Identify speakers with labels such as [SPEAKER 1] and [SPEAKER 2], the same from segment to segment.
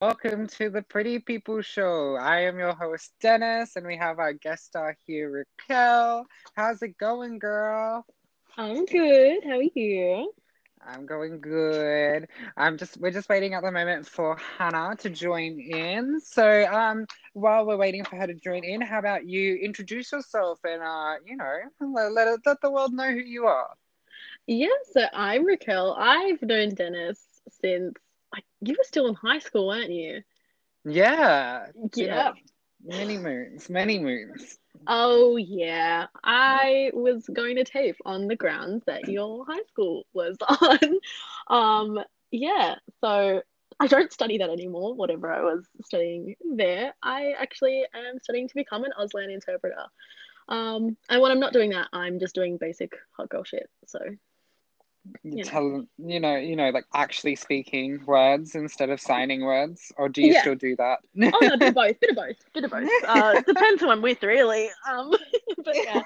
[SPEAKER 1] Welcome to the Pretty People Show. I am your host, Dennis, and we have our guest star here, Raquel. How's it going, girl?
[SPEAKER 2] I'm good. How are you?
[SPEAKER 1] I'm going good. I'm just we're just waiting at the moment for Hannah to join in. So um while we're waiting for her to join in, how about you introduce yourself and uh you know let let, let the world know who you are.
[SPEAKER 2] Yeah, so I'm Raquel. I've known Dennis since like, you were still in high school, weren't you?
[SPEAKER 1] Yeah. you know,
[SPEAKER 2] Yeah.
[SPEAKER 1] Many moons, many moons.
[SPEAKER 2] Oh, yeah. I was going to tape on the grounds that your high school was on. Um, yeah, so I don't study that anymore, whatever I was studying there. I actually am studying to become an Auslan interpreter. Um, and when I'm not doing that, I'm just doing basic hot girl shit. So,
[SPEAKER 1] You
[SPEAKER 2] you know.
[SPEAKER 1] tell them, you know, you know, like actually speaking words instead of signing words, or do you
[SPEAKER 2] Yeah.
[SPEAKER 1] still do that?
[SPEAKER 2] Oh no, bit of both, bit of both, bit of both. Uh, depends who I'm with, really. Um, but yeah,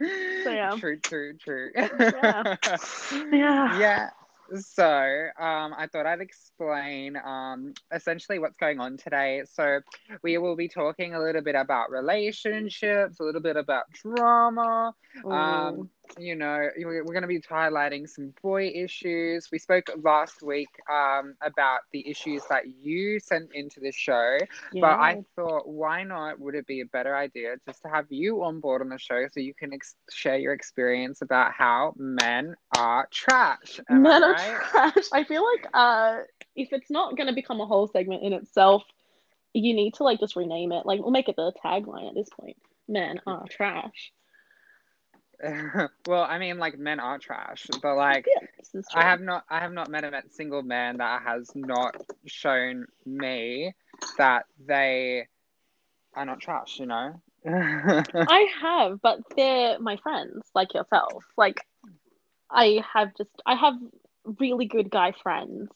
[SPEAKER 2] yeah.
[SPEAKER 1] True, true, true.
[SPEAKER 2] Yeah. yeah.
[SPEAKER 1] Yeah. So, um, I thought I'd explain um, essentially what's going on today. So, we will be talking a little bit about relationships, a little bit about drama. Um,
[SPEAKER 2] Ooh.
[SPEAKER 1] you know, we're going to be highlighting some boy issues. We spoke last week um, about the issues that you sent into the show, but
[SPEAKER 2] Yeah.
[SPEAKER 1] I thought, why not? Would it be a better idea just to have you on board on the show so you can ex- share your experience about how men are trash? Am I
[SPEAKER 2] Men are
[SPEAKER 1] right?
[SPEAKER 2] trash. I feel like uh, if it's not gonna become a whole segment in itself, you need to like just rename it. Like we'll make it the tagline at this point. Men are trash.
[SPEAKER 1] well, I mean, like men are trash, but like
[SPEAKER 2] Yeah, this is true.
[SPEAKER 1] I have not, I have not met a single man that has not shown me that they are not trash. You know.
[SPEAKER 2] I have, but they're my friends, like yourself. Like I have just I have really good guy friends,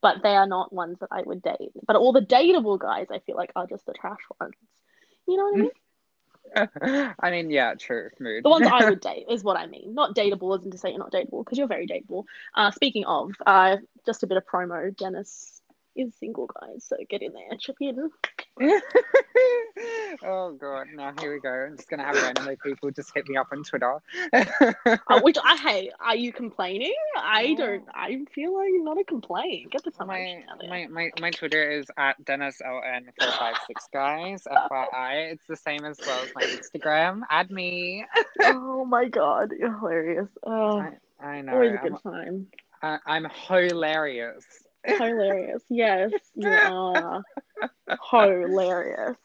[SPEAKER 2] but they are not ones that I would date. But all the dateable guys I feel like are just the trash ones. You know what I mean?
[SPEAKER 1] I mean, yeah, true. Mood.
[SPEAKER 2] The ones I would date is what I mean. Not dateable isn't to say you're not dateable, because you're very dateable. Uh, speaking of, uh, just a bit of promo, Dennis is single guys, so get in there, chip in.
[SPEAKER 1] oh god, now here we go. I'm just gonna have randomly people just hit me up on Twitter.
[SPEAKER 2] Uh, which I hate. Are you complaining? I don't. I feel like not a complaint. Get the time
[SPEAKER 1] my,
[SPEAKER 2] out there.
[SPEAKER 1] my my my Twitter is at Dennis LN four five six guys. FYI. It's the same as well as my Instagram. Add me.
[SPEAKER 2] oh my god, you're hilarious. Oh,
[SPEAKER 1] I, I know.
[SPEAKER 2] always a
[SPEAKER 1] I'm,
[SPEAKER 2] good time.
[SPEAKER 1] I, I'm hilarious.
[SPEAKER 2] Hilarious. Yes, you are. Hilarious.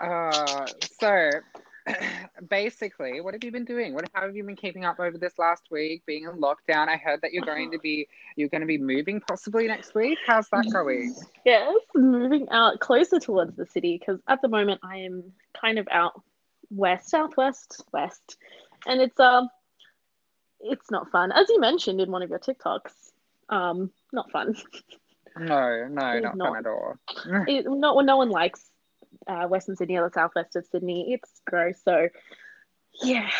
[SPEAKER 1] Uh, so basically, what have you been doing? What how have you been keeping up over this last week? Being in lockdown, I heard that you're going to be you're going to be moving possibly next week. How's that going?
[SPEAKER 2] Yes, moving out closer towards the city because at the moment I am kind of out west, southwest, west, and it's um, it's not fun. As you mentioned in one of your TikToks, um, not fun.
[SPEAKER 1] No, no,
[SPEAKER 2] It's
[SPEAKER 1] not,
[SPEAKER 2] not.
[SPEAKER 1] fun at all.
[SPEAKER 2] it, no, no one likes uh, Western Sydney or the southwest of Sydney. It's gross. So, yeah,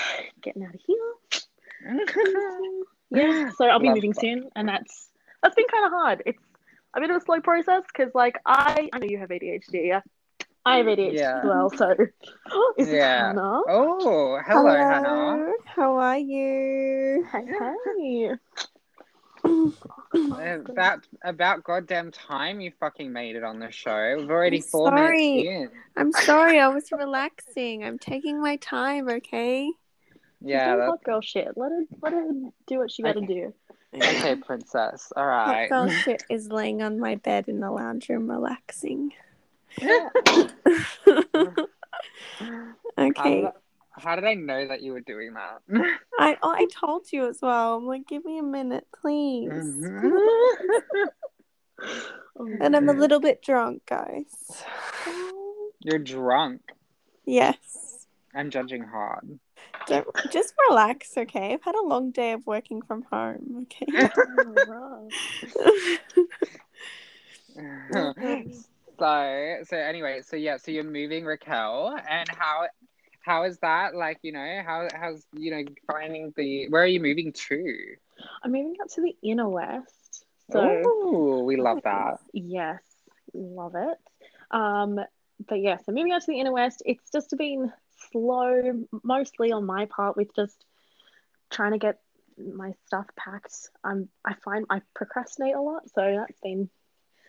[SPEAKER 2] getting out of here. yeah, so I'll be
[SPEAKER 1] Love
[SPEAKER 2] moving
[SPEAKER 1] that.
[SPEAKER 2] soon, and that's that's been kind of hard. It's a bit of a slow process because, like, I I know you have ADHD. Yeah, I have ADHD
[SPEAKER 1] Yeah.
[SPEAKER 2] as well. So, is
[SPEAKER 1] Yeah.
[SPEAKER 2] it Hannah?
[SPEAKER 1] oh, hello, Hannah.
[SPEAKER 3] How are you?
[SPEAKER 2] Hey, hey.
[SPEAKER 1] Uh, About about goddamn time you fucking made it on the show. We've already
[SPEAKER 3] I'm
[SPEAKER 1] four
[SPEAKER 3] sorry.
[SPEAKER 1] minutes
[SPEAKER 3] I'm sorry, I was relaxing. I'm taking my time, okay?
[SPEAKER 1] in. Yeah,
[SPEAKER 2] Don't
[SPEAKER 1] that's
[SPEAKER 2] hot girl shit. Let her let her do what she got to
[SPEAKER 1] Okay.
[SPEAKER 2] do.
[SPEAKER 1] okay, princess. All
[SPEAKER 3] Hot
[SPEAKER 1] right.
[SPEAKER 3] girl shit is laying on my bed in the lounge room relaxing.
[SPEAKER 1] Mm-hmm. How did
[SPEAKER 3] okay.
[SPEAKER 1] I- how did I know that you were doing that?
[SPEAKER 3] I oh, I told you as well. I'm like, give me a minute, please.
[SPEAKER 1] Mm-hmm.
[SPEAKER 2] Oh,
[SPEAKER 3] And I'm a
[SPEAKER 1] Mhm.
[SPEAKER 3] little bit drunk, guys.
[SPEAKER 1] You're drunk.
[SPEAKER 3] Yes.
[SPEAKER 1] I'm judging hard.
[SPEAKER 3] Don't just relax, okay? I've had a long day of working from home, okay?
[SPEAKER 2] wow.
[SPEAKER 1] so so anyway, so yeah, so you're moving Raquel and how how is that? Like, you know, how how's you know finding the where are you moving to?
[SPEAKER 2] I'm moving out to the inner west. So
[SPEAKER 1] Oh, we love that.
[SPEAKER 2] yes, Love it. Um, but yeah, so moving on to the inner west, it's just been slow, mostly on my part with just trying to get my stuff packed. I'm I find I procrastinate a lot, so that's been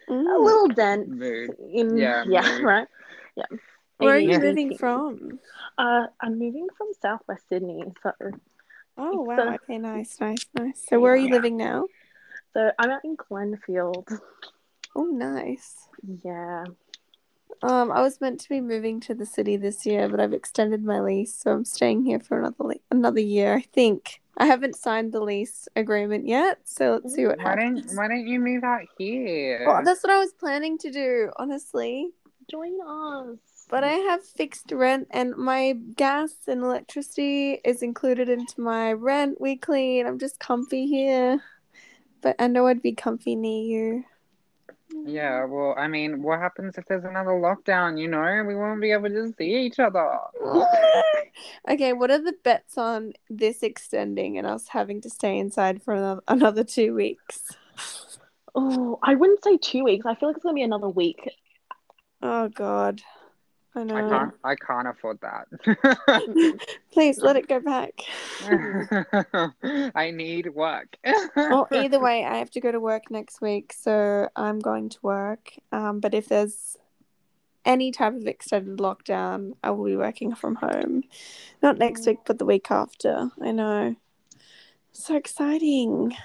[SPEAKER 2] a
[SPEAKER 3] Mm.
[SPEAKER 2] little dent
[SPEAKER 1] Hmm. Mood.
[SPEAKER 2] in
[SPEAKER 1] Yeah,
[SPEAKER 2] yeah,
[SPEAKER 1] mood.
[SPEAKER 2] right. Yeah.
[SPEAKER 3] Where are you
[SPEAKER 2] ADD
[SPEAKER 3] moving
[SPEAKER 2] thing.
[SPEAKER 3] from?
[SPEAKER 2] Uh, I'm moving from Southwest Sydney, so
[SPEAKER 3] Oh
[SPEAKER 2] It's,
[SPEAKER 3] wow.
[SPEAKER 2] uh,
[SPEAKER 3] Okay, nice, nice, nice. So where are you
[SPEAKER 2] yeah.
[SPEAKER 3] living now?
[SPEAKER 2] so I'm out in Glenfield.
[SPEAKER 3] Oh nice.
[SPEAKER 2] Yeah.
[SPEAKER 3] Um, I was meant to be moving to the city this year, but I've extended my lease, so I'm staying here for another le- another year. I think I haven't signed the lease agreement yet, so let's see what
[SPEAKER 1] Why don't
[SPEAKER 3] happens.
[SPEAKER 1] Why don't you move out here?
[SPEAKER 3] Well, that's what I was planning to do, honestly.
[SPEAKER 2] Join us.
[SPEAKER 3] But I have fixed rent, and my gas and electricity is included into my rent weekly, and I'm just comfy here. But I know I'd be comfy near you.
[SPEAKER 1] yeah, well, I mean, what happens if there's another lockdown? You know, we won't be able to see each other.
[SPEAKER 3] okay, what are the bets on this extending and us having to stay inside for another, another two weeks?
[SPEAKER 2] Oh, I wouldn't say two weeks. I feel like it's gonna be another week.
[SPEAKER 3] Oh God, I
[SPEAKER 1] I
[SPEAKER 3] know.
[SPEAKER 1] can't. I can't afford that.
[SPEAKER 2] Oh,
[SPEAKER 3] Please let it go back.
[SPEAKER 1] I need work.
[SPEAKER 3] well, either way, I have to go to work next week, so I'm going to work. Um, but if there's any type of extended lockdown, I will be working from home. Not next week, but the week after. I know. So exciting.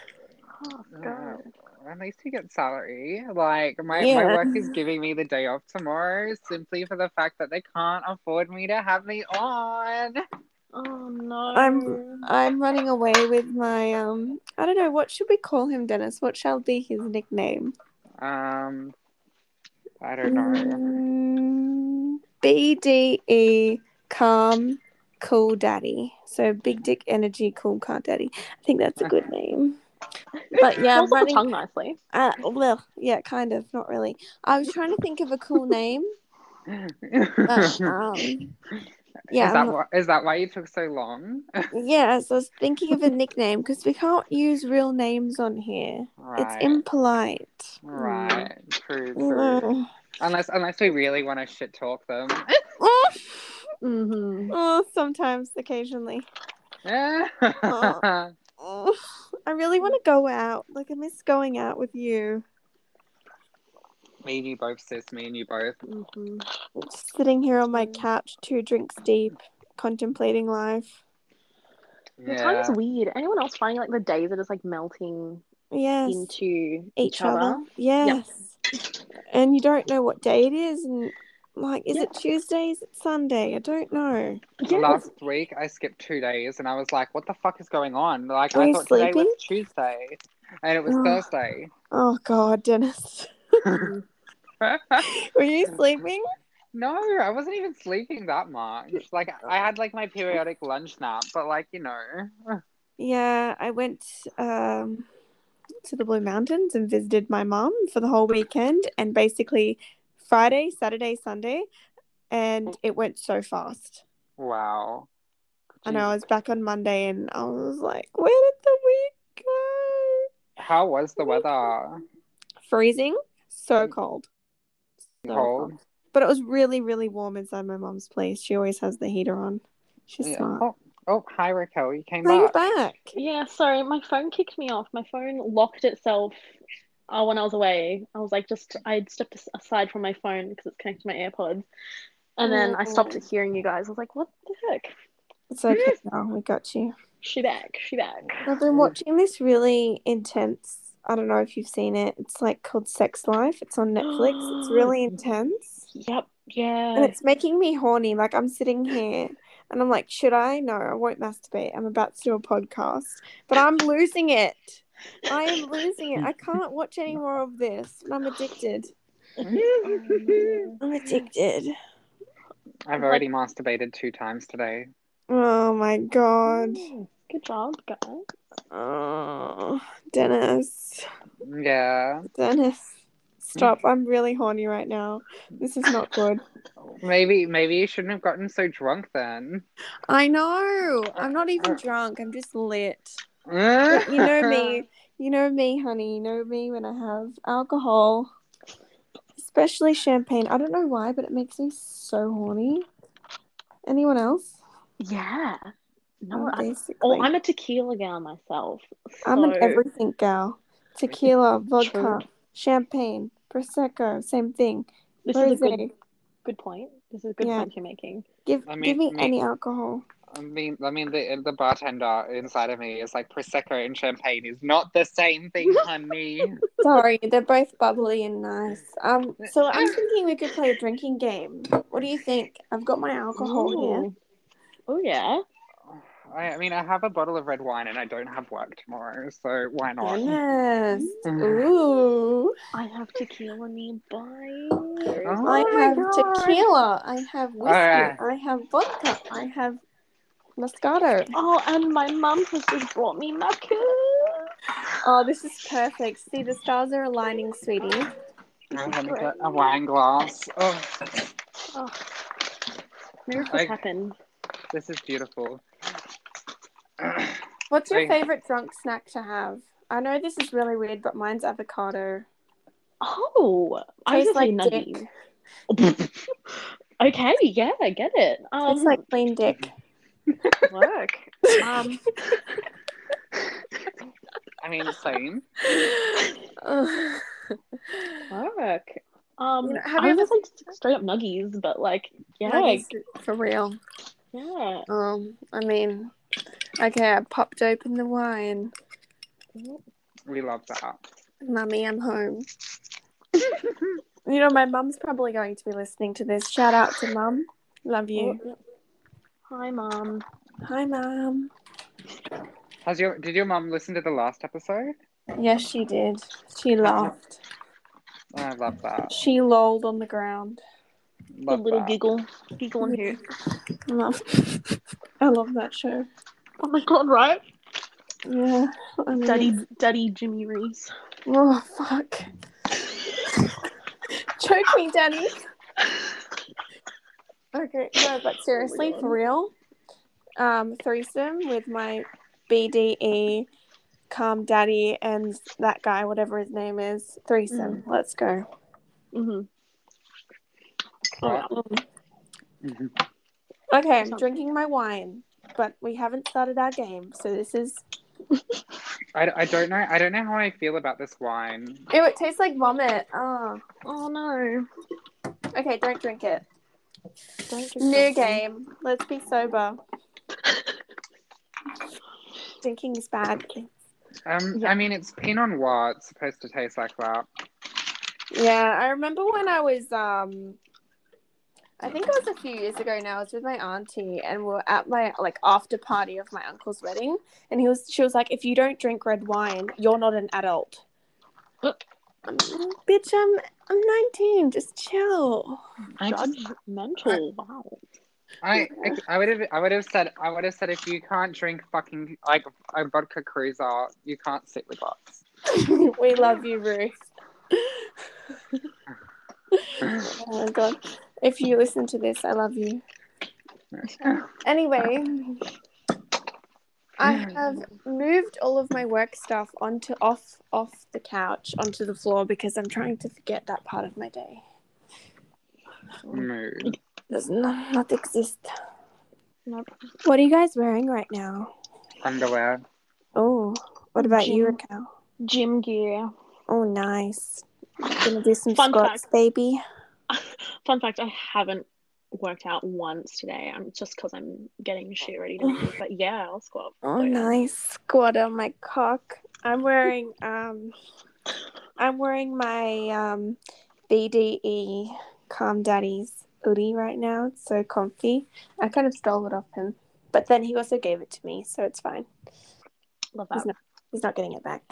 [SPEAKER 2] Oh
[SPEAKER 1] Yeah.
[SPEAKER 2] god.
[SPEAKER 1] At least you get salary. Like my, my
[SPEAKER 3] Yeah.
[SPEAKER 1] work is giving me the day off tomorrow simply for the fact that they can't afford me to have me on.
[SPEAKER 2] Oh no.
[SPEAKER 3] I'm- I'm running away with my um I don't know, what should we call him, Dennis? What shall be his nickname?
[SPEAKER 1] Um I don't know.
[SPEAKER 3] Mm, BDE Calm Cool Daddy. So Big Dick Energy Cool Car Daddy. I think that's a good name. But yeah, I'm
[SPEAKER 2] rolls off the
[SPEAKER 3] running
[SPEAKER 2] tongue nicely.
[SPEAKER 3] Uh, well, yeah, kind of, not really. I was trying to think of a cool name, Mm. but um, yeah,
[SPEAKER 1] is
[SPEAKER 3] I'm
[SPEAKER 1] that why, is that why you took so long?
[SPEAKER 3] not- yeah. So I was thinking of a nickname because we can't use real names on here. It's
[SPEAKER 1] right.
[SPEAKER 3] impolite.
[SPEAKER 1] right. True, true.
[SPEAKER 3] Mm.
[SPEAKER 1] Unless unless we really want to shit talk them.
[SPEAKER 3] Oh,
[SPEAKER 2] Mm-hmm.
[SPEAKER 3] oh, sometimes, occasionally.
[SPEAKER 1] yeah.
[SPEAKER 3] Oh, I really want to go out. Like I miss going out with you.
[SPEAKER 1] me and you both, sis, me and you both.
[SPEAKER 2] Mm-hmm.
[SPEAKER 3] Just sitting here on my
[SPEAKER 2] Mm.
[SPEAKER 3] couch, two drinks deep, contemplating life.
[SPEAKER 2] The time
[SPEAKER 1] Yeah.
[SPEAKER 2] is weird. Anyone else finding like the days are just like melting
[SPEAKER 3] Yes.
[SPEAKER 2] into each,
[SPEAKER 3] each
[SPEAKER 2] other?
[SPEAKER 3] other. Yes. And you don't know what day it is and like is it Tuesday? Is it Sunday? I don't know.
[SPEAKER 2] Yes.
[SPEAKER 1] Last week I skipped two days and I was like, what the fuck is going on? Like
[SPEAKER 3] Are
[SPEAKER 1] I
[SPEAKER 3] you
[SPEAKER 1] thought today was Tuesday and it was
[SPEAKER 3] Ugh.
[SPEAKER 1] Thursday.
[SPEAKER 3] Oh god, Dennis. Were you sleeping?
[SPEAKER 1] no, I wasn't even sleeping that much. Like I had like my periodic lunch nap, but like, you know.
[SPEAKER 3] Yeah, I went um to the Blue Mountains and visited my mum for the whole weekend and basically Friday, Saturday, Sunday and it went so fast.
[SPEAKER 1] Wow.
[SPEAKER 3] And I was back on Monday and I was like, where did the week go?
[SPEAKER 1] How was the weather?
[SPEAKER 3] Freezing, so cold. So
[SPEAKER 1] Mm. Cold.
[SPEAKER 3] But it was really, really warm inside my mom's place. She always has the heater on. She's
[SPEAKER 1] Yeah.
[SPEAKER 3] smart.
[SPEAKER 1] Oh, oh, hi Raquel, you came
[SPEAKER 3] Are you
[SPEAKER 1] back.
[SPEAKER 3] back?
[SPEAKER 2] Yeah, sorry, my phone kicked me off. My phone locked itself uh, when I was away. I was like, just I'd stepped as- aside from my phone because it's connected to my AirPods, and then I stopped
[SPEAKER 3] Mm.
[SPEAKER 2] hearing you guys. I was like, what the heck?
[SPEAKER 3] It's okay now. We got you.
[SPEAKER 2] She back, she back.
[SPEAKER 3] I've been watching this really intense. I don't know if you've seen it. It's like called Sex Life. It's on Netflix. It's really intense.
[SPEAKER 2] Yep, yeah.
[SPEAKER 3] And it's making me horny. Like I'm sitting here and I'm like, should I? No, I won't masturbate. I'm about to do a podcast. But I'm losing it. I am losing it. I can't watch any more of this. And I'm addicted.
[SPEAKER 2] Mm-hmm.
[SPEAKER 3] I'm addicted.
[SPEAKER 1] I've already masturbated two times today.
[SPEAKER 3] Oh my god.
[SPEAKER 2] Mm, Good job, guys.
[SPEAKER 3] Oh, Dennis.
[SPEAKER 1] Yeah.
[SPEAKER 3] Dennis. Stop. I'm really horny right now. This is not good.
[SPEAKER 1] Maybe maybe you shouldn't have gotten so drunk then.
[SPEAKER 3] I know. I'm not even drunk. I'm just lit.
[SPEAKER 1] you
[SPEAKER 3] You know me. You know me, honey. You know me when I have alcohol. It's especially champagne. I don't know why, but it makes me so horny. Anyone else?
[SPEAKER 2] Yeah. No,
[SPEAKER 3] Um,
[SPEAKER 2] I,
[SPEAKER 3] basically.
[SPEAKER 2] oh, I'm a tequila gal myself.
[SPEAKER 3] I'm an
[SPEAKER 2] so-
[SPEAKER 3] everything gal. Tequila, vodka,
[SPEAKER 2] True.
[SPEAKER 3] champagne, prosecco, same thing.
[SPEAKER 2] This is a
[SPEAKER 3] Rosé.
[SPEAKER 2] good, good point. This is a good
[SPEAKER 3] Yeah.
[SPEAKER 2] point you're making.
[SPEAKER 3] Give
[SPEAKER 1] I
[SPEAKER 3] give
[SPEAKER 1] mean-
[SPEAKER 3] me
[SPEAKER 1] me-
[SPEAKER 3] any alcohol.
[SPEAKER 1] I mean, I mean, the the bartender inside of me is like prosecco and champagne is not the same thing, honey.
[SPEAKER 3] Sorry, they're both bubbly and nice. Um, so I'm thinking we could play a drinking game. What do you think? I've got my alcohol here.
[SPEAKER 2] Ooh. Oh yeah.
[SPEAKER 1] I, I mean, I have a bottle of red wine and I don't have work tomorrow, so why not?
[SPEAKER 3] Goodness.
[SPEAKER 1] Mm.
[SPEAKER 3] Ooh.
[SPEAKER 2] I have tequila nearby.
[SPEAKER 1] Oh
[SPEAKER 3] I
[SPEAKER 1] my
[SPEAKER 3] have
[SPEAKER 1] God.
[SPEAKER 3] tequila. I have whiskey.
[SPEAKER 1] Alright.
[SPEAKER 3] I have vodka. I have Moscato.
[SPEAKER 2] Oh, and my mum has just brought me maca.
[SPEAKER 3] Oh, this is perfect. See, the stars are aligning, sweetie.
[SPEAKER 1] I'm gonna get a wine glass. Oh,
[SPEAKER 2] Oh. Miracles
[SPEAKER 1] I-
[SPEAKER 2] happen.
[SPEAKER 1] this is beautiful.
[SPEAKER 3] What's your
[SPEAKER 1] Right.
[SPEAKER 3] favorite drunk snack to have? I know this is really weird, but mine's avocado.
[SPEAKER 2] Oh, I
[SPEAKER 3] Tastes
[SPEAKER 2] just
[SPEAKER 3] like
[SPEAKER 2] like nutty.
[SPEAKER 3] dick.
[SPEAKER 2] okay, yeah, I get it. Um,
[SPEAKER 3] Tastes like clean dick.
[SPEAKER 2] work. Um,
[SPEAKER 1] I mean, same.
[SPEAKER 3] Ugh.
[SPEAKER 2] work. Um,
[SPEAKER 3] You know, have
[SPEAKER 2] I
[SPEAKER 3] you
[SPEAKER 2] was like straight up nuggies, but like, yeah,
[SPEAKER 3] That is for real.
[SPEAKER 2] yeah.
[SPEAKER 3] Um, I mean, okay, I popped open the wine.
[SPEAKER 1] We love that.
[SPEAKER 3] Mummy, I'm home. You know, my mum's probably going to be listening to this. Shout out to mum. Love you.
[SPEAKER 2] Oh, Hi, mom.
[SPEAKER 3] Hi, mum.
[SPEAKER 1] Has your did your mum listen to the last episode?
[SPEAKER 3] Yes, she did. She laughed.
[SPEAKER 1] I love that.
[SPEAKER 3] She lolled on the ground.
[SPEAKER 2] The
[SPEAKER 1] Love
[SPEAKER 2] little
[SPEAKER 1] that.
[SPEAKER 2] giggle, giggle in here.
[SPEAKER 3] Love. I love that show.
[SPEAKER 2] Oh my god, right?
[SPEAKER 3] Yeah. I mean,
[SPEAKER 2] Daddy, Daddy Jimmy Reese.
[SPEAKER 3] Oh, fuck. Choke me, Daddy. Okay, no, but seriously,
[SPEAKER 2] God.
[SPEAKER 3] for real, um, threesome with my BDE, calm daddy, and that guy, whatever his name is, threesome. Let's go.
[SPEAKER 2] Mm-hmm.
[SPEAKER 3] Oh,
[SPEAKER 1] Hot.
[SPEAKER 3] um,
[SPEAKER 1] Mhm.
[SPEAKER 3] Okay, I'm drinking my wine, but we haven't started our game, so this is.
[SPEAKER 1] I, I don't know. I don't know how I feel about this wine.
[SPEAKER 3] Ew, it tastes like vomit. Oh,
[SPEAKER 2] Oh no.
[SPEAKER 3] okay, don't drink it.
[SPEAKER 2] Don't do
[SPEAKER 3] New
[SPEAKER 2] something.
[SPEAKER 3] game. Let's be sober. Drinking is bad.
[SPEAKER 1] Um,
[SPEAKER 2] Yeah.
[SPEAKER 1] I mean, it's Pinot Noir. It's supposed to taste like that.
[SPEAKER 3] Yeah, I remember when I was um I think it was a few years ago now, I was with my auntie and we were at my like after party of my uncle's wedding and he was she was like, If you don't drink red wine, you're not an adult.
[SPEAKER 2] Uh.
[SPEAKER 3] Um, Bitch, I'm I'm nineteen, just chill.
[SPEAKER 1] I just-
[SPEAKER 2] Judgmental. Wow.
[SPEAKER 1] I, I, I would have, I would have said, I would have said, if you can't drink fucking like a vodka cruiser, you can't sit with us.
[SPEAKER 3] we love you, Ruth. Oh my god. If you listen to this, I love you. Anyway, I have moved all of my work stuff onto off off the couch onto the floor because I'm trying to forget that part of my day.
[SPEAKER 1] Mood.
[SPEAKER 3] Does not, not exist.
[SPEAKER 2] Nope.
[SPEAKER 3] What are you guys wearing right now?
[SPEAKER 1] Underwear.
[SPEAKER 3] Oh, what about
[SPEAKER 2] Gym.
[SPEAKER 3] you, Raquel?
[SPEAKER 2] Gym gear.
[SPEAKER 3] Oh, nice. Gonna do some
[SPEAKER 2] Fun
[SPEAKER 3] squats,
[SPEAKER 2] fact.
[SPEAKER 3] baby.
[SPEAKER 2] Fun fact: I haven't worked out once today. I'm just because I'm getting shit ready to leave. But yeah, I'll squat.
[SPEAKER 3] Oh,
[SPEAKER 2] So, yeah.
[SPEAKER 3] nice squat on my cock. I'm wearing um, I'm wearing my um, BDE Calm Daddy's hoodie right now. It's so comfy. I kind of stole it off him, but then he also gave it to me, so it's fine.
[SPEAKER 2] Love
[SPEAKER 3] He's
[SPEAKER 2] that.
[SPEAKER 3] not, he's not getting it back.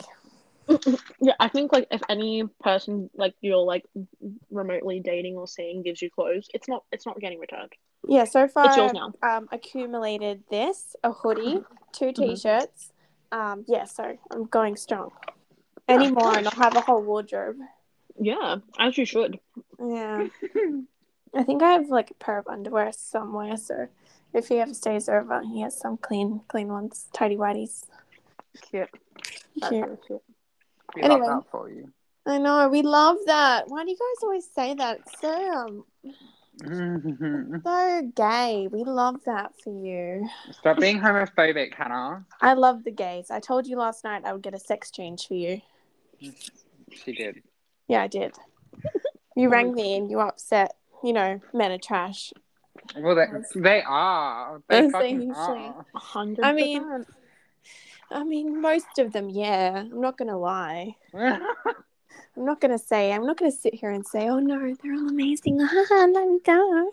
[SPEAKER 2] Yeah, I think like if any person like you're like remotely dating or seeing gives you clothes, it's not it's not getting returned.
[SPEAKER 3] Yeah. So far,
[SPEAKER 2] It's yours
[SPEAKER 3] I've
[SPEAKER 2] now. Mm-hmm.
[SPEAKER 3] um, accumulated this, a hoodie, 2 t-shirts. Um, yeah. So I'm going strong. Any more, and I'll have a whole wardrobe.
[SPEAKER 2] Yeah, as you should.
[SPEAKER 3] Yeah. I think I have like a pair of underwear somewhere, so if he ever stays over, he has some clean, clean ones, tidy whities.
[SPEAKER 2] Cute. That's
[SPEAKER 3] Cute.
[SPEAKER 2] really cute.
[SPEAKER 1] We
[SPEAKER 3] Anyway.
[SPEAKER 1] love that for you.
[SPEAKER 3] I know. We love that. Why do you guys always say that? It's so um, so gay. We love that for you.
[SPEAKER 1] Stop being homophobic, Hannah.
[SPEAKER 3] I love the gays. I told you last night I would get a sex change for you.
[SPEAKER 1] She did.
[SPEAKER 3] Yeah, I did. You rang me and you were upset. You know, men are trash.
[SPEAKER 1] Well, they,
[SPEAKER 3] Yes.
[SPEAKER 1] they are. They
[SPEAKER 3] Yes, they
[SPEAKER 1] fucking
[SPEAKER 3] usually-
[SPEAKER 1] are.
[SPEAKER 2] 100%.
[SPEAKER 3] I mean- I mean, most of them, yeah. I'm not gonna lie. I'm not gonna say. I'm not gonna sit here and say, "Oh no, they're all amazing." Let me go.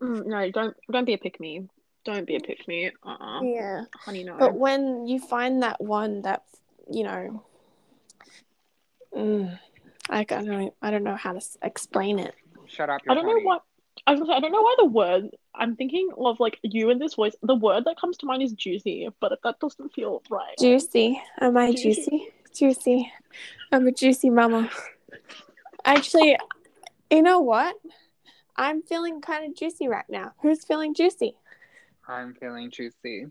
[SPEAKER 2] Mm, no, don't don't be a pick me. Don't be a pick me. Uh-uh.
[SPEAKER 3] Yeah,
[SPEAKER 2] Honey, no.
[SPEAKER 3] but when you find that one that you know, mm, I don't know. I don't know how to s- explain it.
[SPEAKER 1] Shut up.
[SPEAKER 2] I
[SPEAKER 1] You're
[SPEAKER 2] don't know
[SPEAKER 1] funny.
[SPEAKER 2] what. I, was gonna say, I don't know why the word I'm thinking of, like you in this voice. The word that comes to mind is juicy, but that doesn't feel right.
[SPEAKER 3] Juicy. Am I
[SPEAKER 2] Juicy.
[SPEAKER 3] juicy? Juicy. I'm a juicy mama. Actually, you know what? I'm feeling kind of juicy right now. Who's feeling juicy?
[SPEAKER 1] I'm feeling juicy.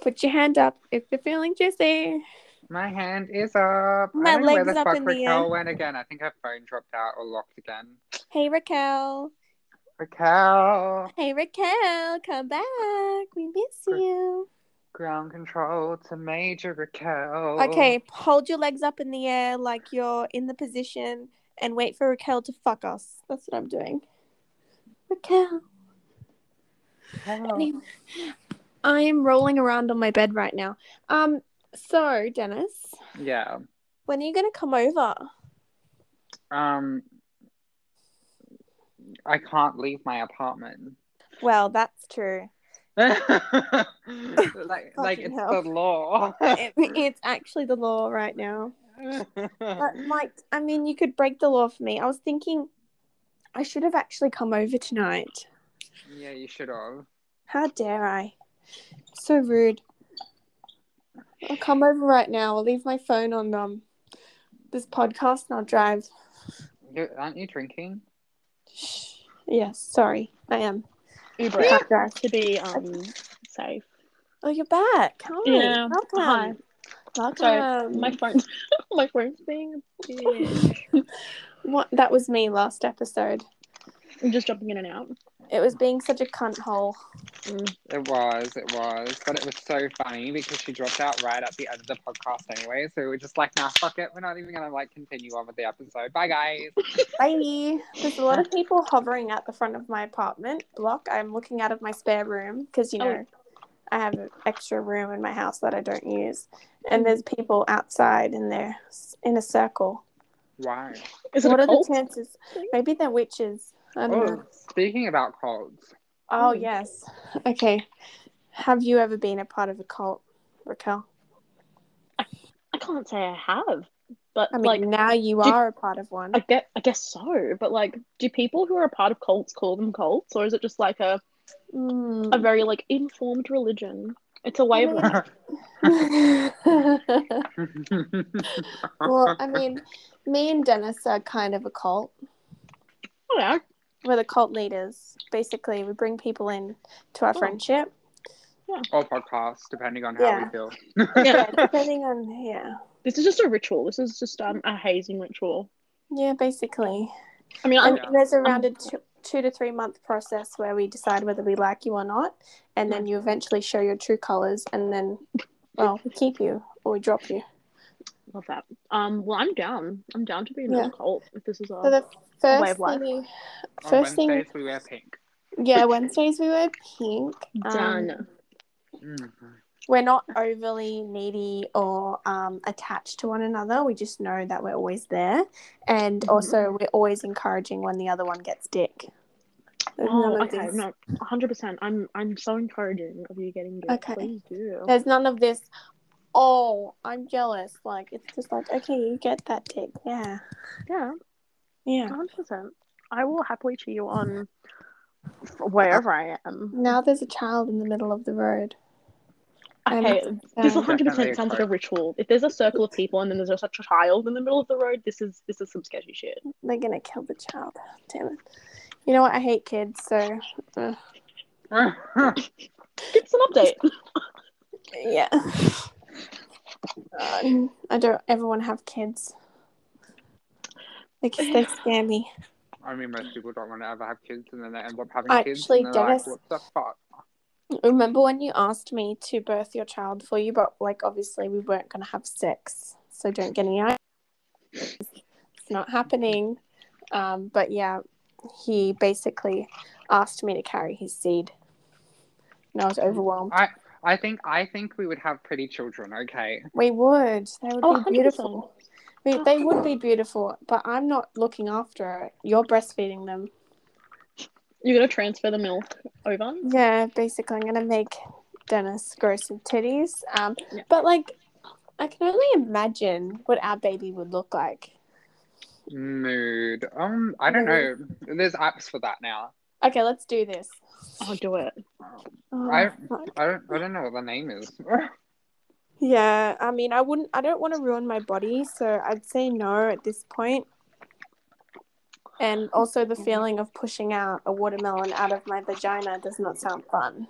[SPEAKER 3] Put your hand up if you're feeling juicy.
[SPEAKER 1] My hand is up.
[SPEAKER 3] My
[SPEAKER 1] I don't know where
[SPEAKER 3] leg's
[SPEAKER 1] the
[SPEAKER 3] up
[SPEAKER 1] fuck
[SPEAKER 3] in the
[SPEAKER 1] Raquel
[SPEAKER 3] air.
[SPEAKER 1] went again. I think her phone dropped out or locked again.
[SPEAKER 3] Hey Raquel.
[SPEAKER 1] Raquel,
[SPEAKER 3] Hey Raquel, come back. We miss you.
[SPEAKER 1] ground control to Major Raquel.
[SPEAKER 3] Okay, hold your legs up in the air like you're in the position and wait for Raquel to fuck us. That's what I'm doing. Raquel.
[SPEAKER 1] Raquel.
[SPEAKER 3] I am rolling around on my bed right now. Um, so Dennis,
[SPEAKER 1] Yeah.
[SPEAKER 3] when are you gonna come over?
[SPEAKER 1] Um, I can't leave my apartment.
[SPEAKER 3] Well, that's true.
[SPEAKER 1] like, like
[SPEAKER 3] Fucking
[SPEAKER 1] it's
[SPEAKER 3] hell.
[SPEAKER 1] the law.
[SPEAKER 3] It, it's actually the law right now. But like, I mean, you could break the law for me. I was thinking I should have actually come over tonight.
[SPEAKER 1] yeah, you should have.
[SPEAKER 3] How dare I? So rude. I'll come over right now. I'll leave my phone on um this podcast and I'll drive.
[SPEAKER 1] You- Aren't you drinking?
[SPEAKER 3] Shh. Yes, sorry, I am. I
[SPEAKER 2] Uber
[SPEAKER 3] can't drive.
[SPEAKER 2] to be um safe.
[SPEAKER 3] Oh, you're back. Hi.
[SPEAKER 2] Yeah,
[SPEAKER 3] Welcome.
[SPEAKER 2] hi.
[SPEAKER 3] Welcome.
[SPEAKER 2] Sorry, my phone's my phone's being a bitch.
[SPEAKER 3] What that was me last episode.
[SPEAKER 2] I'm just jumping in and out.
[SPEAKER 3] It was being such a cunt hole.
[SPEAKER 1] It was, it was. But it was so funny because she dropped out right at the end of the podcast anyway. So we were just like, nah, fuck it. We're not even gonna like continue on with the episode. Bye guys.
[SPEAKER 3] Bye. There's a lot of people hovering at the front of my apartment block. I'm looking out of my spare room because
[SPEAKER 2] Oh.
[SPEAKER 3] you know I have an extra room in my house that I don't use,
[SPEAKER 2] Mm-hmm.
[SPEAKER 3] and there's people outside in there s- in a circle.
[SPEAKER 1] Wow.
[SPEAKER 2] Is it
[SPEAKER 3] What
[SPEAKER 2] a
[SPEAKER 3] are the
[SPEAKER 2] cult?
[SPEAKER 3] chances? Maybe they're witches. I don't know.
[SPEAKER 1] Oh, speaking about colds.
[SPEAKER 3] Oh
[SPEAKER 2] Mm.
[SPEAKER 3] yes. Okay. Have you ever been a part of a cult, Raquel?
[SPEAKER 2] I can't say I have, but
[SPEAKER 3] I mean,
[SPEAKER 2] like
[SPEAKER 3] now you
[SPEAKER 2] do-
[SPEAKER 3] are a part of one.
[SPEAKER 2] I get I guess so. But like, do people who are a part of cults call them cults, or is it just like a
[SPEAKER 3] Mm.
[SPEAKER 2] a very like informed religion? It's a way of life.
[SPEAKER 3] well,
[SPEAKER 1] well,
[SPEAKER 3] I mean, me and Dennis are kind of a cult.
[SPEAKER 2] I don't know.
[SPEAKER 3] We're the cult leaders. Basically, we bring people in to our
[SPEAKER 2] Oh.
[SPEAKER 3] friendship.
[SPEAKER 1] or podcast, depending on how
[SPEAKER 3] Yeah.
[SPEAKER 1] we feel.
[SPEAKER 3] Yeah, depending on yeah,
[SPEAKER 2] This is just a ritual. This is just um a hazing ritual.
[SPEAKER 3] yeah, basically.
[SPEAKER 2] I mean, I'm
[SPEAKER 3] And there's around a two, two to three month process where we decide whether we like you or not, and then you eventually show your true colors, and then, well, we keep you or we drop you.
[SPEAKER 2] love that. Um, well, I'm down. I'm down to be in
[SPEAKER 3] Yeah.
[SPEAKER 2] a cult if this is a
[SPEAKER 3] So the
[SPEAKER 2] Way
[SPEAKER 3] first
[SPEAKER 2] of life.
[SPEAKER 3] thing, you-
[SPEAKER 1] on
[SPEAKER 3] first
[SPEAKER 1] Wednesdays
[SPEAKER 3] thing,
[SPEAKER 1] we wear pink.
[SPEAKER 3] yeah, Wednesdays we wear pink. Um,
[SPEAKER 2] done.
[SPEAKER 1] Mhm.
[SPEAKER 3] we're not overly needy or um, attached to one another. We just know that we're always there, and
[SPEAKER 2] Mhm.
[SPEAKER 3] also we're always encouraging when the other one gets dick. There's
[SPEAKER 2] Oh,
[SPEAKER 3] none of
[SPEAKER 2] okay,
[SPEAKER 3] this-
[SPEAKER 2] no, hundred percent. I'm I'm so encouraging of you getting good.
[SPEAKER 3] Okay.
[SPEAKER 2] Please do.
[SPEAKER 3] There's none of this. Oh, I'm jealous. Like it's just like okay, you get that dick. Yeah,
[SPEAKER 2] Yeah,
[SPEAKER 3] yeah.
[SPEAKER 2] hundred percent. I will happily cheer you on wherever I am.
[SPEAKER 3] Now there's a child in the middle of the road. I'm
[SPEAKER 2] Okay, this
[SPEAKER 3] Um,
[SPEAKER 1] Definitely
[SPEAKER 2] hundred
[SPEAKER 1] a
[SPEAKER 2] percent sounds like a
[SPEAKER 1] cult.
[SPEAKER 2] ritual. If there's a circle of people and then there's such a child in the middle of the road, this is this is some sketchy shit.
[SPEAKER 3] They're gonna kill the child. Damn it. You know what? I hate kids. So
[SPEAKER 2] It's an update.
[SPEAKER 3] yeah. Um, I don't ever want to have kids. Like, they scare me.
[SPEAKER 1] I mean, most people don't want to ever have kids, and then they end up having
[SPEAKER 3] Actually,
[SPEAKER 1] kids. and they're
[SPEAKER 3] Dennis-
[SPEAKER 1] Like, what the fuck?
[SPEAKER 3] Remember when you asked me to birth your child for you, but like obviously we weren't going to have sex, so don't get any ideas. It's not happening. Um, but yeah, he basically asked me to carry his seed, and I was overwhelmed.
[SPEAKER 1] I I think I think we would have pretty children. Okay.
[SPEAKER 3] We would. They would
[SPEAKER 2] Oh,
[SPEAKER 3] be
[SPEAKER 2] 100%.
[SPEAKER 3] beautiful. We, they would be beautiful, but I'm not looking after it. You're breastfeeding them.
[SPEAKER 2] You're gonna transfer the milk over.
[SPEAKER 3] Yeah, basically, I'm gonna make Dennis grow some titties. Um,
[SPEAKER 2] Yeah.
[SPEAKER 3] but like, I can only imagine what our baby would look like.
[SPEAKER 1] Mood. Um, I don't know. There's apps for that now.
[SPEAKER 3] Okay, let's do this.
[SPEAKER 2] I'll do it.
[SPEAKER 3] Oh,
[SPEAKER 1] I-
[SPEAKER 3] fuck.
[SPEAKER 1] I don't. I don't know what the name is.
[SPEAKER 3] yeah, I mean, I wouldn't. I don't want to ruin my body, so I'd say no at this point. And also,
[SPEAKER 2] Mm-hmm.
[SPEAKER 3] the feeling of pushing out a watermelon out of my vagina does not sound fun.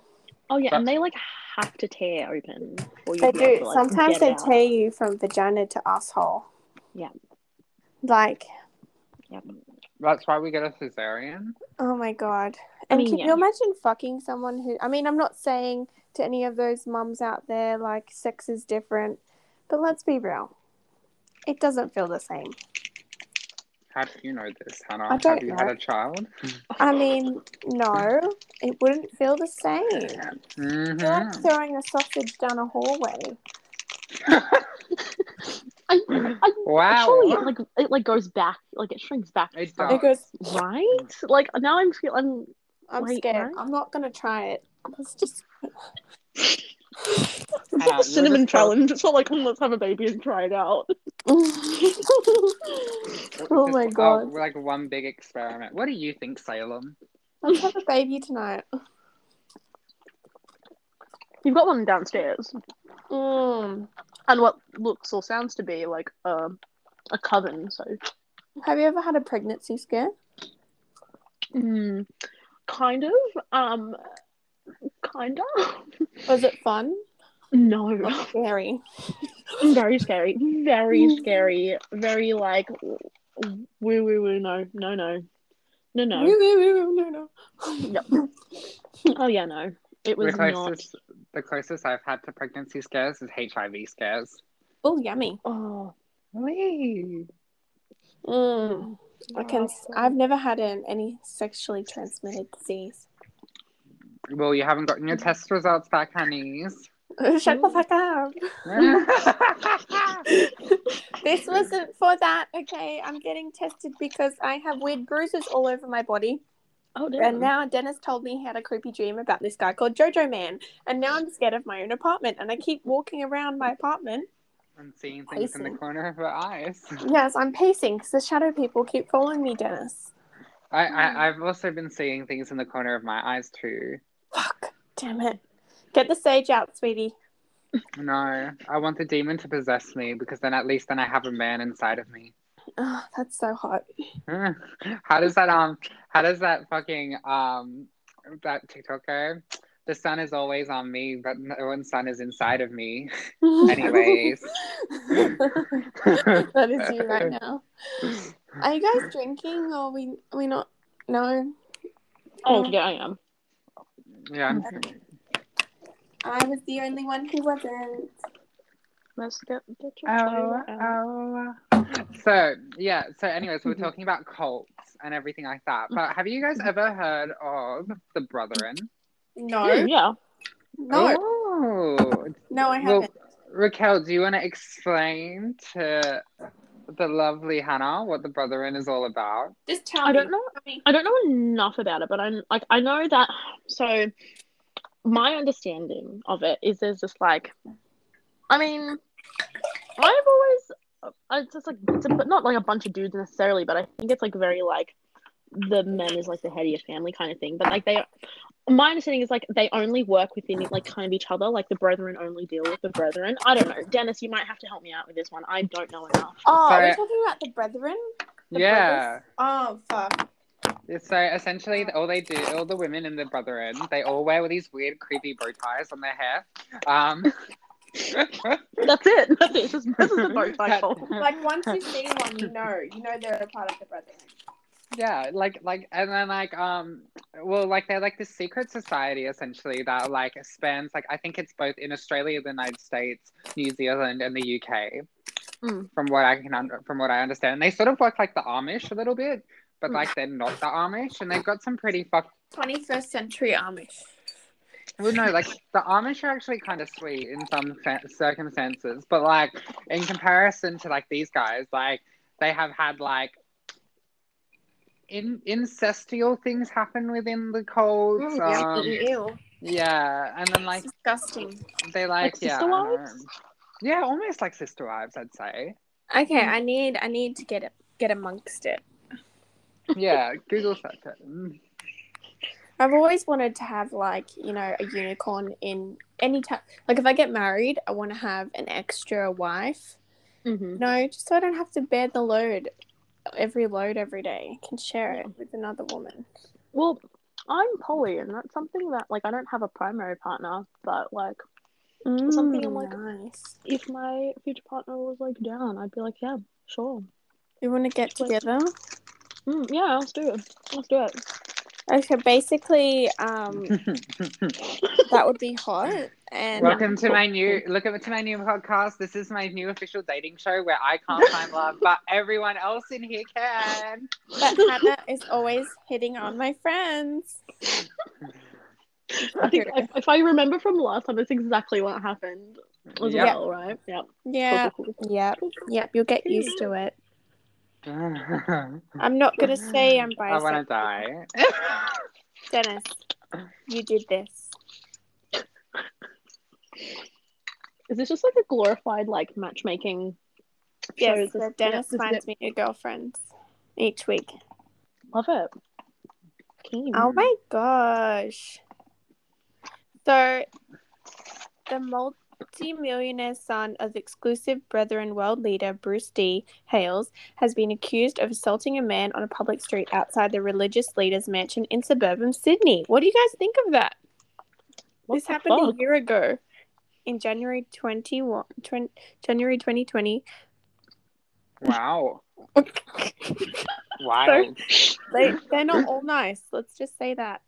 [SPEAKER 2] Oh yeah,
[SPEAKER 1] That-
[SPEAKER 2] and they like have to tear open. Or
[SPEAKER 3] They do. Sometimes they tear you from vagina to asshole.
[SPEAKER 2] Yeah.
[SPEAKER 3] Like,
[SPEAKER 2] Yep.
[SPEAKER 1] That's why we get a cesarean.
[SPEAKER 3] Oh my god.
[SPEAKER 2] I
[SPEAKER 3] And
[SPEAKER 2] mean,
[SPEAKER 3] can
[SPEAKER 2] yeah.
[SPEAKER 3] you imagine fucking someone who I mean, I'm not saying to any of those mums out there like sex is different, but let's be real. It doesn't feel the same.
[SPEAKER 1] How do you know this, Hannah?
[SPEAKER 3] I don't
[SPEAKER 1] have you
[SPEAKER 3] know.
[SPEAKER 1] had a child?
[SPEAKER 3] I mean, no, it wouldn't feel the same.
[SPEAKER 1] hmm
[SPEAKER 3] You're like throwing a sausage down a hallway.
[SPEAKER 2] I, I,
[SPEAKER 1] Wow.
[SPEAKER 2] Surely it like it like goes back, like it shrinks back.
[SPEAKER 1] It
[SPEAKER 2] some-
[SPEAKER 1] does.
[SPEAKER 3] It goes,
[SPEAKER 2] Right? Like now I'm feeling.
[SPEAKER 3] I'm
[SPEAKER 2] Wait,
[SPEAKER 3] scared.
[SPEAKER 2] what?
[SPEAKER 3] I'm not gonna try it. Let's just
[SPEAKER 2] It's
[SPEAKER 1] Hannah,
[SPEAKER 2] like
[SPEAKER 1] you're
[SPEAKER 2] a cinnamon
[SPEAKER 1] just so-
[SPEAKER 2] challenge. It's not like oh, let's have a baby and try it out.
[SPEAKER 3] Oh
[SPEAKER 1] just,
[SPEAKER 3] my
[SPEAKER 1] uh,
[SPEAKER 3] God.
[SPEAKER 1] like one big experiment. What do you think, Salem?
[SPEAKER 3] let's have a baby tonight.
[SPEAKER 2] You've got one downstairs,
[SPEAKER 3] Mm.
[SPEAKER 2] and what looks or sounds to be like a a coven. So
[SPEAKER 3] Have you ever had a pregnancy scare?
[SPEAKER 2] Mm, kind of. Um, kind of.
[SPEAKER 3] Was it fun?
[SPEAKER 2] No,
[SPEAKER 3] Or scary.
[SPEAKER 2] very scary. Very
[SPEAKER 3] Mm.
[SPEAKER 2] scary. Very like woo woo woo. No, no, no, no,
[SPEAKER 3] Woo,
[SPEAKER 2] no.
[SPEAKER 3] woo, woo, woo, no, no.
[SPEAKER 2] Yep. Oh yeah, no. It was
[SPEAKER 1] the
[SPEAKER 2] not.
[SPEAKER 1] closest, the closest I've had to pregnancy scares is HIV scares.
[SPEAKER 3] Oh, yummy.
[SPEAKER 2] Oh,
[SPEAKER 1] Wee.
[SPEAKER 3] Mm. I can. s- I've never had an, any sexually transmitted disease.
[SPEAKER 1] Well, you haven't gotten your test results back, honeys.
[SPEAKER 3] Shut the fuck up. This wasn't for that. Okay, I'm getting tested because I have weird bruises all over my body.
[SPEAKER 2] oh damn.
[SPEAKER 3] And now Dennis told me he had a creepy dream about this guy called Jojo Man, and now I'm scared of my own apartment. And I keep walking around my apartment.
[SPEAKER 1] I'm seeing things in the
[SPEAKER 3] Pacing.
[SPEAKER 1] corner of her eyes.
[SPEAKER 3] Yes, I'm pacing because the shadow people keep following me, Dennis.
[SPEAKER 1] I, I, I've also been seeing things in the corner of my eyes too.
[SPEAKER 3] Fuck. Damn it. Get the sage out, sweetie.
[SPEAKER 1] No, I want the demon to possess me because then at least then I have a man inside of me.
[SPEAKER 3] Oh, that's so hot.
[SPEAKER 1] how does that um how does that fucking um that TikTok go? The sun is always on me, but no one's sun is inside of me. Anyways.
[SPEAKER 3] that is you right now. Are you guys drinking or we we not? No,
[SPEAKER 2] oh yeah, I am.
[SPEAKER 1] yeah.
[SPEAKER 3] I was the only one who wasn't.
[SPEAKER 2] Let's get get your
[SPEAKER 1] Oh,
[SPEAKER 2] toilet out.
[SPEAKER 1] oh. So yeah, so anyways, we were
[SPEAKER 3] Mm-hmm.
[SPEAKER 2] Mhm.
[SPEAKER 1] talking about cults and everything like that. But have you guys ever heard of the Brethren?
[SPEAKER 3] No,
[SPEAKER 2] Mm, yeah.
[SPEAKER 3] no,
[SPEAKER 1] Oh.
[SPEAKER 3] no, I
[SPEAKER 1] Well,
[SPEAKER 3] haven't.
[SPEAKER 1] Raquel, do you want to explain to the lovely Hannah what the Brethren is all about?
[SPEAKER 3] Just tell me.
[SPEAKER 2] I don't know.
[SPEAKER 3] Tell me.
[SPEAKER 2] I don't know enough about it, but I'm like I know that. So my understanding of it is there's this like, I mean, I've always I it's just like it's a, but not like a bunch of dudes necessarily, but I think it's like very like the men is like the head of your family kind of thing. But like they, my understanding is like they only work within like kind of each other. Like the brethren only deal with the brethren. I don't know, Dennis. You might have to help me out with this one. I don't know enough.
[SPEAKER 3] Oh, are we
[SPEAKER 1] Sorry.
[SPEAKER 3] talking about the brethren? The
[SPEAKER 1] yeah.
[SPEAKER 3] brothers? Oh fuck.
[SPEAKER 1] So essentially, all they do, all the women in the Brethren, they all wear these weird, creepy bow ties on their hair. Um,
[SPEAKER 2] That's it. That's it. Just, this is the bow
[SPEAKER 1] That-
[SPEAKER 2] cycle.
[SPEAKER 3] Like once you see one, you know, you know they're a part of the brotherhood.
[SPEAKER 1] yeah like like and then like um well like they're like this secret society essentially that like spans like i think it's both in australia the united states new zealand and the uk
[SPEAKER 2] Mm.
[SPEAKER 1] from what i can under, from what i understand they sort of work like the amish a little bit but
[SPEAKER 2] Mm.
[SPEAKER 1] like they're not the amish and they've got some pretty fucked
[SPEAKER 3] Twenty first century Amish.
[SPEAKER 1] well no like the amish are actually kind of sweet in some fa- circumstances but like in comparison to like these guys like they have had like in incestial things happen within the cults um,
[SPEAKER 3] Ew.
[SPEAKER 1] yeah and then like
[SPEAKER 3] Mm, It's disgusting.
[SPEAKER 1] they like,
[SPEAKER 2] sister
[SPEAKER 1] yeah I don't
[SPEAKER 2] wives?
[SPEAKER 1] know. yeah almost like sister wives i'd say
[SPEAKER 3] Okay, I need I need to get it get amongst it.
[SPEAKER 1] yeah google search it Mm.
[SPEAKER 3] I've always wanted to have like you know a unicorn in any time. Like if I get married, I want to have an extra wife.
[SPEAKER 2] Mm-hmm.
[SPEAKER 3] No, just so I don't have to bear the load, every load every day. I can share it with another woman.
[SPEAKER 2] Well, I'm poly, and that's something that like I don't have a primary partner, but like Something I'm like-
[SPEAKER 3] nice.
[SPEAKER 2] if my future partner was like down, I'd be like, yeah, sure,
[SPEAKER 3] We want to get together.
[SPEAKER 2] mm, yeah, let's do it, let's do it.
[SPEAKER 3] Okay, basically, um, that would be hot. And
[SPEAKER 1] Welcome to my new look at to my new podcast. This is my new official dating show where I can't find love, but everyone else in here can.
[SPEAKER 3] but Hannah is always hitting on my friends.
[SPEAKER 2] I think if, if I remember from last time, that's exactly what happened as
[SPEAKER 1] Yep.
[SPEAKER 2] well, right? Yeah.
[SPEAKER 3] Yeah,
[SPEAKER 2] Cool, cool, cool.
[SPEAKER 3] yep, yep. You'll get used to it.
[SPEAKER 1] I
[SPEAKER 3] I'm not gonna say I'm bisexual.
[SPEAKER 1] want to die.
[SPEAKER 3] Dennis, you did this.
[SPEAKER 2] Is this just like a glorified like matchmaking? show?
[SPEAKER 3] Yes,
[SPEAKER 2] Is this-
[SPEAKER 3] so Dennis
[SPEAKER 2] yeah, is
[SPEAKER 3] finds
[SPEAKER 2] it-
[SPEAKER 3] me new girlfriends each week.
[SPEAKER 2] Love it. Keen.
[SPEAKER 3] Oh my gosh. So, the multi-millionaire son of exclusive Brethren world leader Bruce D. Hales has been accused of assaulting a man on a public street outside the religious leader's mansion in suburban Sydney. What do you guys think of that?
[SPEAKER 2] What
[SPEAKER 3] this
[SPEAKER 2] the
[SPEAKER 3] happened
[SPEAKER 2] fuck?
[SPEAKER 3] a year ago in January 21, 20, January 2020.
[SPEAKER 1] Wow. Wow.
[SPEAKER 3] they, they're not all nice. Let's just say that.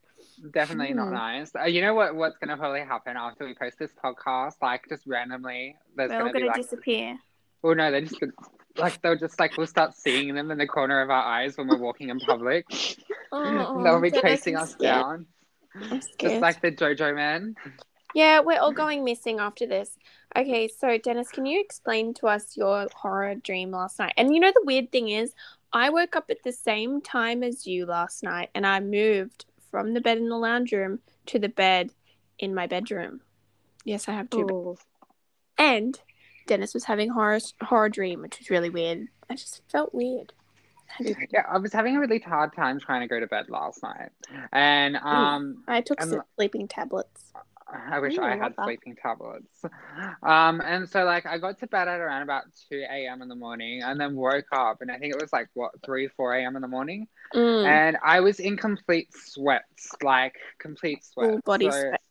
[SPEAKER 1] Definitely not
[SPEAKER 2] Hmm.
[SPEAKER 1] nice. Uh, you know what? What's gonna probably happen after we post this podcast? Like just randomly, there's
[SPEAKER 3] They're all
[SPEAKER 1] gonna be
[SPEAKER 3] going to
[SPEAKER 1] like,
[SPEAKER 3] disappear.
[SPEAKER 1] oh no, they're just gonna- like they'll just like we'll start seeing them in the corner of our eyes when we're walking in public. they'll be
[SPEAKER 3] Oh, Dennis,
[SPEAKER 1] chasing
[SPEAKER 3] I'm
[SPEAKER 1] us
[SPEAKER 3] scared.
[SPEAKER 1] down,
[SPEAKER 3] I'm
[SPEAKER 1] just
[SPEAKER 3] scared.
[SPEAKER 1] like the JoJo man.
[SPEAKER 3] Yeah, we're all going missing after this. Okay, so Dennis, can you explain to us your horror dream last night? And you know the weird thing is, I woke up at the same time as you last night, and I moved from the bed in the lounge room to the bed in my bedroom. Yes, I have two. bed-
[SPEAKER 2] Oh.
[SPEAKER 3] And Dennis was having horror horror dream, which was really weird. I just felt weird.
[SPEAKER 1] Yeah, I was having a really hard time trying to go to bed last night, and um,
[SPEAKER 3] I took
[SPEAKER 1] I'm-
[SPEAKER 3] some sleeping tablets.
[SPEAKER 1] I wish
[SPEAKER 2] Ooh,
[SPEAKER 1] I
[SPEAKER 2] I
[SPEAKER 1] had
[SPEAKER 2] love that.
[SPEAKER 1] sleeping tablets. Um, and so like I got to bed at around about two a.m. in the morning, and then woke up, and I think it was like what three, four a.m. in the morning,
[SPEAKER 3] Mm.
[SPEAKER 1] and I was in complete sweats, like complete sweats.
[SPEAKER 3] Full body
[SPEAKER 1] So-
[SPEAKER 3] sweat.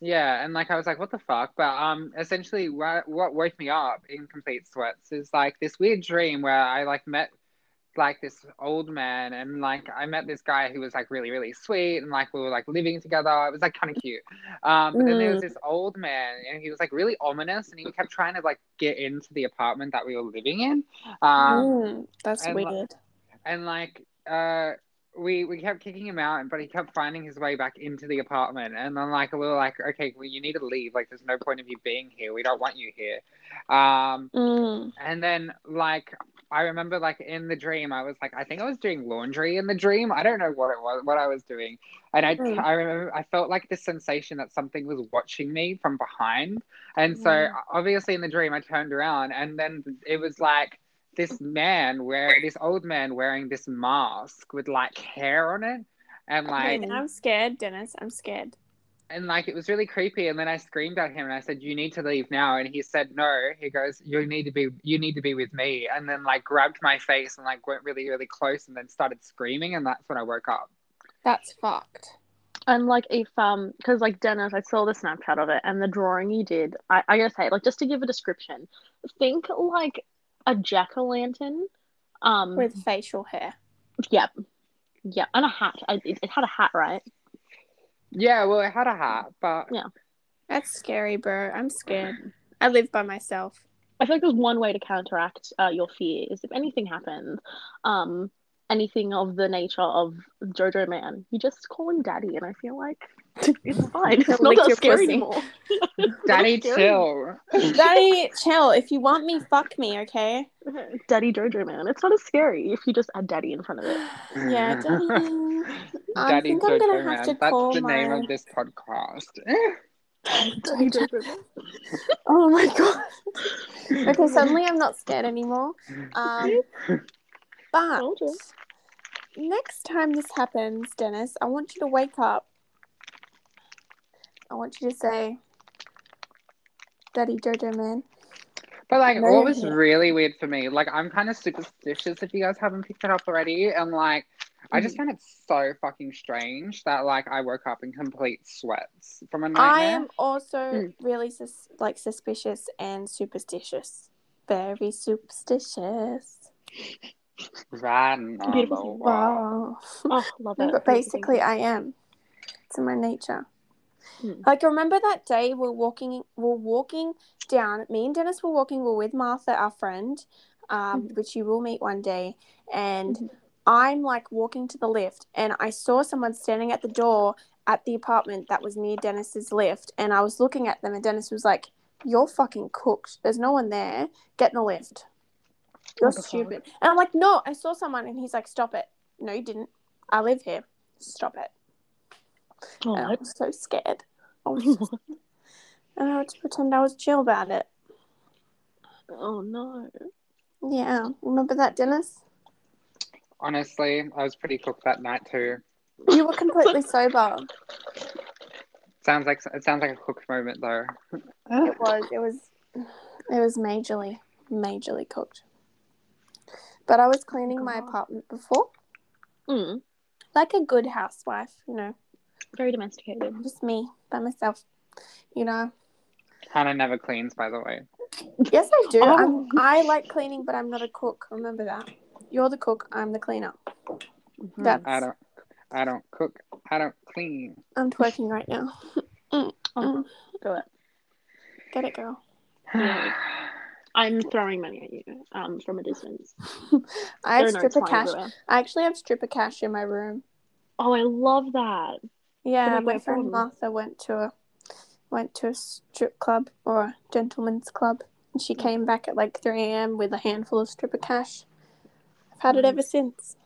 [SPEAKER 1] Yeah, and like I was like, what the fuck? But um, essentially, what what woke me up in complete sweats is like this weird dream where I like met like this old man and like I met this guy who was like really really sweet and like we were like living together. It was like kind of cute. Um, but then there
[SPEAKER 3] Mm.
[SPEAKER 1] was this old man and he was like really ominous and he kept trying to like get into the apartment that we were living in. Um,
[SPEAKER 3] Mm, That's
[SPEAKER 1] and, like,
[SPEAKER 3] weird.
[SPEAKER 1] and like uh we we kept kicking him out but he kept finding his way back into the apartment and then like we were like okay well you need to leave like there's no point of you being here we don't want you here um
[SPEAKER 3] Mm.
[SPEAKER 1] and then like i remember like in the dream i was like i think i was doing laundry in the dream i don't know what it was what i was doing and i
[SPEAKER 3] Mm.
[SPEAKER 1] i remember i felt like this sensation that something was watching me from behind and so
[SPEAKER 3] Mm.
[SPEAKER 1] obviously in the dream i turned around and then it was like this man wear this old man wearing this mask with like hair on it and like
[SPEAKER 3] Wait, I'm scared, Dennis. I'm scared.
[SPEAKER 1] and like it was really creepy and then i screamed at him and i said you need to leave now and he said no he goes you need to be you need to be with me and then like grabbed my face and like went really really close and then started screaming and that's when i woke up
[SPEAKER 3] That's fucked.
[SPEAKER 2] And like if um, because like Dennis, I saw the Snapchat of it and the drawing you did. I I gotta say, like just to give a description, think like a jack o' lantern. Um,
[SPEAKER 3] with facial hair.
[SPEAKER 2] yep, yep, and a hat. I, it, it had a hat, right?
[SPEAKER 1] Yeah, well, it had a hat, but
[SPEAKER 3] That's scary, bro. I'm scared. I live by myself.
[SPEAKER 2] I feel like there's one way to counteract uh, your fear is if anything happens, um, anything of the nature of Jojo Man, you just call him Daddy, and I feel like it's fine. It's
[SPEAKER 3] Don't
[SPEAKER 2] not
[SPEAKER 3] lick
[SPEAKER 2] that
[SPEAKER 3] your
[SPEAKER 2] scary
[SPEAKER 3] pussy.
[SPEAKER 2] anymore. It's not
[SPEAKER 1] Daddy
[SPEAKER 2] scary.
[SPEAKER 1] chill.
[SPEAKER 3] Daddy, chill. If you want me, fuck me, okay?
[SPEAKER 2] Daddy Jojo Man. It's not as scary if you just add Daddy in front of it.
[SPEAKER 3] Yeah, Daddy. I
[SPEAKER 1] Daddy
[SPEAKER 3] think I'm gonna
[SPEAKER 1] Jojo
[SPEAKER 3] have
[SPEAKER 1] Man.
[SPEAKER 3] to
[SPEAKER 1] That's
[SPEAKER 3] call
[SPEAKER 1] the name
[SPEAKER 3] my-
[SPEAKER 1] of this podcast.
[SPEAKER 2] Daddy Jojo Man.
[SPEAKER 3] Oh my god. Okay, suddenly I'm not scared anymore. Um, but
[SPEAKER 2] Told you.
[SPEAKER 3] next time this happens, Dennis, I want you to wake up. I want you to say, "Daddy Jojo Man."
[SPEAKER 1] But like,
[SPEAKER 3] No,
[SPEAKER 1] what was
[SPEAKER 3] yeah.
[SPEAKER 1] really weird for me, like, I'm kind of superstitious if you guys haven't picked it up already, and like, I just found it so fucking strange that like I woke up in complete sweats from a nightmare.
[SPEAKER 3] I am also
[SPEAKER 2] Mm.
[SPEAKER 3] really sus- like suspicious and superstitious. Very superstitious.
[SPEAKER 1] Ran on
[SPEAKER 2] Beautiful.
[SPEAKER 1] the wall.
[SPEAKER 3] Wow.
[SPEAKER 2] Oh, love
[SPEAKER 3] No,
[SPEAKER 2] it.
[SPEAKER 3] but basically, I am. It's in my nature.
[SPEAKER 2] Hmm.
[SPEAKER 3] Like remember that day we are walking, we are walking down. Me and Dennis were walking. We are with Martha, our friend, um,
[SPEAKER 2] Mm-hmm.
[SPEAKER 3] which you will meet one day. And
[SPEAKER 2] Mhm.
[SPEAKER 3] I'm like walking to the lift, and I saw someone standing at the door at the apartment that was near Dennis's lift. And I was looking at them, and Dennis was like, "You're fucking cooked. There's no one there. Get in the lift. You're
[SPEAKER 2] What the fuck?
[SPEAKER 3] stupid." And I'm like, "No, I saw someone," and he's like, "Stop it. No, you didn't. I live here. Stop it."
[SPEAKER 2] Oh,
[SPEAKER 3] And I
[SPEAKER 2] what?
[SPEAKER 3] was so scared. I was just- and I had to pretend I was chill about it.
[SPEAKER 2] oh no.
[SPEAKER 3] Yeah. Remember that, Dennis?
[SPEAKER 1] Honestly, I was pretty cooked that night too.
[SPEAKER 3] You were completely sober.
[SPEAKER 1] Sounds like it sounds like a cooked moment though.
[SPEAKER 3] It was. It was. It was majorly, majorly cooked. But I was cleaning my
[SPEAKER 2] God.
[SPEAKER 3] apartment before,
[SPEAKER 2] Mm,
[SPEAKER 3] like a good housewife. You know,
[SPEAKER 2] very domesticated.
[SPEAKER 3] just me by myself. You know.
[SPEAKER 1] Hannah never cleans, by the way.
[SPEAKER 3] Yes, I do.
[SPEAKER 2] Oh.
[SPEAKER 3] I'm, I like cleaning, but I'm not a cook. Remember that. You're the cook. I'm the cleaner. That's.
[SPEAKER 1] I don't. I don't cook. I don't clean.
[SPEAKER 3] I'm twerking right now.
[SPEAKER 2] Oh,
[SPEAKER 3] mm.
[SPEAKER 2] do it.
[SPEAKER 3] Get it, girl.
[SPEAKER 2] Yeah. I'm throwing money at you um, from a distance.
[SPEAKER 3] I
[SPEAKER 2] There
[SPEAKER 3] have
[SPEAKER 2] are notes
[SPEAKER 3] stripper
[SPEAKER 2] flying
[SPEAKER 3] cash.
[SPEAKER 2] everywhere.
[SPEAKER 3] I actually have stripper cash in my room.
[SPEAKER 2] Oh, I love that.
[SPEAKER 3] Yeah,
[SPEAKER 2] like
[SPEAKER 3] my
[SPEAKER 2] my
[SPEAKER 3] friend
[SPEAKER 2] phone.
[SPEAKER 3] Martha went to a went to a strip club or a gentleman's club, and
[SPEAKER 2] Mm.
[SPEAKER 3] she came back at like three a.m. with a handful of stripper cash. I've had it
[SPEAKER 2] Nice.
[SPEAKER 3] ever since.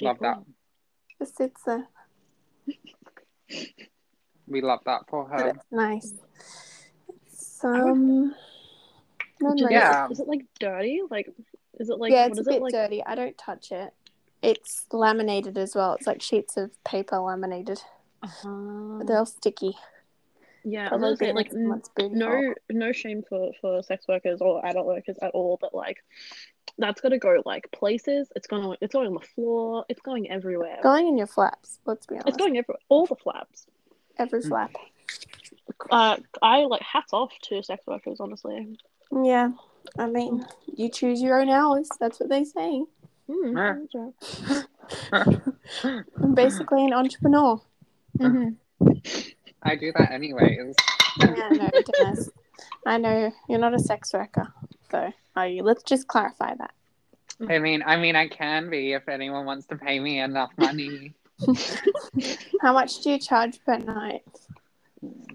[SPEAKER 1] Love that.
[SPEAKER 3] It sits there,
[SPEAKER 1] We love that for
[SPEAKER 3] but
[SPEAKER 1] her.
[SPEAKER 3] it's nice. It's, um, no,
[SPEAKER 2] Is it-
[SPEAKER 3] no,
[SPEAKER 1] Yeah.
[SPEAKER 2] Is it like dirty? Like, is it like?
[SPEAKER 3] yeah,
[SPEAKER 2] what
[SPEAKER 3] it's a
[SPEAKER 2] is
[SPEAKER 3] bit
[SPEAKER 2] it like?
[SPEAKER 3] dirty. I don't touch it. It's laminated as well. It's like sheets of paper laminated.
[SPEAKER 2] Uh-huh.
[SPEAKER 3] They're all sticky.
[SPEAKER 2] yeah, I was
[SPEAKER 3] Probably
[SPEAKER 2] gonna say
[SPEAKER 3] been
[SPEAKER 2] like
[SPEAKER 3] in someone's booty hole.
[SPEAKER 2] no no shame for for sex workers or adult workers at all but like that's got to go like places it's going it's going on the floor it's going everywhere
[SPEAKER 3] going in your flaps. Let's be honest.
[SPEAKER 2] it's going everywhere all the flaps
[SPEAKER 3] Every
[SPEAKER 1] Mm.
[SPEAKER 3] flap.
[SPEAKER 2] uh i like hats off to sex workers honestly
[SPEAKER 3] Yeah, I mean, you choose your own hours. That's what they say.
[SPEAKER 2] Hmm,
[SPEAKER 1] Yeah.
[SPEAKER 2] that's right.
[SPEAKER 3] I'm basically an entrepreneur.
[SPEAKER 1] I do that anyways.
[SPEAKER 3] Yeah, no, Dennis. I know you're not a sex worker, though, are you? Let's just clarify that.
[SPEAKER 1] I mean, I mean, I can be if anyone wants to pay me enough money
[SPEAKER 3] How much do you charge per night?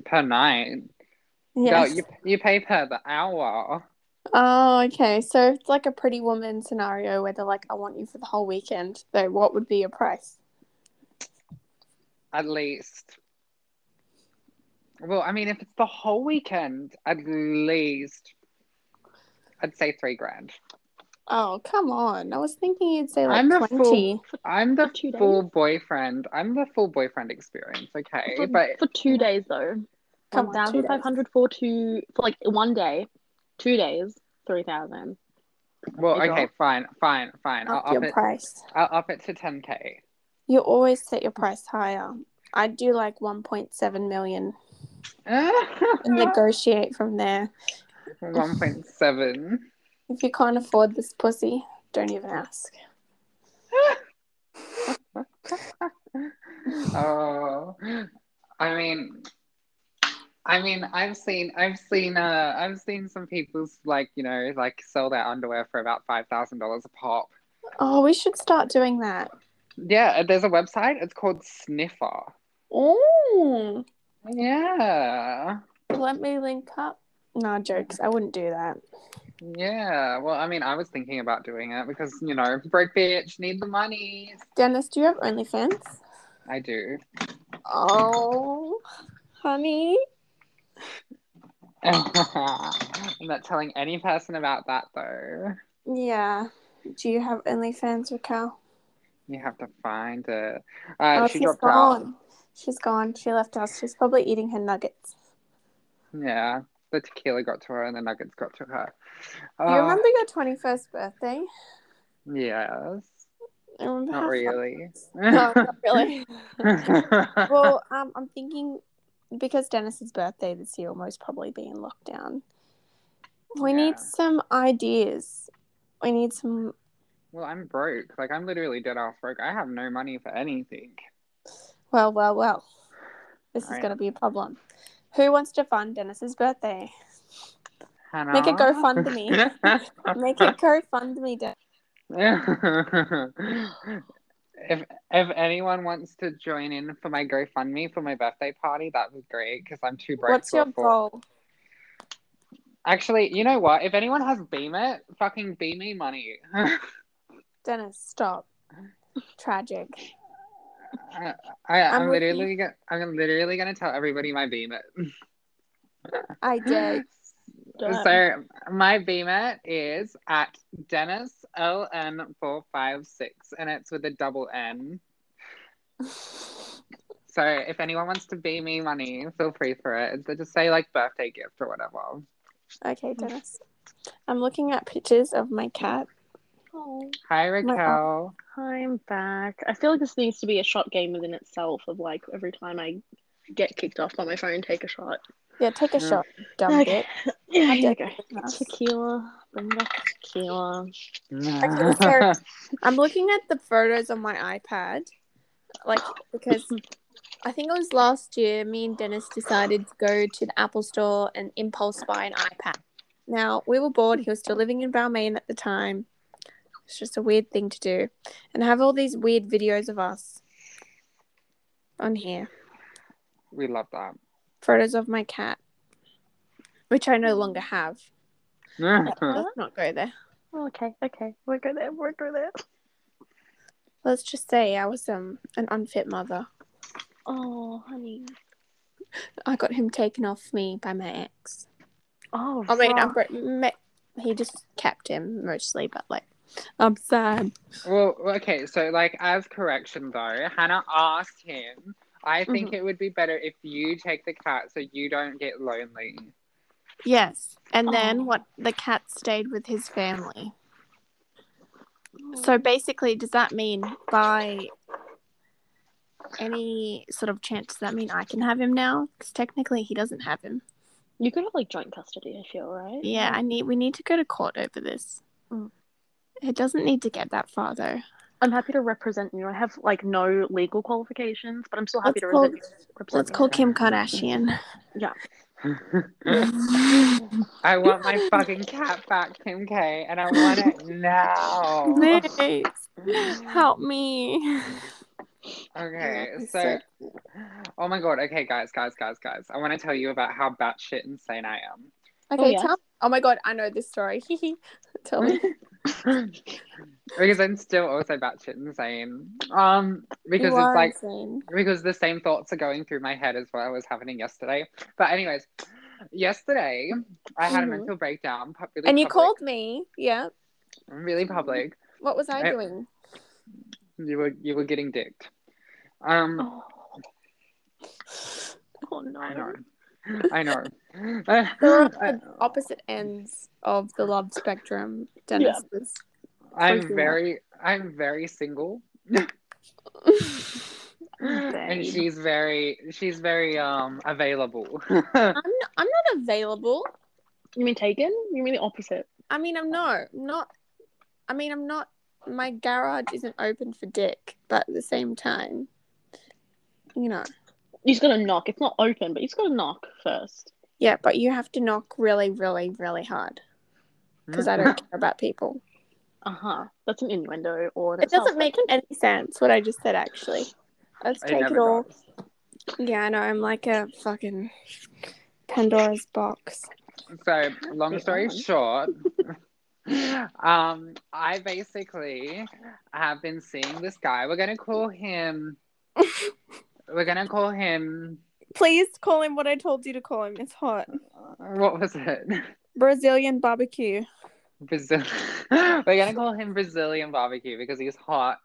[SPEAKER 1] per night.
[SPEAKER 3] Yes.
[SPEAKER 1] No, you you pay per the hour.
[SPEAKER 3] Oh, okay. So it's like a pretty woman scenario where they're like, I want you for the whole weekend, though, what would be your price?
[SPEAKER 1] At least. Well, I mean, if it's the whole weekend, at least I'd say three grand.
[SPEAKER 3] Oh, come on. I was thinking you'd say like
[SPEAKER 1] I'm a fool.
[SPEAKER 3] 20.
[SPEAKER 1] I'm the
[SPEAKER 2] For two days?
[SPEAKER 1] full boyfriend. I'm the full boyfriend experience, okay?
[SPEAKER 2] for,
[SPEAKER 1] but
[SPEAKER 2] for two days though
[SPEAKER 3] Come on, two days.
[SPEAKER 2] 1500 for two for like one day two days 3000
[SPEAKER 1] well,
[SPEAKER 2] Hey,
[SPEAKER 1] okay,
[SPEAKER 2] girl.
[SPEAKER 1] fine, fine, fine.
[SPEAKER 3] Up
[SPEAKER 1] I'll up
[SPEAKER 3] your
[SPEAKER 1] it.
[SPEAKER 3] price.
[SPEAKER 1] I'll up it to ten k.
[SPEAKER 3] You always set your price higher. I do like 1.7 million and negotiate from there.
[SPEAKER 1] 1.7.
[SPEAKER 3] If you can't afford this pussy, don't even ask.
[SPEAKER 1] oh, I mean, I mean, I've seen, I've seen, uh, I've seen some people's like, you know, like sell their underwear for about five thousand dollars a pop.
[SPEAKER 3] Oh, we should start doing that.
[SPEAKER 1] Yeah, uh, there's a website. It's called Sniffer.
[SPEAKER 3] Oh,
[SPEAKER 1] Yeah,
[SPEAKER 3] let me link up. No jokes. I wouldn't do that.
[SPEAKER 1] yeah. Well, I mean, I was thinking about doing it because you know, broke bitch, need the money.
[SPEAKER 3] Dennis, do you have OnlyFans?
[SPEAKER 1] I do.
[SPEAKER 3] Oh, honey.
[SPEAKER 1] I'm not telling any person about that though.
[SPEAKER 3] Yeah. Do you have OnlyFans, Raquel?
[SPEAKER 1] You have to find it.
[SPEAKER 3] oh,
[SPEAKER 1] Uh, she
[SPEAKER 3] she's
[SPEAKER 1] dropped out.
[SPEAKER 3] gone. She's gone. She left us. She's probably eating her nuggets.
[SPEAKER 1] Yeah, the tequila got to her and the nuggets got to her.
[SPEAKER 3] you
[SPEAKER 1] Uh,
[SPEAKER 3] remember your 21st birthday?
[SPEAKER 1] Yes.
[SPEAKER 3] I remember how
[SPEAKER 1] Not
[SPEAKER 3] fun-
[SPEAKER 1] really.
[SPEAKER 3] No, not really. well, um, I'm thinking because Dennis's birthday this year will most probably be in lockdown. We
[SPEAKER 1] Yeah.
[SPEAKER 3] need some ideas. We need some.
[SPEAKER 1] well, I'm broke. Like, I'm literally dead ass broke. I have no money for anything.
[SPEAKER 3] Well, well, well. This is
[SPEAKER 1] Right.
[SPEAKER 3] going to be a problem. Who wants to fund Dennis's birthday?
[SPEAKER 1] Hannah?
[SPEAKER 3] Make a GoFundMe. Make a GoFundMe. Dennis.
[SPEAKER 1] if if anyone wants to join in for my GoFundMe for my birthday party, that would be great because I'm too broke.
[SPEAKER 3] What's
[SPEAKER 1] to
[SPEAKER 3] your
[SPEAKER 1] afford-
[SPEAKER 3] goal?
[SPEAKER 1] Actually, you know what? If anyone has Beam it, fucking beam me money.
[SPEAKER 3] Dennis, stop. Tragic.
[SPEAKER 1] I, I,
[SPEAKER 3] I'm
[SPEAKER 1] I'm,
[SPEAKER 3] with
[SPEAKER 1] literally gonna, I'm literally gonna tell everybody my beam it.
[SPEAKER 3] I did.
[SPEAKER 2] Done.
[SPEAKER 1] So my beam it is at Dennis LN four five six, and it's with a double N. So if anyone wants to beam me money, feel free for it. So just say like birthday gift or whatever.
[SPEAKER 3] Okay, Dennis. I'm looking at pictures of my cat.
[SPEAKER 2] Oh,
[SPEAKER 1] Hi Raquel.
[SPEAKER 2] I'm back. I feel like this needs to be a shot game within itself of like every time I get kicked off by my phone, take a shot.
[SPEAKER 3] Yeah, take a
[SPEAKER 1] Mm.
[SPEAKER 3] shot, dumb
[SPEAKER 2] Okay.
[SPEAKER 3] bit.
[SPEAKER 2] Yeah, here
[SPEAKER 3] I
[SPEAKER 2] we
[SPEAKER 3] don't
[SPEAKER 2] go.
[SPEAKER 3] think that's-
[SPEAKER 2] Tequila. Bring back tequila.
[SPEAKER 3] Okay, I'm looking at the photos on my iPad, like because I think it was last year. Me and Dennis decided to go to the Apple Store and impulse buy an iPad. Now we were bored. He was still living in Balmain at the time. It's just a weird thing to do, and I have all these weird videos of us on here.
[SPEAKER 1] we love that.
[SPEAKER 3] Photos of my cat, which I no longer have.
[SPEAKER 1] yeah,
[SPEAKER 3] Let's not go there.
[SPEAKER 2] Oh, Okay, okay. We'll go there. We'll go there.
[SPEAKER 3] Let's just say I was um an unfit mother.
[SPEAKER 2] Oh, honey.
[SPEAKER 3] I got him taken off me by my ex.
[SPEAKER 2] Oh,
[SPEAKER 3] I mean, I'm
[SPEAKER 2] fuck.
[SPEAKER 3] bro- me- he just kept him mostly, but like, I'm sad.
[SPEAKER 1] Well, okay, so like as correction though, Hannah asked him, I think it would be better if you take the cat so you don't get lonely.
[SPEAKER 3] Yes, and
[SPEAKER 2] Oh.
[SPEAKER 3] then what? The cat stayed with his family. So basically, does that mean by any sort of chance does that mean I can have him now? Because technically, he doesn't have him.
[SPEAKER 2] you could have like joint custody, I feel, right?
[SPEAKER 3] Yeah, I need. We need to go to court over this.
[SPEAKER 2] Mm.
[SPEAKER 3] It doesn't need to get that far though.
[SPEAKER 2] I'm happy to represent you. I have like no legal qualifications, but I'm still happy to
[SPEAKER 3] Let's call-
[SPEAKER 2] represent you. Represent
[SPEAKER 3] Let's
[SPEAKER 2] you.
[SPEAKER 3] call Kim Kardashian.
[SPEAKER 1] I want my fucking cat back, Kim K, and I want it now.
[SPEAKER 3] Please help me.
[SPEAKER 1] Okay,
[SPEAKER 3] Yeah, it's
[SPEAKER 1] so oh my god, okay guys, guys, guys, guys. I want to tell you about how batshit insane I am.
[SPEAKER 3] Okay,
[SPEAKER 2] Oh, yeah.
[SPEAKER 3] tell. Oh my god, I know this story. tell me.
[SPEAKER 1] because I'm still also batshit insane. Um because
[SPEAKER 3] You
[SPEAKER 1] it's
[SPEAKER 3] are
[SPEAKER 1] like
[SPEAKER 3] insane.
[SPEAKER 1] because the same thoughts are going through my head as what was happening yesterday. But anyways, yesterday I had a
[SPEAKER 3] Mhm.
[SPEAKER 1] mental breakdown. pu- Really
[SPEAKER 3] and you
[SPEAKER 1] public-
[SPEAKER 3] called me. Yeah.
[SPEAKER 1] really public.
[SPEAKER 3] What was I
[SPEAKER 1] Right.
[SPEAKER 3] doing?
[SPEAKER 1] You were you were getting dicked. Um,
[SPEAKER 2] Oh. Oh, no.
[SPEAKER 1] I know, I know.
[SPEAKER 3] We're at
[SPEAKER 1] I,
[SPEAKER 3] the opposite ends of the love spectrum, Dennis.
[SPEAKER 1] I'm
[SPEAKER 2] freaking
[SPEAKER 1] very I'm very single.
[SPEAKER 3] was.
[SPEAKER 1] and
[SPEAKER 3] Babe.
[SPEAKER 1] she's very she's very um available.
[SPEAKER 3] I'm not, I'm not available.
[SPEAKER 2] You mean taken? You mean the opposite?
[SPEAKER 3] I mean, I'm no, not. I mean, I'm not. My garage isn't open for dick, but at the same time, you know.
[SPEAKER 2] You just gotta knock. It's not open, but you just gotta knock first.
[SPEAKER 3] Yeah, but you have to knock really, really, really hard because I
[SPEAKER 1] Mm-hmm.
[SPEAKER 3] don't care about people.
[SPEAKER 2] Uh huh. That's an innuendo, or
[SPEAKER 3] It
[SPEAKER 2] that's
[SPEAKER 3] doesn't
[SPEAKER 2] how-
[SPEAKER 3] make any sense what I just said. Actually, let's
[SPEAKER 1] It
[SPEAKER 3] take it
[SPEAKER 1] never
[SPEAKER 3] all.
[SPEAKER 1] does.
[SPEAKER 3] Yeah, I know. I'm like a fucking Pandora's box.
[SPEAKER 1] So, long
[SPEAKER 2] Yeah.
[SPEAKER 1] story short, um, I basically have been seeing this guy. We're gonna call him. we're gonna call him.
[SPEAKER 3] Please call him what I told you to call him. It's hot.
[SPEAKER 1] What was it?
[SPEAKER 3] Brazilian barbecue.
[SPEAKER 1] Brazil. we're gonna call him Brazilian barbecue because he's hot.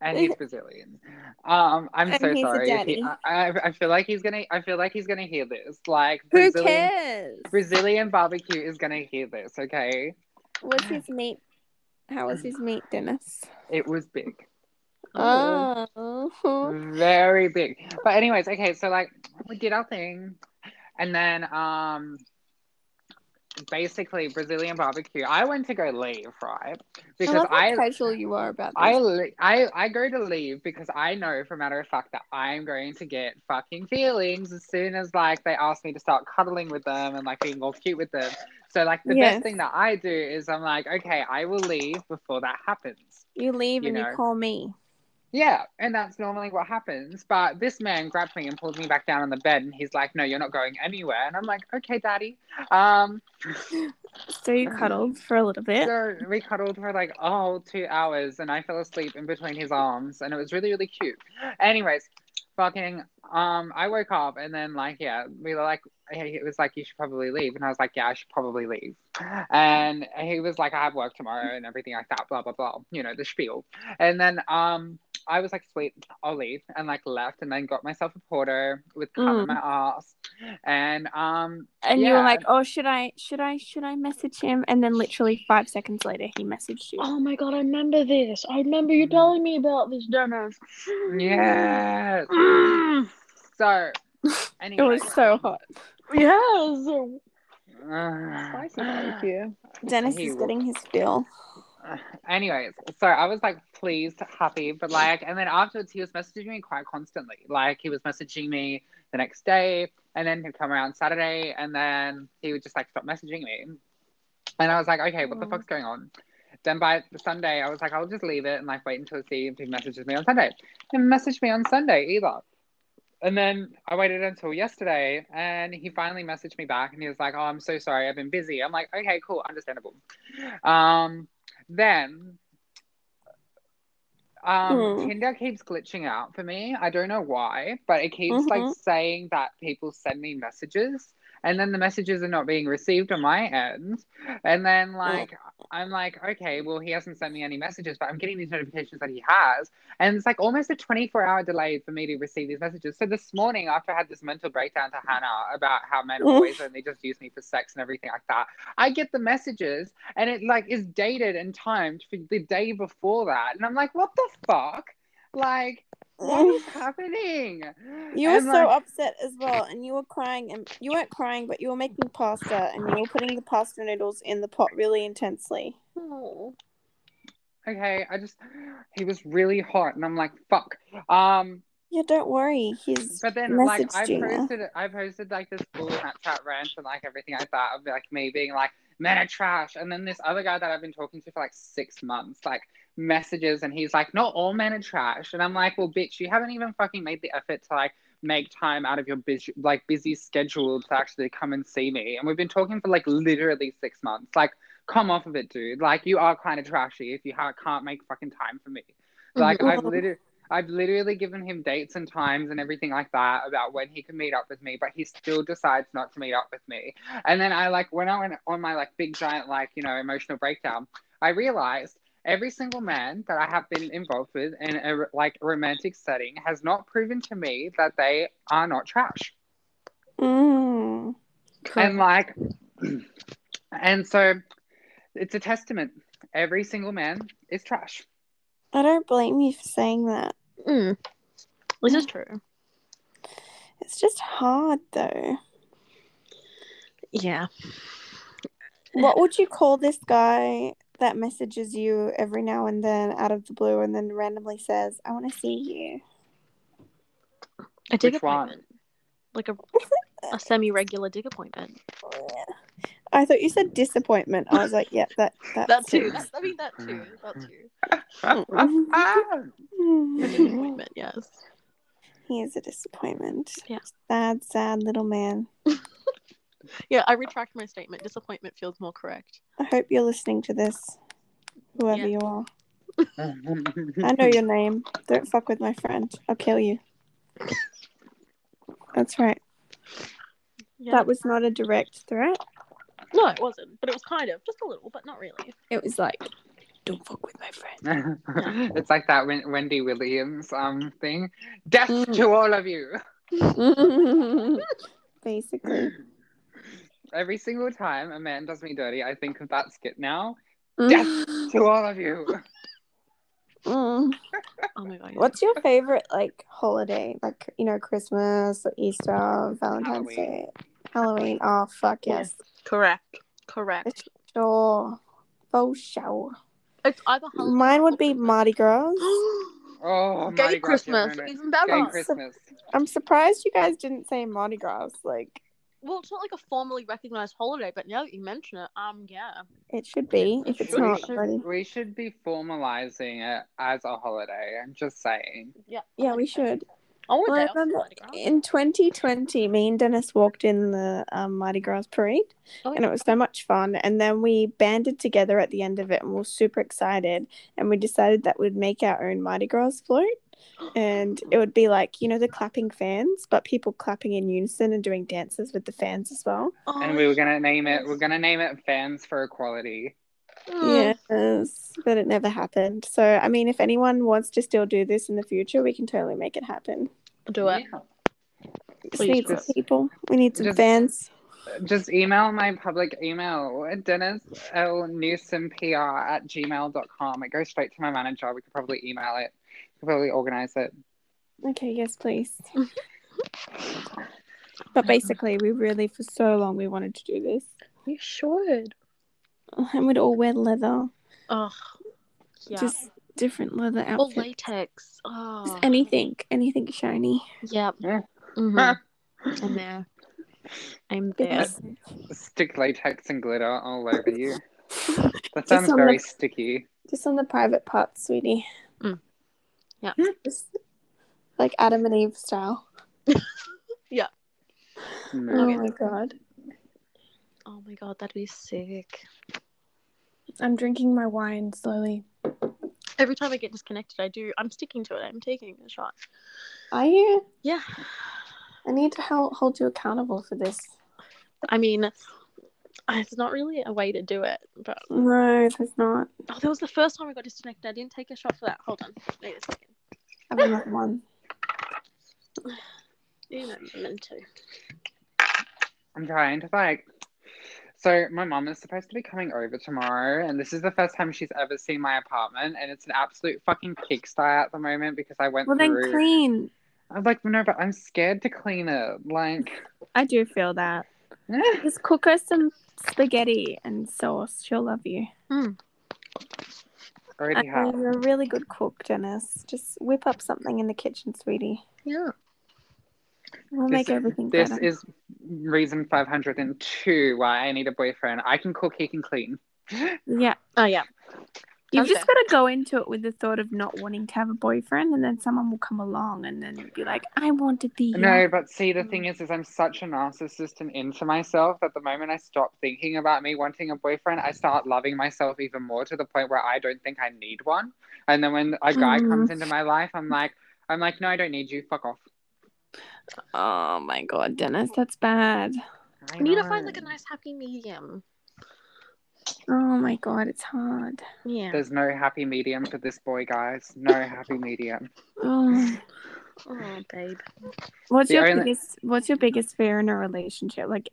[SPEAKER 1] And he's Brazilian. Um, I'm
[SPEAKER 3] And
[SPEAKER 1] so
[SPEAKER 3] he's a
[SPEAKER 1] sorry. if he-
[SPEAKER 3] daddy.
[SPEAKER 1] I, I- I feel like he's gonna. I feel like he's gonna hear this. Like
[SPEAKER 3] Who
[SPEAKER 1] Brazilian,
[SPEAKER 3] cares?
[SPEAKER 1] Brazilian barbecue is gonna hear this. Okay,
[SPEAKER 3] What's his meat? How was his meat, Dennis?
[SPEAKER 1] it was big.
[SPEAKER 2] Oh.
[SPEAKER 1] Mm,
[SPEAKER 3] Oh.
[SPEAKER 1] very big. But anyways, okay, so like we did our thing, and then um, basically Brazilian barbecue. I went to go leave, right?
[SPEAKER 3] I
[SPEAKER 1] Because
[SPEAKER 3] love how
[SPEAKER 1] I.
[SPEAKER 3] casual you are about
[SPEAKER 1] I,
[SPEAKER 3] this.
[SPEAKER 1] li- I I go to leave because I know for a matter of fact that I'm going to get fucking feelings as soon as like they ask me to start cuddling with them and like being all cute with them. So like the
[SPEAKER 3] Yes.
[SPEAKER 1] best thing that I do is I'm like, okay, I will leave before that happens.
[SPEAKER 3] you leave
[SPEAKER 1] you
[SPEAKER 3] and
[SPEAKER 1] know.
[SPEAKER 3] you call me.
[SPEAKER 1] Yeah, and that's normally what happens. But this man grabbed me and pulled me back down on the bed, and he's like, "No, you're not going anywhere." And I'm like, "Okay, daddy." Um,
[SPEAKER 3] So
[SPEAKER 1] Mm-hmm.
[SPEAKER 3] you cuddled for a little bit.
[SPEAKER 1] so we cuddled for like a whole two hours, and I fell asleep in between his arms, and it was really, really cute. Anyways, fucking, um, I woke up, and then like, yeah, we were like, he it was like, "You should probably leave," and I was like, "Yeah, I should probably leave." And he was like, "I have work tomorrow," and everything like that, blah blah blah. You know the spiel, and then um. I was like, sweet, I'll leave, and like left, and then got myself a porter with cum in
[SPEAKER 3] Mm.
[SPEAKER 1] my ass, and um,
[SPEAKER 3] And you were
[SPEAKER 1] Yeah.
[SPEAKER 3] like, "Oh, should I? Should I? Should I message him?" And then literally five seconds later, he messaged you.
[SPEAKER 2] Oh my god, I remember this. I remember you telling me about this, Dennis.
[SPEAKER 1] yes.
[SPEAKER 2] Mm.
[SPEAKER 1] So,
[SPEAKER 3] It
[SPEAKER 1] anyway,
[SPEAKER 3] was so hot.
[SPEAKER 2] Yes.
[SPEAKER 1] Ugh.
[SPEAKER 2] Spicy barbecue.
[SPEAKER 3] Dennis
[SPEAKER 1] He
[SPEAKER 3] is
[SPEAKER 1] will-
[SPEAKER 3] getting his bill.
[SPEAKER 1] Anyways, so I was like pleased, happy, but like, and then afterwards he was messaging me quite constantly. Like he was messaging me the next day, and then he'd come around Saturday, and then he would just like stop messaging me, and I was like, okay, what the
[SPEAKER 2] Aw.
[SPEAKER 1] fuck's going on? Then by Sunday, I was like, I'll just leave it and like wait until see if he messages me on Sunday. He didn't message me on Sunday either. And then I waited until yesterday, and he finally messaged me back, and he was like, "Oh, I'm so sorry, I've been busy." I'm like, "Okay, cool, understandable." Um, then um,
[SPEAKER 3] Mm.
[SPEAKER 1] Tinder keeps glitching out for me. I don't know why, but it keeps like
[SPEAKER 3] Mhm.
[SPEAKER 1] saying that people send me messages, and then the messages are not being received on my end. And then like I'm like, okay, well he hasn't sent me any messages, but I'm getting these notifications that he has, and it's like almost a 24 hour delay for me to receive these messages. So this morning, after I had this mental breakdown to Hannah about how men
[SPEAKER 3] Mm.
[SPEAKER 1] always only just use me for sex and everything like that, I get the messages and it like is dated and timed for the day before that, and I'm like, what the fuck? Like, what is happening?
[SPEAKER 3] You were
[SPEAKER 1] And,
[SPEAKER 3] so
[SPEAKER 1] like,
[SPEAKER 3] upset as well, and you were crying, and you weren't crying, but you were making pasta, and you were putting the pasta noodles in the pot really intensely.
[SPEAKER 2] Oh.
[SPEAKER 1] okay, I just he was really hot, and I'm like, fuck. Um,
[SPEAKER 3] Yeah, don't worry, he's
[SPEAKER 1] But then, like,
[SPEAKER 3] messaged
[SPEAKER 1] I
[SPEAKER 3] you now.
[SPEAKER 1] posted, I posted like this full Snapchat rant and like everything like that of like me being like men are trash, and then this other guy that I've been talking to for like six months, like messages, and he's like, not all men are trash, and I'm like, well, bitch, you haven't even fucking made the effort to like make time out of your busy, like busy schedule to actually come and see me, and we've been talking for like literally six months, like. Come off of it, dude. Like you are kind of trashy if you ha- can't make fucking time for me. Like I've literally, I've literally given him dates and times and everything like that about when he can meet up with me, but he still decides not to meet up with me. And then I like when I went on my like big giant like you know emotional breakdown, I realized every single man that I have been involved with in a like romantic setting has not proven to me that they are not trash.
[SPEAKER 3] Mm.
[SPEAKER 1] And like, and so it's a testament. Every single man is trash.
[SPEAKER 3] I don't blame you for saying that.
[SPEAKER 2] Mm. This is true.
[SPEAKER 3] It's just hard though.
[SPEAKER 2] Yeah.
[SPEAKER 3] What would you call this guy that messages you every now and then out of the blue and then randomly says, I want to see you?
[SPEAKER 2] A dick
[SPEAKER 1] Which one?
[SPEAKER 2] appointment. Like a a semi regular dick appointment.
[SPEAKER 3] I thought you said disappointment. I was like, yeah, that that,
[SPEAKER 2] That too. That,
[SPEAKER 3] suits.
[SPEAKER 2] I mean that too. That too. A dick
[SPEAKER 3] Mm.
[SPEAKER 2] appointment, yes.
[SPEAKER 3] he is a disappointment.
[SPEAKER 2] Yeah.
[SPEAKER 3] Sad, sad little man.
[SPEAKER 2] Yeah, I retract my statement. Disappointment feels more correct.
[SPEAKER 3] I hope you're listening to this,
[SPEAKER 2] Yeah.
[SPEAKER 3] whoever you are. I know your name. Don't fuck with my friend. I'll kill you. That's right.
[SPEAKER 2] Yeah.
[SPEAKER 3] That was not a direct threat.
[SPEAKER 2] No, it wasn't. But it was kind of. Just a little, but not really.
[SPEAKER 3] It was like, don't fuck with my friend.
[SPEAKER 1] it's like that Wen- Wendy Williams um thing. Death
[SPEAKER 3] Mm.
[SPEAKER 1] to all of you.
[SPEAKER 3] Basically.
[SPEAKER 1] Every single time a man does me dirty, I think of that skit now. Death to all of you.
[SPEAKER 3] Mm.
[SPEAKER 2] Oh my god.
[SPEAKER 3] What's your favorite like holiday? Like you know, Christmas or Easter, Valentine's
[SPEAKER 1] Halloween.
[SPEAKER 3] Day, Halloween. Oh fuck yes,
[SPEAKER 2] Correct. Correct.
[SPEAKER 3] sure, for sure.
[SPEAKER 2] It's either Halloween
[SPEAKER 3] Mine would
[SPEAKER 2] or
[SPEAKER 3] be Mardi Gras.
[SPEAKER 2] Christmas.
[SPEAKER 1] Oh,
[SPEAKER 2] Gay
[SPEAKER 1] Mardi Gras, you're
[SPEAKER 2] Christmas.
[SPEAKER 1] doing it.
[SPEAKER 2] Even better.
[SPEAKER 1] Gay Christmas.
[SPEAKER 3] I'm surprised you guys didn't say Mardi Gras. Like
[SPEAKER 2] Well, it's not like a formally recognized holiday, but now that you mention it, um, yeah.
[SPEAKER 3] it should be if it's
[SPEAKER 2] Sure,
[SPEAKER 3] not
[SPEAKER 2] sure.
[SPEAKER 3] already.
[SPEAKER 1] We should be formalizing it as a holiday. I'm just saying.
[SPEAKER 2] Yeah.
[SPEAKER 3] Yeah, we should.
[SPEAKER 2] I want
[SPEAKER 3] Well, I
[SPEAKER 2] that.
[SPEAKER 3] remember in 2020, me and Dennis walked in the um, Mardi Gras parade,
[SPEAKER 2] Oh,
[SPEAKER 3] and it was so much fun. And then we banded together at the end of it, and we were super excited. And we decided that we'd make our own Mardi Gras float, and it would be like you know the clapping fans, but people clapping in unison and doing dances with the fans as well.
[SPEAKER 1] And we were gonna name it. We're gonna name it Fans for Equality.
[SPEAKER 2] Oh,
[SPEAKER 3] Yes, but it never happened. So, I mean, if anyone wants to still do this in the future, we can totally make it happen.
[SPEAKER 2] Do it.
[SPEAKER 1] Yeah.
[SPEAKER 3] Just
[SPEAKER 2] Please,
[SPEAKER 3] need
[SPEAKER 1] Chris.
[SPEAKER 3] some people. We need some
[SPEAKER 1] Just-
[SPEAKER 3] fans.
[SPEAKER 1] Just email my public email, Dennis L. Newsom PR at gmail.com. It goes straight to my manager. We could probably email it, we could probably organize it.
[SPEAKER 3] Okay, yes, please. but basically, we really, for so long, we wanted to do this,
[SPEAKER 2] You should.
[SPEAKER 3] and we'd all wear leather,
[SPEAKER 2] Oh, yeah.
[SPEAKER 3] just different leather
[SPEAKER 2] or
[SPEAKER 3] outfits,
[SPEAKER 2] latex.
[SPEAKER 3] Just
[SPEAKER 2] Oh,
[SPEAKER 3] anything, anything shiny.
[SPEAKER 2] yeah.
[SPEAKER 1] Yeah.
[SPEAKER 2] Mhm. I'm there. I'm there.
[SPEAKER 3] Because
[SPEAKER 1] Stick latex and glitter all over you. That
[SPEAKER 3] Just
[SPEAKER 1] sounds
[SPEAKER 3] on
[SPEAKER 1] very
[SPEAKER 3] the-
[SPEAKER 1] sticky.
[SPEAKER 3] just on the private part, sweetie.
[SPEAKER 2] Mm. Yeah.
[SPEAKER 3] Just like Adam and Eve style.
[SPEAKER 1] No.
[SPEAKER 3] Oh my god.
[SPEAKER 2] Oh my god, that'd be sick.
[SPEAKER 3] I'm drinking my wine slowly.
[SPEAKER 2] Every time I get disconnected, I do. I'm sticking to it. I'm taking a shot.
[SPEAKER 3] Are you?
[SPEAKER 2] Yeah.
[SPEAKER 3] I need to hold, hold you accountable for this.
[SPEAKER 2] I mean, it's not really a way to do it, but
[SPEAKER 3] No, there's not.
[SPEAKER 2] oh, that was the first time I got disconnected. I didn't take a shot for that. Hold on. Wait a second.
[SPEAKER 3] I've another one.
[SPEAKER 2] You know, you're meant to.
[SPEAKER 1] I'm trying to like. So my mom is supposed to be coming over tomorrow, and this is the first time she's ever seen my apartment, and it's an absolute fucking pigsty at the moment because I went
[SPEAKER 3] Well, then
[SPEAKER 1] through.
[SPEAKER 3] clean.
[SPEAKER 1] I'm like, no, but I'm scared to clean it. Like,
[SPEAKER 3] I do feel that. Just cook her some spaghetti and sauce. She'll love you. I
[SPEAKER 1] already
[SPEAKER 3] know
[SPEAKER 1] have.
[SPEAKER 3] you're a really good cook, Dennis. Just whip up something in the kitchen, sweetie.
[SPEAKER 2] Yeah.
[SPEAKER 3] We'll
[SPEAKER 1] This-
[SPEAKER 3] make everything
[SPEAKER 1] This
[SPEAKER 3] better.
[SPEAKER 1] is reason 502 why I need a boyfriend. I can cook, he can clean.
[SPEAKER 3] Yeah.
[SPEAKER 2] Oh yeah.
[SPEAKER 3] You've
[SPEAKER 2] Okay.
[SPEAKER 3] just got to go into it with the thought of not wanting to have a boyfriend, and then someone will come along and then be like, I want to be.
[SPEAKER 1] No, but see,
[SPEAKER 2] Mm.
[SPEAKER 1] the thing is, is I'm such a narcissist and into myself that the moment I stop thinking about me wanting a boyfriend, I start loving myself even more to the point where I don't think I need one. And then when a guy
[SPEAKER 3] Mm.
[SPEAKER 1] comes into my life, I'm like, I'm like, no, I don't need you. Fuck off.
[SPEAKER 3] Oh my god, Dennis, that's bad.
[SPEAKER 1] I
[SPEAKER 2] You need to find
[SPEAKER 1] know.
[SPEAKER 2] like a nice happy medium.
[SPEAKER 3] Oh my god, it's hard.
[SPEAKER 2] Yeah.
[SPEAKER 1] There's no happy medium for this boy, guys. No happy medium.
[SPEAKER 3] Oh.
[SPEAKER 2] Oh babe.
[SPEAKER 3] What's
[SPEAKER 1] The
[SPEAKER 3] your
[SPEAKER 1] only-
[SPEAKER 3] biggest What's your biggest fear in a relationship? Like,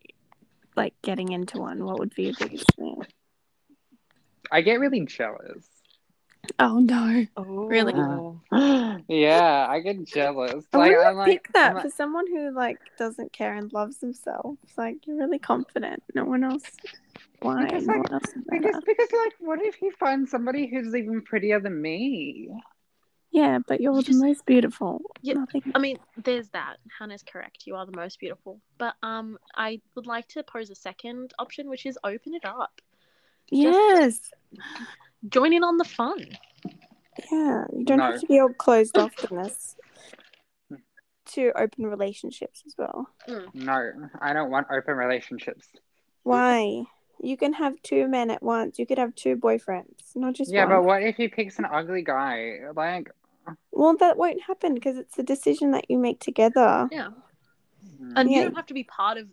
[SPEAKER 3] like getting into one. What would be your biggest fear?
[SPEAKER 1] I get really jealous.
[SPEAKER 3] Oh no.
[SPEAKER 2] Oh.
[SPEAKER 3] Really?
[SPEAKER 1] yeah, I get jealous.
[SPEAKER 3] I
[SPEAKER 1] Like,
[SPEAKER 3] wouldn't
[SPEAKER 1] I'm like,
[SPEAKER 3] pick that
[SPEAKER 1] I'm
[SPEAKER 3] for
[SPEAKER 1] like-
[SPEAKER 3] someone who like doesn't care and loves themselves. Like you're really confident. No one else. Why?
[SPEAKER 1] Because,
[SPEAKER 3] No
[SPEAKER 1] like,
[SPEAKER 3] one else is
[SPEAKER 1] because,
[SPEAKER 3] better.
[SPEAKER 1] because, like, what if he finds somebody who's even prettier than me?
[SPEAKER 3] Yeah, but you're
[SPEAKER 2] You
[SPEAKER 3] the
[SPEAKER 2] just-
[SPEAKER 3] most beautiful.
[SPEAKER 2] Yeah,
[SPEAKER 3] Nothing.
[SPEAKER 2] I mean, there's that. Hannah's correct. You are the most beautiful. But um, I would like to pose a second option, which is open it up.
[SPEAKER 3] Yes.
[SPEAKER 2] Join in on the fun.
[SPEAKER 3] Yeah. You don't
[SPEAKER 1] No.
[SPEAKER 3] have to be all closed off in this. To open relationships as well.
[SPEAKER 1] No, I don't want open relationships.
[SPEAKER 3] Why? You can have two men at once. You could have two boyfriends, not just
[SPEAKER 1] yeah,
[SPEAKER 3] one.
[SPEAKER 1] but what if he picks an ugly guy? Like,
[SPEAKER 3] Well, that won't happen because it's a decision that you make together.
[SPEAKER 2] Yeah.
[SPEAKER 1] mm,
[SPEAKER 2] And you
[SPEAKER 3] Yeah.
[SPEAKER 2] don't have to be part of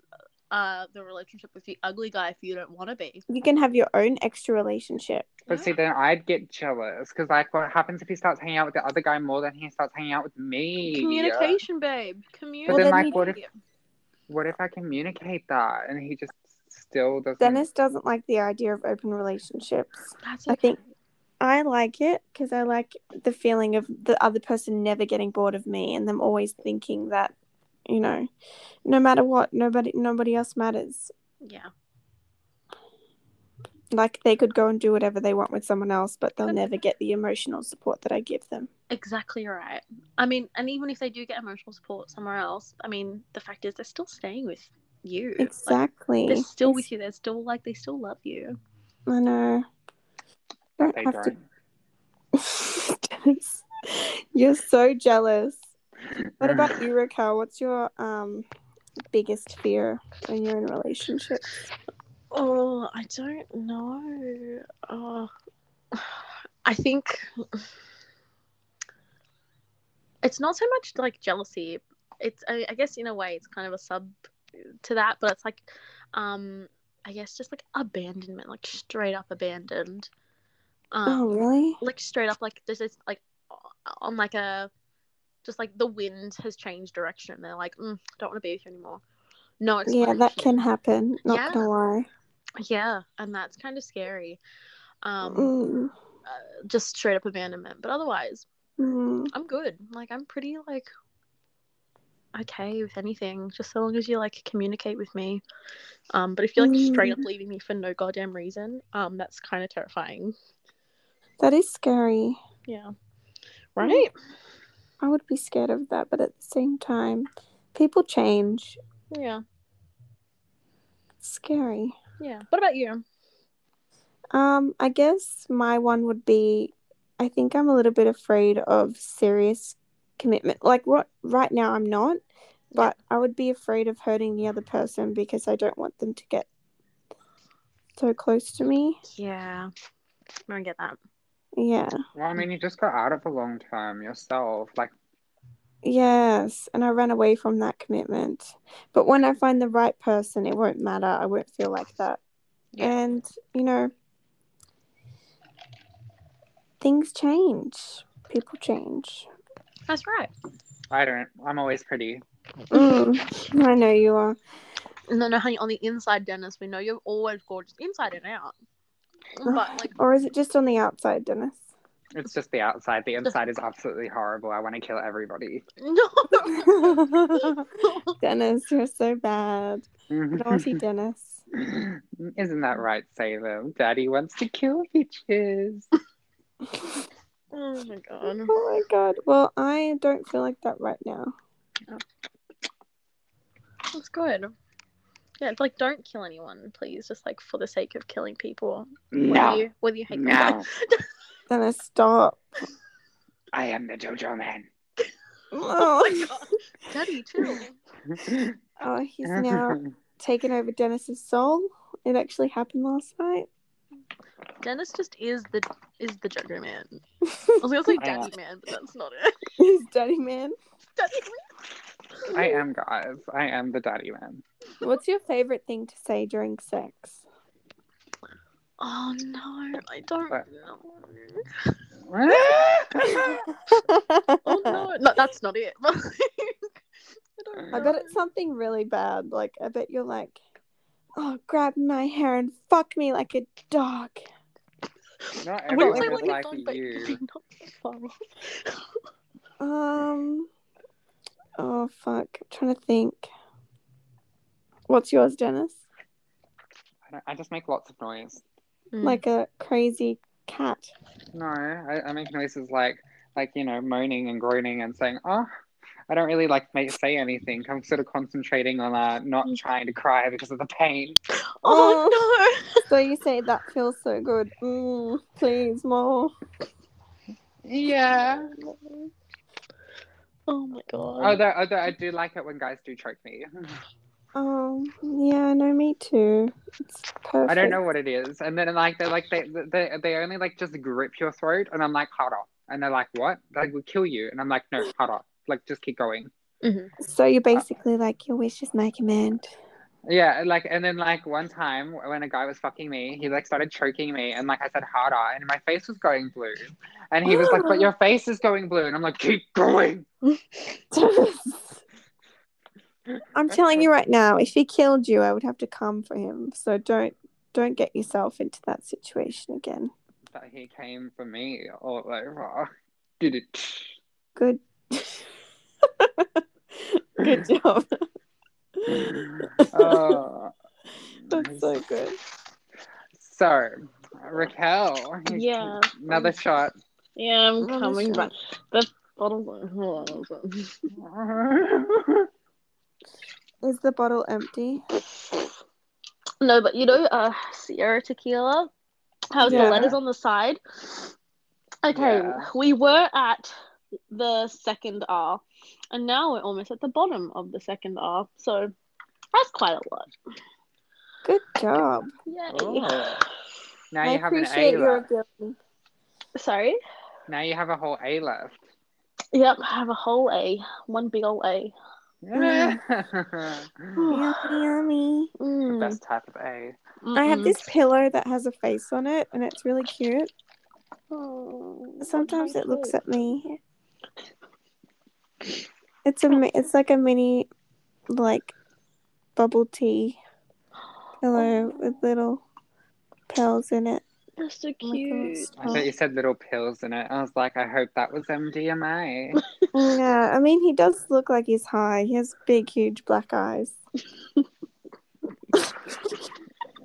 [SPEAKER 2] uh the relationship with the ugly guy if you don't want to be.
[SPEAKER 3] You can have your own extra relationship.
[SPEAKER 1] but see, then I'd get jealous because, like, what happens if he starts hanging out with the other guy more than he starts hanging out with me?
[SPEAKER 2] Communication, babe.
[SPEAKER 1] But
[SPEAKER 2] Communication.
[SPEAKER 1] then,
[SPEAKER 3] then
[SPEAKER 1] like,
[SPEAKER 3] we-
[SPEAKER 1] what if what if I communicate that and he just still doesn't?
[SPEAKER 3] Dennis doesn't like the idea of open relationships.
[SPEAKER 2] That's
[SPEAKER 3] I
[SPEAKER 2] okay.
[SPEAKER 3] think- I like it because I like the feeling of the other person never getting bored of me and them always thinking that, you know, no matter what, nobody nobody else matters.
[SPEAKER 2] Yeah.
[SPEAKER 3] Like they could go and do whatever they want with someone else, but they'll
[SPEAKER 2] But-
[SPEAKER 3] never get the emotional support that I give them.
[SPEAKER 2] Exactly right. I mean, and even if they do get emotional support somewhere else, I mean, the fact is they're still staying with you. Like,
[SPEAKER 3] Exactly.
[SPEAKER 2] they're still
[SPEAKER 3] It's-
[SPEAKER 2] with you. They're still like they still love you.
[SPEAKER 3] I know. Don't
[SPEAKER 1] They
[SPEAKER 3] have
[SPEAKER 1] don't.
[SPEAKER 3] to. Dennis, You're so jealous. What about you, Raquel? What's your um biggest fear when you're in a relationship?
[SPEAKER 2] Oh, I don't know. Oh, I think it's not so much like jealousy. It's I, I guess in a way it's kind of a sub to that, but it's like um I guess just like abandonment, like straight up abandoned. Um,
[SPEAKER 3] Oh, really?
[SPEAKER 2] like straight up like there's this like on like a just like the wind has changed direction. They're like, mm, don't want to be with you anymore. No, it's
[SPEAKER 3] Yeah,
[SPEAKER 2] fine.
[SPEAKER 3] that can happen. Not
[SPEAKER 2] Yeah.
[SPEAKER 3] gonna lie.
[SPEAKER 2] Yeah, and that's kind of scary. Um,
[SPEAKER 3] Mm,
[SPEAKER 2] uh, just straight up abandonment. But otherwise,
[SPEAKER 3] mm.
[SPEAKER 2] I'm good. Like I'm pretty like okay with anything, just so long as you like communicate with me. Um, but if you're like straight up leaving me for no goddamn reason, um, that's kind of terrifying.
[SPEAKER 3] That is scary.
[SPEAKER 2] Yeah. Right.
[SPEAKER 3] I would be scared of that, but at the same time, people change.
[SPEAKER 2] Yeah.
[SPEAKER 3] It's scary.
[SPEAKER 2] Yeah. What about you?
[SPEAKER 3] Um, I guess my one would be I think I'm a little bit afraid of serious commitment. Like what right now I'm not, but I would be afraid of hurting the other person because I don't want them to get so close to me.
[SPEAKER 2] Yeah. I don't get that.
[SPEAKER 3] Yeah.
[SPEAKER 1] Well, I mean, you just got out of a long term yourself. Like,
[SPEAKER 3] Yes, and I ran away from that commitment. But when I find the right person, it won't matter. I won't feel like that.
[SPEAKER 2] Yeah.
[SPEAKER 3] And, you know, things change. People change.
[SPEAKER 2] That's right.
[SPEAKER 1] I don't. I'm always pretty.
[SPEAKER 3] Mm, I know you are.
[SPEAKER 2] No, no, honey. On the inside, Dennis, we know you're always gorgeous, inside and out. But like,
[SPEAKER 3] Or is it just on the outside, Dennis?
[SPEAKER 1] It's just the outside. The inside is absolutely horrible. I want to kill everybody.
[SPEAKER 2] no.
[SPEAKER 3] Dennis, you're so bad. Naughty Dennis.
[SPEAKER 1] Isn't that right, Salem? Daddy wants to kill bitches.
[SPEAKER 2] oh my god.
[SPEAKER 3] Oh my god. Well, I don't feel like that right now.
[SPEAKER 2] That's good. Yeah, it's like don't kill anyone, please, just like for the sake of killing people. Whether you, whether you hate them. or
[SPEAKER 1] no,
[SPEAKER 3] Dennis, stop.
[SPEAKER 1] I am the JoJo man.
[SPEAKER 2] Oh my not. Daddy, chill.
[SPEAKER 3] Oh, he's now taken over Dennis's soul. It actually happened last night.
[SPEAKER 2] Dennis just is the is the Joker man. I was gonna say Daddy man, but that's not it.
[SPEAKER 3] He's daddy man.
[SPEAKER 2] Daddy man.
[SPEAKER 1] I am, guys. I am the daddy man.
[SPEAKER 3] What's your favorite thing to say during sex?
[SPEAKER 2] Oh no, I don't
[SPEAKER 1] What?
[SPEAKER 2] know. Oh
[SPEAKER 3] I
[SPEAKER 2] no, no, that's not it. I don't
[SPEAKER 3] bet
[SPEAKER 2] know.
[SPEAKER 3] it's something really bad. Like I bet you're like, oh, grab my hair and fuck me like a dog.
[SPEAKER 1] Not
[SPEAKER 2] I
[SPEAKER 1] everyone
[SPEAKER 2] wouldn't say
[SPEAKER 1] is
[SPEAKER 2] like
[SPEAKER 1] like
[SPEAKER 2] a dog, but
[SPEAKER 1] you.
[SPEAKER 2] not that far off.
[SPEAKER 3] Um. Oh fuck! I'm trying to think. What's yours, Dennis?
[SPEAKER 1] I, don't, I just make lots of noise. Mm.
[SPEAKER 2] Like,
[SPEAKER 3] Like a crazy cat.
[SPEAKER 1] No, I, I make noises like like you know moaning and groaning and saying oh. I don't really like make, say anything. I'm sort of concentrating on uh, not trying to cry because of the pain.
[SPEAKER 2] oh,
[SPEAKER 3] So you say that feels so good. Mm, please more.
[SPEAKER 1] Yeah.
[SPEAKER 2] no! Oh my god!
[SPEAKER 1] Although, although I do like it when guys do choke me.
[SPEAKER 3] Um. Yeah. No. Me too. It's perfect.
[SPEAKER 1] I don't know what it is. And then like they're like they they they only like just grip your throat, and I'm like hold on, and they're like what? They will kill you, and I'm like no, hold on, like just keep going.
[SPEAKER 3] So you're basically like your wish is my command.
[SPEAKER 1] Yeah, like and then like one time when a guy was fucking me, he like started choking me, and like I said harder, and my face was going blue, and he was like, but your face is going blue, and I'm like keep going.
[SPEAKER 3] I'm telling you right now, if he killed you, I would have to come for him. So don't don't get yourself into that situation again.
[SPEAKER 1] But he came for me all over. Did it?
[SPEAKER 3] Good. good job.
[SPEAKER 1] Oh.
[SPEAKER 3] That's so good.
[SPEAKER 1] So, Raquel,
[SPEAKER 2] Yeah.
[SPEAKER 1] another shot.
[SPEAKER 2] Yeah, I'm
[SPEAKER 3] Another
[SPEAKER 2] coming
[SPEAKER 3] shot.
[SPEAKER 2] back. The bottle's on. Hold on. hold on.
[SPEAKER 3] Is the bottle empty?
[SPEAKER 2] No, but you know, uh, Sierra Tequila has
[SPEAKER 3] Yeah.
[SPEAKER 2] the letters on the side. Okay,
[SPEAKER 1] Yeah.
[SPEAKER 2] we were at the second R, and now we're almost at the bottom of the second R. So that's quite a lot.
[SPEAKER 3] Good job.
[SPEAKER 2] Yay!
[SPEAKER 1] Oh. now
[SPEAKER 3] I
[SPEAKER 1] you have an
[SPEAKER 3] appreciate
[SPEAKER 1] A
[SPEAKER 3] your
[SPEAKER 1] left.
[SPEAKER 3] ability.
[SPEAKER 2] Sorry.
[SPEAKER 1] Now you have a whole A left.
[SPEAKER 2] Yep, I have a whole A, one big old A.
[SPEAKER 3] Mm.
[SPEAKER 1] Yeah.
[SPEAKER 3] Yummy, yummy.
[SPEAKER 1] the
[SPEAKER 2] Mm,
[SPEAKER 1] best type of A.
[SPEAKER 3] I have
[SPEAKER 2] mm-mm.
[SPEAKER 1] Mm-hmm.
[SPEAKER 3] this pillow that has a face on it, and it's really cute.
[SPEAKER 2] Oh, what
[SPEAKER 3] Sometimes
[SPEAKER 2] do I
[SPEAKER 3] it looks
[SPEAKER 2] do?
[SPEAKER 3] at me. It's a mi- it's like a mini, like, bubble tea pillow with little pearls in it.
[SPEAKER 2] Oh,
[SPEAKER 3] Oh
[SPEAKER 2] That's so
[SPEAKER 3] Like little
[SPEAKER 2] cute.
[SPEAKER 1] I thought you said little pills in it. I was like, I hope that was MDMA.
[SPEAKER 3] Oh. Yeah, I mean, he does look like he's high. He has big, huge black eyes.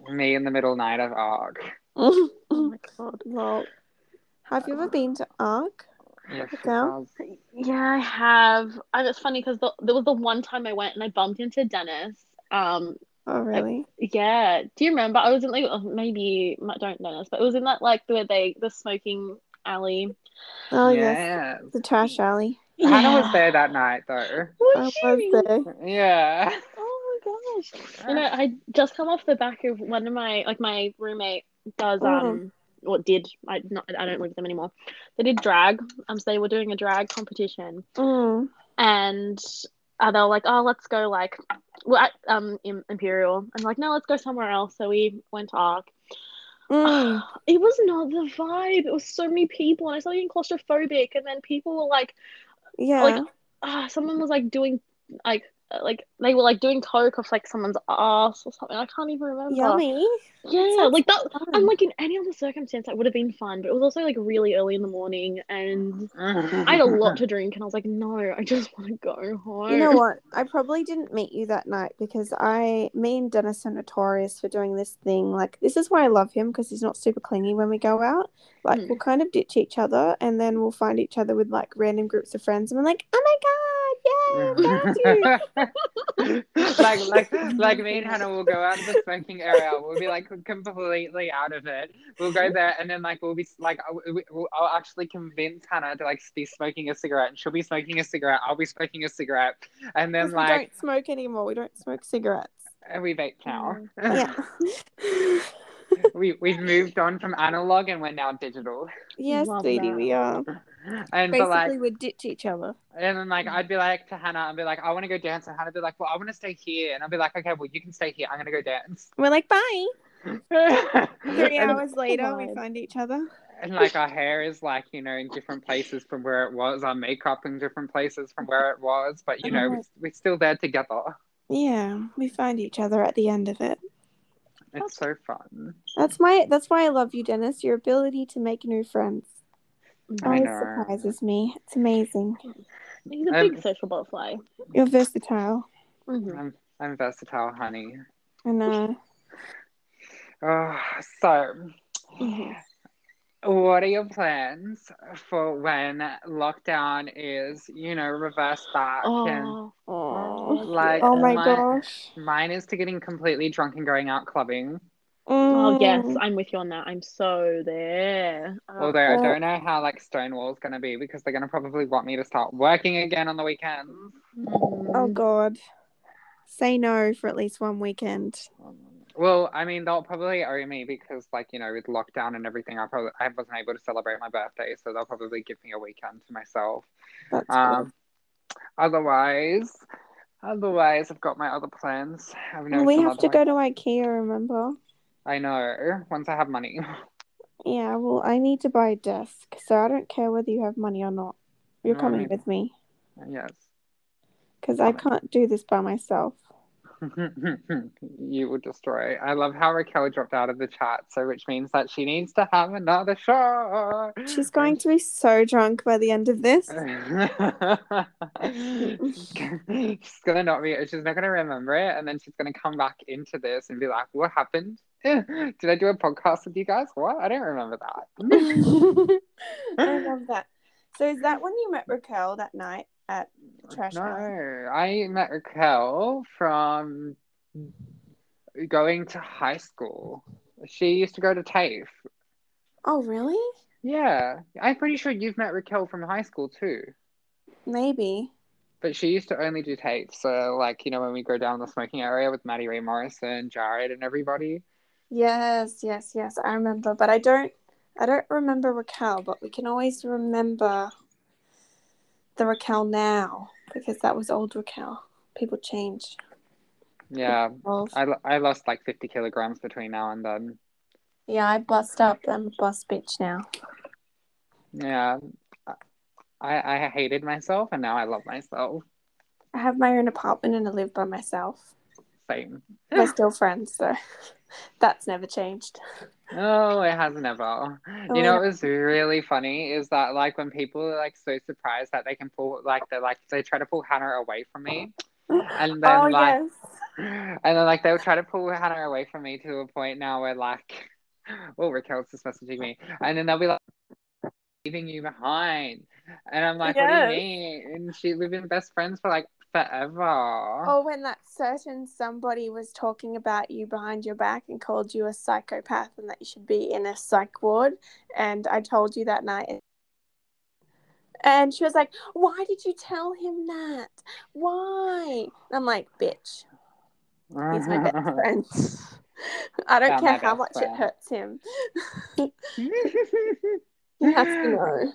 [SPEAKER 1] Me in the middle night of ARC.
[SPEAKER 2] Oh my god.
[SPEAKER 3] Lol. Have you ever been to Arc?
[SPEAKER 1] Yes,
[SPEAKER 3] Raquel?
[SPEAKER 2] Yeah, I have. And it's funny because the, there was the one time I went and I bumped into Dennis. Um,
[SPEAKER 3] Oh, really?
[SPEAKER 2] yeah. Do you remember? I was in like oh, maybe I don't Dennis, but it was in that like where they the smoking alley.
[SPEAKER 3] Oh, yes.
[SPEAKER 1] yes.
[SPEAKER 3] The trash alley.
[SPEAKER 1] Hannah
[SPEAKER 2] Yeah.
[SPEAKER 1] was there that night, though.
[SPEAKER 3] I
[SPEAKER 2] Was she?
[SPEAKER 3] was there.
[SPEAKER 1] Yeah.
[SPEAKER 2] Oh my gosh. You know, I just come off the back of one of my like my roommate does um or did I not I don't live with them anymore. They did drag. Um, so they were doing a drag competition.
[SPEAKER 3] Mm.
[SPEAKER 2] and uh, they were like, "Oh, let's go like we're at um Im- Imperial." I'm like, "No, let's go somewhere else." So we went to Arc.
[SPEAKER 3] Mm.
[SPEAKER 2] It was not the vibe. It was so many people, and I started getting claustrophobic. And then people were like,
[SPEAKER 3] Yeah.
[SPEAKER 2] like ah, someone was like doing like uh, like they were like doing coke off like someone's ass or something. I can't even remember.
[SPEAKER 3] Yummy.
[SPEAKER 2] Yeah,
[SPEAKER 3] Sounds
[SPEAKER 2] like that.
[SPEAKER 3] fun.
[SPEAKER 2] And like in any other circumstance, that would have been fun. But it was also like really early in the morning, and I had a lot to drink, and I was like, "No, I just want to go home."
[SPEAKER 3] You know what? I probably didn't meet you that night because I, me and Dennis are notorious for doing this thing. Like, this is why I love him because he's not super clingy when we go out. Like,
[SPEAKER 2] Hmm.
[SPEAKER 3] we'll kind of ditch each other and then we'll find each other with like random groups of friends. And we're like, oh my God, yeah, found you.
[SPEAKER 1] like like like me and Hannah will go out of the smoking area. We'll be like completely out of it. We'll go there and then like we'll be like I'll, we'll, I'll actually convince Hannah to like be smoking a cigarette, and she'll be smoking a cigarette. I'll be smoking a cigarette, and
[SPEAKER 3] 'Cause
[SPEAKER 1] then
[SPEAKER 3] we
[SPEAKER 1] like
[SPEAKER 3] don't smoke anymore. We don't smoke cigarettes.
[SPEAKER 1] and we vape now.
[SPEAKER 3] Yeah.
[SPEAKER 1] we we've moved on from analog and we're now digital.
[SPEAKER 3] yes,
[SPEAKER 2] Love
[SPEAKER 3] sweetie, we are.
[SPEAKER 1] And but like
[SPEAKER 3] Basically, we ditch each other.
[SPEAKER 1] And then like I'd be like to Hannah, I'd be like, I want to go dance, and Hannah'd be like, Well, I want to stay here, and I'd be like, Okay, well, you can stay here. I'm gonna go dance.
[SPEAKER 3] We're like, bye. Three
[SPEAKER 1] and,
[SPEAKER 3] hours later, we
[SPEAKER 2] God.
[SPEAKER 3] find each other.
[SPEAKER 1] and, like our hair is like you know in different places from where it was, our makeup in different places from where it was, but
[SPEAKER 3] Uh-huh.
[SPEAKER 1] you know we, we're still there together.
[SPEAKER 3] Yeah, we find each other at the end of it.
[SPEAKER 1] It's so fun.
[SPEAKER 3] That's my. That's why I love you, Dennis. Your ability to make new friends
[SPEAKER 2] Oh,
[SPEAKER 1] I
[SPEAKER 3] always
[SPEAKER 1] know.
[SPEAKER 3] surprises me. It's amazing.
[SPEAKER 2] He's a
[SPEAKER 1] Um,
[SPEAKER 2] big social butterfly.
[SPEAKER 3] You're versatile.
[SPEAKER 2] Mhm.
[SPEAKER 1] I'm I'm versatile, honey.
[SPEAKER 3] I know.
[SPEAKER 1] Oh, so
[SPEAKER 2] Mhm.
[SPEAKER 1] what are your plans for when lockdown is, you know, reversed back? And
[SPEAKER 2] Oh,
[SPEAKER 3] Oh,
[SPEAKER 1] Like, uh,
[SPEAKER 3] oh my
[SPEAKER 1] my-
[SPEAKER 3] gosh.
[SPEAKER 1] mine is to getting completely drunk and going out clubbing.
[SPEAKER 2] oh yes,
[SPEAKER 3] Mm.
[SPEAKER 2] I'm with you on that. I'm so there. Uh,
[SPEAKER 1] Although I
[SPEAKER 3] Well-
[SPEAKER 1] don't know how like Stonewall's gonna be because they're gonna probably want me to start working again on the weekends.
[SPEAKER 3] Oh
[SPEAKER 2] mm,
[SPEAKER 3] god. Say no for at least one weekend.
[SPEAKER 1] Well, I mean, they'll probably owe me because, like, you know, with lockdown and everything, I probably I wasn't able to celebrate my birthday, so they'll probably give me a weekend to myself.
[SPEAKER 3] That's
[SPEAKER 1] Um, otherwise, otherwise, I've got my other plans. I've
[SPEAKER 3] good.
[SPEAKER 1] noticed
[SPEAKER 3] we
[SPEAKER 1] some
[SPEAKER 3] have
[SPEAKER 1] other
[SPEAKER 3] to
[SPEAKER 1] ones.
[SPEAKER 3] go to IKEA, remember?
[SPEAKER 1] I know. Once I have money,
[SPEAKER 3] Yeah, well, I need to buy a desk, so I don't care whether you have money or not. You're
[SPEAKER 1] No, I
[SPEAKER 3] coming
[SPEAKER 1] mean-
[SPEAKER 3] with me
[SPEAKER 1] yes,
[SPEAKER 3] because I
[SPEAKER 1] Love it.
[SPEAKER 3] can't do this by myself.
[SPEAKER 1] you will destroy. I love how Raquel dropped out of the chat, so which means that she needs to have another shot.
[SPEAKER 3] She's going to be so drunk by the end of this.
[SPEAKER 1] she's gonna not be she's not gonna remember it and then she's gonna come back into this and be like what happened Eh, did i do a podcast with you guys what i don't remember that
[SPEAKER 3] I love that. So, is that when you met Raquel that night at Trash
[SPEAKER 1] no
[SPEAKER 3] House?
[SPEAKER 1] i met raquel from going to high school she used to go to tafe
[SPEAKER 3] Oh, really?
[SPEAKER 1] yeah i'm pretty sure you've met raquel from high school too
[SPEAKER 3] Maybe.
[SPEAKER 1] But she used to only do tape. So, like, you know, when we go down the smoking area with Maddie Ray Morrison, Jared, and everybody.
[SPEAKER 3] Yes, yes, yes. I remember, but I don't. I don't remember Raquel, but we can always remember the Raquel now because that was old Raquel. People change.
[SPEAKER 1] Yeah.
[SPEAKER 3] Evolve.
[SPEAKER 1] I, lo- I lost like 50 kilograms between now and then.
[SPEAKER 3] Yeah, I bust up. I'm a bust bitch now.
[SPEAKER 1] Yeah. I, I hated myself and now I love myself.
[SPEAKER 3] I have my own apartment and I live by myself.
[SPEAKER 1] Same.
[SPEAKER 3] We're still friends, so that's never changed.
[SPEAKER 1] No, it has never. You
[SPEAKER 3] Oh.
[SPEAKER 1] know what was really funny is that like when people are like so surprised that they can pull like they're like they try to pull Hannah away from me and then
[SPEAKER 3] oh
[SPEAKER 1] like
[SPEAKER 3] yes.
[SPEAKER 1] And then like they would try to pull Hannah away from me to a point now where like oh Raquel's just messaging me. And then they'll be like leaving you behind. And I'm like, what
[SPEAKER 3] Yes.
[SPEAKER 1] do you mean? And she we've been best friends for like forever.
[SPEAKER 3] Or Oh, when that certain somebody was talking about you behind your back and called you a psychopath and that you should be in a psych ward. And I told you that night. And she was like, Why did you tell him that? Why? And I'm like, Bitch, he's my best friend. I don't
[SPEAKER 1] Yeah,
[SPEAKER 3] care
[SPEAKER 1] my
[SPEAKER 3] how
[SPEAKER 1] best
[SPEAKER 3] much
[SPEAKER 1] friend.
[SPEAKER 3] it hurts him. He has to know.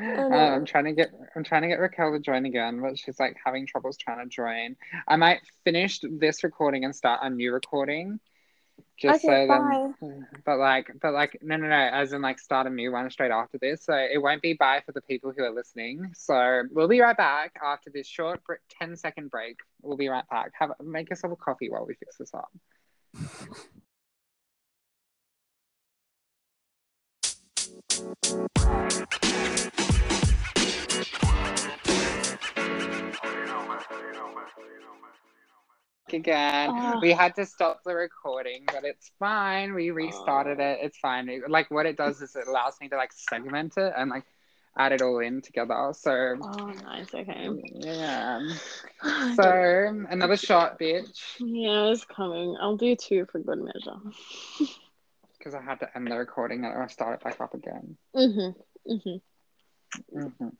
[SPEAKER 1] Uh, I'm trying to get I'm trying to get Raquel to join again, but she's like having troubles trying to join. I might finish this recording and start a new recording. Just
[SPEAKER 3] Okay,
[SPEAKER 1] so then but like but like no no no as in like start a new one straight after this. So it won't be bye for the people who are listening. So we'll be right back after this short br- 10 second break. We'll be right back. Have make yourself a coffee while we fix this up. Again,
[SPEAKER 2] Ah.
[SPEAKER 1] we had to stop the recording, but it's fine. We restarted it. It's fine. It- like what it does is it allows me to like segment it and like add it all in together. So
[SPEAKER 2] Oh, nice. Okay.
[SPEAKER 1] yeah.
[SPEAKER 2] I don't-
[SPEAKER 1] So another shot, bitch,
[SPEAKER 2] yeah, it's coming. I'll do two for good measure.
[SPEAKER 1] because I had to end the recording and I start it back up again.
[SPEAKER 2] hmm hmm
[SPEAKER 1] Mhm.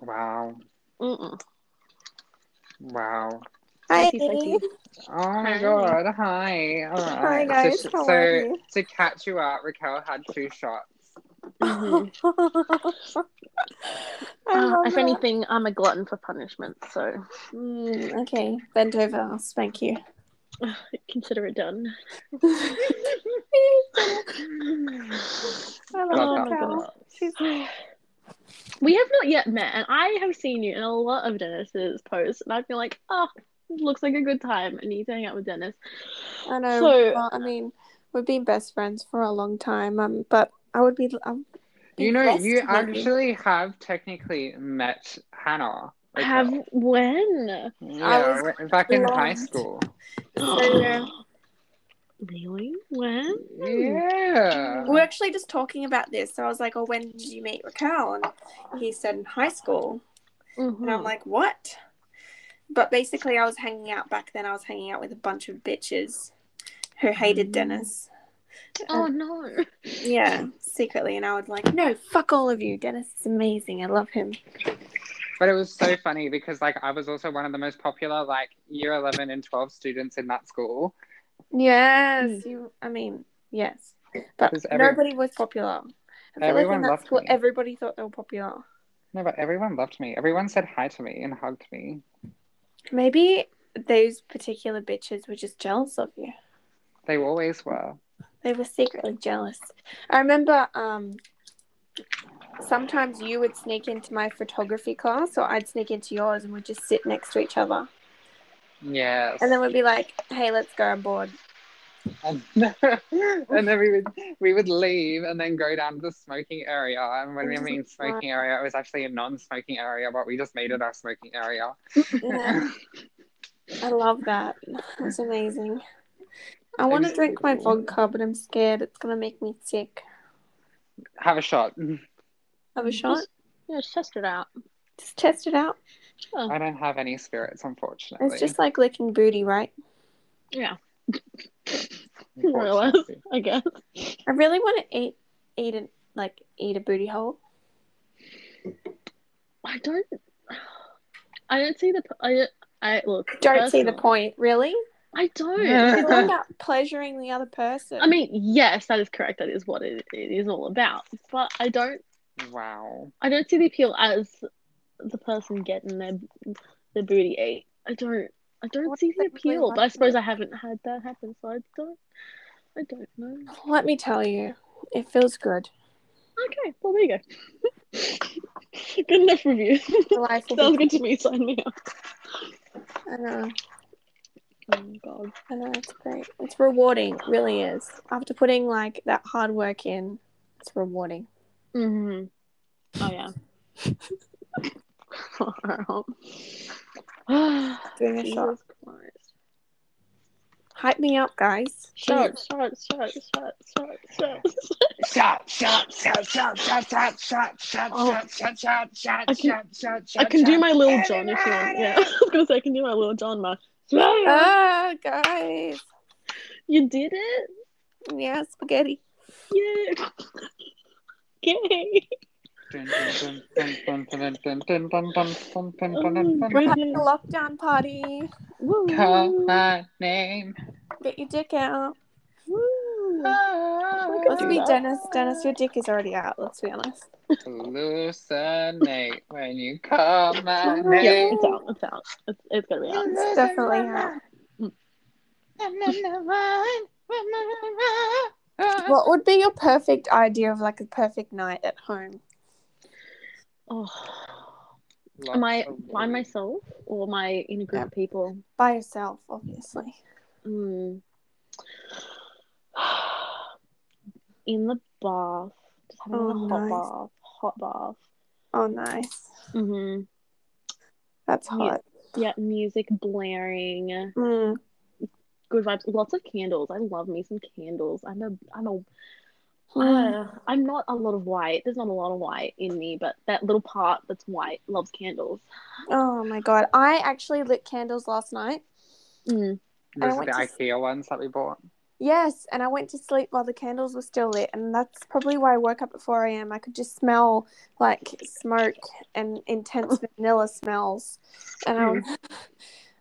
[SPEAKER 1] Wow.
[SPEAKER 2] Mm-mm.
[SPEAKER 1] Wow.
[SPEAKER 3] Hi.
[SPEAKER 2] Psyche, psyche.
[SPEAKER 1] Oh my
[SPEAKER 2] Hi.
[SPEAKER 1] god. Hi. All right.
[SPEAKER 3] guys,
[SPEAKER 1] So,
[SPEAKER 3] how
[SPEAKER 1] so
[SPEAKER 3] are you?
[SPEAKER 1] to catch you up, Raquel had two shots.
[SPEAKER 2] Mhm.
[SPEAKER 3] I
[SPEAKER 2] Uh,
[SPEAKER 3] love
[SPEAKER 2] if
[SPEAKER 3] it.
[SPEAKER 2] anything, I'm a glutton for punishment, so
[SPEAKER 3] Mm, okay, bend over. I'll spank you.
[SPEAKER 2] consider it done.
[SPEAKER 3] I
[SPEAKER 1] Got that.
[SPEAKER 2] Oh,
[SPEAKER 3] love Raquel. She's
[SPEAKER 2] We have not yet met, and I have seen you in a lot of Dennis's posts, and I've been like, oh, looks like a good time. I need to hang out with Dennis.
[SPEAKER 3] I know.
[SPEAKER 2] So-
[SPEAKER 3] well, I mean, we've been best friends for a long time. Um, but I would be. i would be
[SPEAKER 1] You know,
[SPEAKER 3] blessed
[SPEAKER 1] you
[SPEAKER 3] to meet
[SPEAKER 1] actually have technically met Hannah. like,
[SPEAKER 2] Have when?
[SPEAKER 1] yeah,
[SPEAKER 3] I was
[SPEAKER 1] when- back in high
[SPEAKER 3] blonde.
[SPEAKER 1] school.
[SPEAKER 3] So-
[SPEAKER 2] really? When?
[SPEAKER 1] Yeah.
[SPEAKER 3] We were actually just talking about this. So I was like, "Oh, when did you meet Raquel?" And he said in high school. And I'm
[SPEAKER 2] Mhm.
[SPEAKER 3] like, "What?" But basically, I was hanging out back then. I was hanging out with a bunch of bitches who hated
[SPEAKER 2] Mm.
[SPEAKER 3] Dennis. uh,
[SPEAKER 2] oh no.
[SPEAKER 3] Yeah, secretly, and I would like, no, fuck all of you. Dennis is amazing. I love him.
[SPEAKER 1] But it was so funny because, like, I was also one of the most popular, like, year 11 and 12 students in that school.
[SPEAKER 3] Yes, you. I mean, yes, but
[SPEAKER 1] 'Cause Mm. every-
[SPEAKER 3] nobody was popular. I feel like
[SPEAKER 1] Everyone
[SPEAKER 3] in that
[SPEAKER 1] loved
[SPEAKER 3] school,
[SPEAKER 1] me.
[SPEAKER 3] everybody thought they were popular.
[SPEAKER 1] No, but everyone loved me. Everyone said hi to me and hugged me.
[SPEAKER 3] Maybe those particular bitches were just jealous of you.
[SPEAKER 1] They always were.
[SPEAKER 3] They were secretly jealous. I remember um sometimes you would sneak into my photography class or I'd sneak into yours and we'd just sit next to each other.
[SPEAKER 1] Yes.
[SPEAKER 3] And then we'd be like, Hey, let's go, I'm bored.
[SPEAKER 1] and, and then we would we would leave and then go down to the smoking area. And when we
[SPEAKER 3] Mhm.
[SPEAKER 1] mean smoking area, it was actually a non-smoking area, but we just made it our smoking area.
[SPEAKER 3] Yeah. I love that. That's amazing. I want to
[SPEAKER 1] Ex-
[SPEAKER 3] drink my vodka, but I'm scared it's gonna make me sick.
[SPEAKER 1] Have a shot.
[SPEAKER 3] Have a shot?
[SPEAKER 2] Yeah, just test it out.
[SPEAKER 3] Just test it out.
[SPEAKER 1] I don't have any spirits, unfortunately.
[SPEAKER 3] Oh. It's just like licking booty, right?
[SPEAKER 2] Yeah, more or less,
[SPEAKER 1] Unfortunately.
[SPEAKER 2] I guess.
[SPEAKER 3] I really want to eat, eat an, like eat a booty hole.
[SPEAKER 2] I don't. I don't see the. I. I look.
[SPEAKER 3] Don't see the
[SPEAKER 2] personally-
[SPEAKER 3] point, really.
[SPEAKER 2] I don't.
[SPEAKER 1] Yeah.
[SPEAKER 3] It's all about pleasuring the other person.
[SPEAKER 2] I mean, yes, that is correct. That is what it, it is all about. But I don't.
[SPEAKER 1] Wow.
[SPEAKER 2] I don't see the appeal as the person getting their their booty ate. I don't. I don't
[SPEAKER 3] What
[SPEAKER 2] see
[SPEAKER 3] does
[SPEAKER 2] the
[SPEAKER 3] that really
[SPEAKER 2] appeal. But I
[SPEAKER 3] matter?
[SPEAKER 2] suppose I haven't had that happen, so I don't. I don't know.
[SPEAKER 3] let me tell you, it feels good.
[SPEAKER 2] Okay, well there you go. good enough review.
[SPEAKER 3] The life will
[SPEAKER 2] Sounds
[SPEAKER 3] be.
[SPEAKER 2] good to me. Sign me up.
[SPEAKER 3] I know,
[SPEAKER 2] Oh my god.
[SPEAKER 3] I know, it's great. It's rewarding, it really is. After putting like that hard work in, it's rewarding.
[SPEAKER 2] hmm Oh yeah.
[SPEAKER 3] Doing a shot.
[SPEAKER 2] Jesus Christ.
[SPEAKER 3] Hype me up, guys.
[SPEAKER 2] Shut,
[SPEAKER 3] Jeez.
[SPEAKER 2] shut, shut, shut, shut, shut.
[SPEAKER 1] Shot, shot, shot, shot, shot, shot, shot, shot,
[SPEAKER 2] Oh.
[SPEAKER 1] shot, shot, shot, shot,
[SPEAKER 2] I can-
[SPEAKER 1] shot, shot,
[SPEAKER 2] I
[SPEAKER 1] shot,
[SPEAKER 2] can do
[SPEAKER 1] shot.
[SPEAKER 2] my little John if you want. Yeah, I was gonna say I can do my little John mark. You
[SPEAKER 3] Ah, guys.
[SPEAKER 2] did it!
[SPEAKER 3] Yeah, spaghetti.
[SPEAKER 2] Yeah. Yay!
[SPEAKER 1] Dun, dun, dun, dun, dun, dun, dun, dun, dun, dun, dun, dun, dun, dun.
[SPEAKER 2] Brilliant.
[SPEAKER 3] Having a lockdown party.
[SPEAKER 2] Woo!
[SPEAKER 1] Call
[SPEAKER 2] Woo!
[SPEAKER 1] my name.
[SPEAKER 3] Get your dick out.
[SPEAKER 1] Ah.
[SPEAKER 2] we
[SPEAKER 3] Let's
[SPEAKER 2] do
[SPEAKER 3] be
[SPEAKER 2] that.
[SPEAKER 3] Dennis. Dennis, your dick is already out. Let's be honest.
[SPEAKER 1] Hallucinate when you call my
[SPEAKER 3] Yeah,
[SPEAKER 2] Yeah,
[SPEAKER 1] name.
[SPEAKER 2] it's out. It's out. It's, it's gonna be out.
[SPEAKER 3] It's definitely out. What would be your perfect idea of like a perfect night at home?
[SPEAKER 2] Oh.
[SPEAKER 1] Lots
[SPEAKER 2] Am I
[SPEAKER 1] of
[SPEAKER 2] by
[SPEAKER 1] weed.
[SPEAKER 2] myself or am I in a group of people?
[SPEAKER 3] By yourself, obviously.
[SPEAKER 2] Mm. In the bath, just having
[SPEAKER 3] Oh,
[SPEAKER 2] a hot
[SPEAKER 3] nice.
[SPEAKER 2] bath, hot bath.
[SPEAKER 3] Oh, nice.
[SPEAKER 2] hmm
[SPEAKER 3] That's
[SPEAKER 2] Yeah.
[SPEAKER 3] hot.
[SPEAKER 2] Yeah, music blaring,
[SPEAKER 3] Mm.
[SPEAKER 2] good vibes, lots of candles. I love me some candles. I'm a, I'm a,
[SPEAKER 3] Mm.
[SPEAKER 2] uh, I'm not a lot of white. There's not a lot of white in me, but that little part that's white loves candles.
[SPEAKER 3] Oh my god. I actually lit candles last night.
[SPEAKER 2] Mm.
[SPEAKER 1] Those are
[SPEAKER 3] went
[SPEAKER 1] the
[SPEAKER 3] to s-
[SPEAKER 1] IKEA ones that we bought.
[SPEAKER 3] Yes, and I went to sleep while the candles were still lit, and that's probably why I woke up at 4 a.m. I could just smell like smoke and intense vanilla smells. And I was,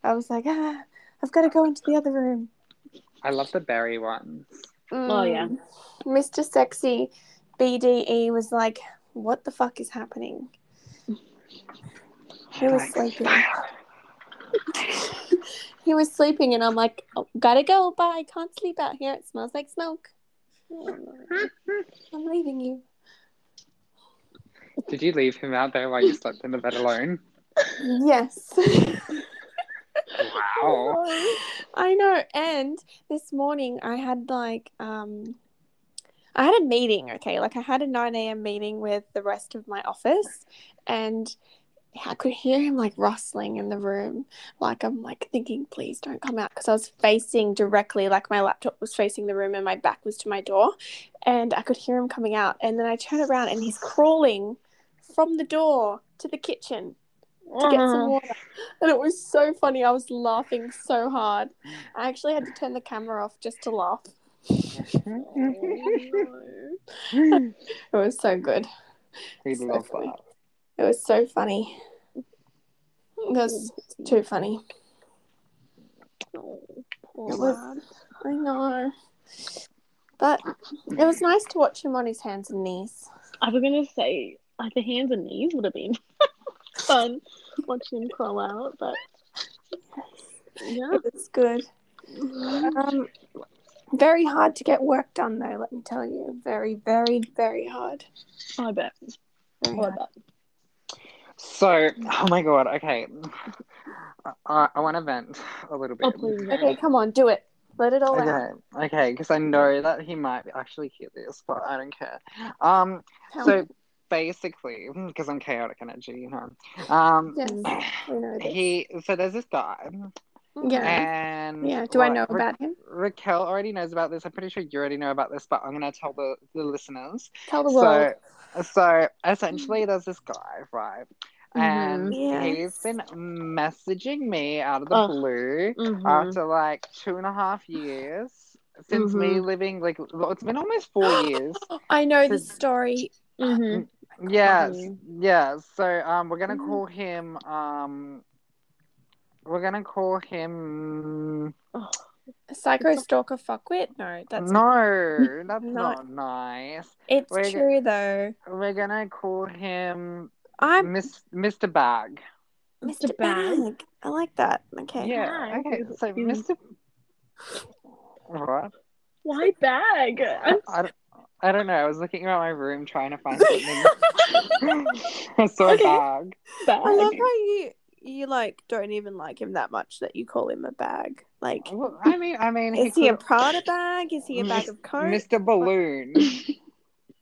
[SPEAKER 3] I was like, ah, I've got to go into the other room.
[SPEAKER 1] I love the berry ones.
[SPEAKER 2] Oh, yeah.
[SPEAKER 3] Mm. Mr. Sexy BDE was like, what the fuck is happening? He was
[SPEAKER 1] Like
[SPEAKER 3] sleeping.
[SPEAKER 1] fire.
[SPEAKER 3] He was sleeping, and I'm like, oh, gotta go. Bye. Can't sleep out here. It smells like smoke. I'm leaving you.
[SPEAKER 1] Did you leave him out there while you slept in the bed alone?
[SPEAKER 3] Yes.
[SPEAKER 1] Wow.
[SPEAKER 3] I know. And this morning I had like um I had a meeting, okay? Like I had a 9 a.m. meeting with the rest of my office and I could hear him like rustling in the room. Like I'm like thinking, please don't come out because I was facing directly, like my laptop was facing the room and my back was to my door. And I could hear him coming out. And then I turn around and he's crawling from the door to the kitchen to get
[SPEAKER 1] Uh-huh.
[SPEAKER 3] some water. And it was so funny. I was laughing so hard. I actually had to turn the camera off just to laugh. It was so good.
[SPEAKER 1] we
[SPEAKER 3] So
[SPEAKER 1] love
[SPEAKER 3] funny.
[SPEAKER 1] that.
[SPEAKER 3] It was so funny. It was too funny.
[SPEAKER 2] Oh,
[SPEAKER 3] It
[SPEAKER 2] poor
[SPEAKER 3] was-
[SPEAKER 2] lad.
[SPEAKER 3] I know. But it was nice to watch him on his hands and knees.
[SPEAKER 2] I was gonna say like the hands and knees would have been fun watching him crawl out, but yeah.
[SPEAKER 3] It was good. Um, very hard to get work done, though, let me tell you. Very, very, very hard.
[SPEAKER 2] I bet.
[SPEAKER 3] Very
[SPEAKER 1] Oh,
[SPEAKER 2] I
[SPEAKER 3] hard.
[SPEAKER 2] bet.
[SPEAKER 1] So, oh my god, okay. I, I want to vent a little bit.
[SPEAKER 2] Oh please. no.
[SPEAKER 3] Okay, come on, do it. Let it all out.
[SPEAKER 1] Okay, okay, because I know that he might actually hear this, but I don't care. Um,
[SPEAKER 3] Tell
[SPEAKER 1] so
[SPEAKER 3] me.
[SPEAKER 1] basically, because I'm chaotic energy, you know. Um,
[SPEAKER 3] Yes, we know this.
[SPEAKER 1] he so there's this guy,
[SPEAKER 3] yeah.
[SPEAKER 1] and
[SPEAKER 3] Yeah. Do I
[SPEAKER 1] well,
[SPEAKER 3] know
[SPEAKER 1] Ra-
[SPEAKER 3] about him?
[SPEAKER 1] Raquel already knows about this. I'm pretty sure you already know about this, but I'm gonna tell the the listeners.
[SPEAKER 3] Tell the world. Mm-hmm.
[SPEAKER 1] So, so essentially, there's this guy, right?
[SPEAKER 2] Mm-hmm.
[SPEAKER 1] And
[SPEAKER 3] Mhm.
[SPEAKER 1] he's
[SPEAKER 3] Yes.
[SPEAKER 1] been messaging me out of the
[SPEAKER 2] Ugh.
[SPEAKER 1] blue
[SPEAKER 3] Um,
[SPEAKER 2] Mhm.
[SPEAKER 3] uh, Mm-hmm.
[SPEAKER 1] after like two and a half years since me
[SPEAKER 3] Mm-hmm.
[SPEAKER 2] Mhm.
[SPEAKER 1] living like well, it's been almost four years.
[SPEAKER 3] I know this story.
[SPEAKER 2] Mhm.
[SPEAKER 3] mm.
[SPEAKER 1] yes,
[SPEAKER 2] you.
[SPEAKER 1] yes. So um, we're gonna
[SPEAKER 3] Mhm.
[SPEAKER 1] call him um, we're gonna call him.
[SPEAKER 2] Oh,
[SPEAKER 3] Psycho stalker fuckwit? No, that's not.
[SPEAKER 1] no, that's
[SPEAKER 3] Not-
[SPEAKER 1] not nice.
[SPEAKER 3] It's
[SPEAKER 1] We're go-
[SPEAKER 3] true, though.
[SPEAKER 1] We're gonna call him
[SPEAKER 3] I'm
[SPEAKER 1] Miss Mr. Bag.
[SPEAKER 3] Mr.
[SPEAKER 2] Mr.
[SPEAKER 3] Bag.
[SPEAKER 2] Bag.
[SPEAKER 3] I like that. Okay.
[SPEAKER 1] Yeah.
[SPEAKER 2] Bag
[SPEAKER 1] Okay.
[SPEAKER 2] is-
[SPEAKER 1] So
[SPEAKER 2] is-
[SPEAKER 1] Mr. What?
[SPEAKER 2] Why bag?
[SPEAKER 1] I, don't- I don't know. I was looking around my room trying to find something. I saw
[SPEAKER 3] Okay.
[SPEAKER 1] a bag.
[SPEAKER 2] bag.
[SPEAKER 3] I love how you you like don't even like him that much that you call him a bag. Like,
[SPEAKER 1] Well, I mean, I mean,
[SPEAKER 3] is Oh, he a
[SPEAKER 1] could-
[SPEAKER 3] Prada bag? Is he a bag of coke?
[SPEAKER 1] Mr. Balloon?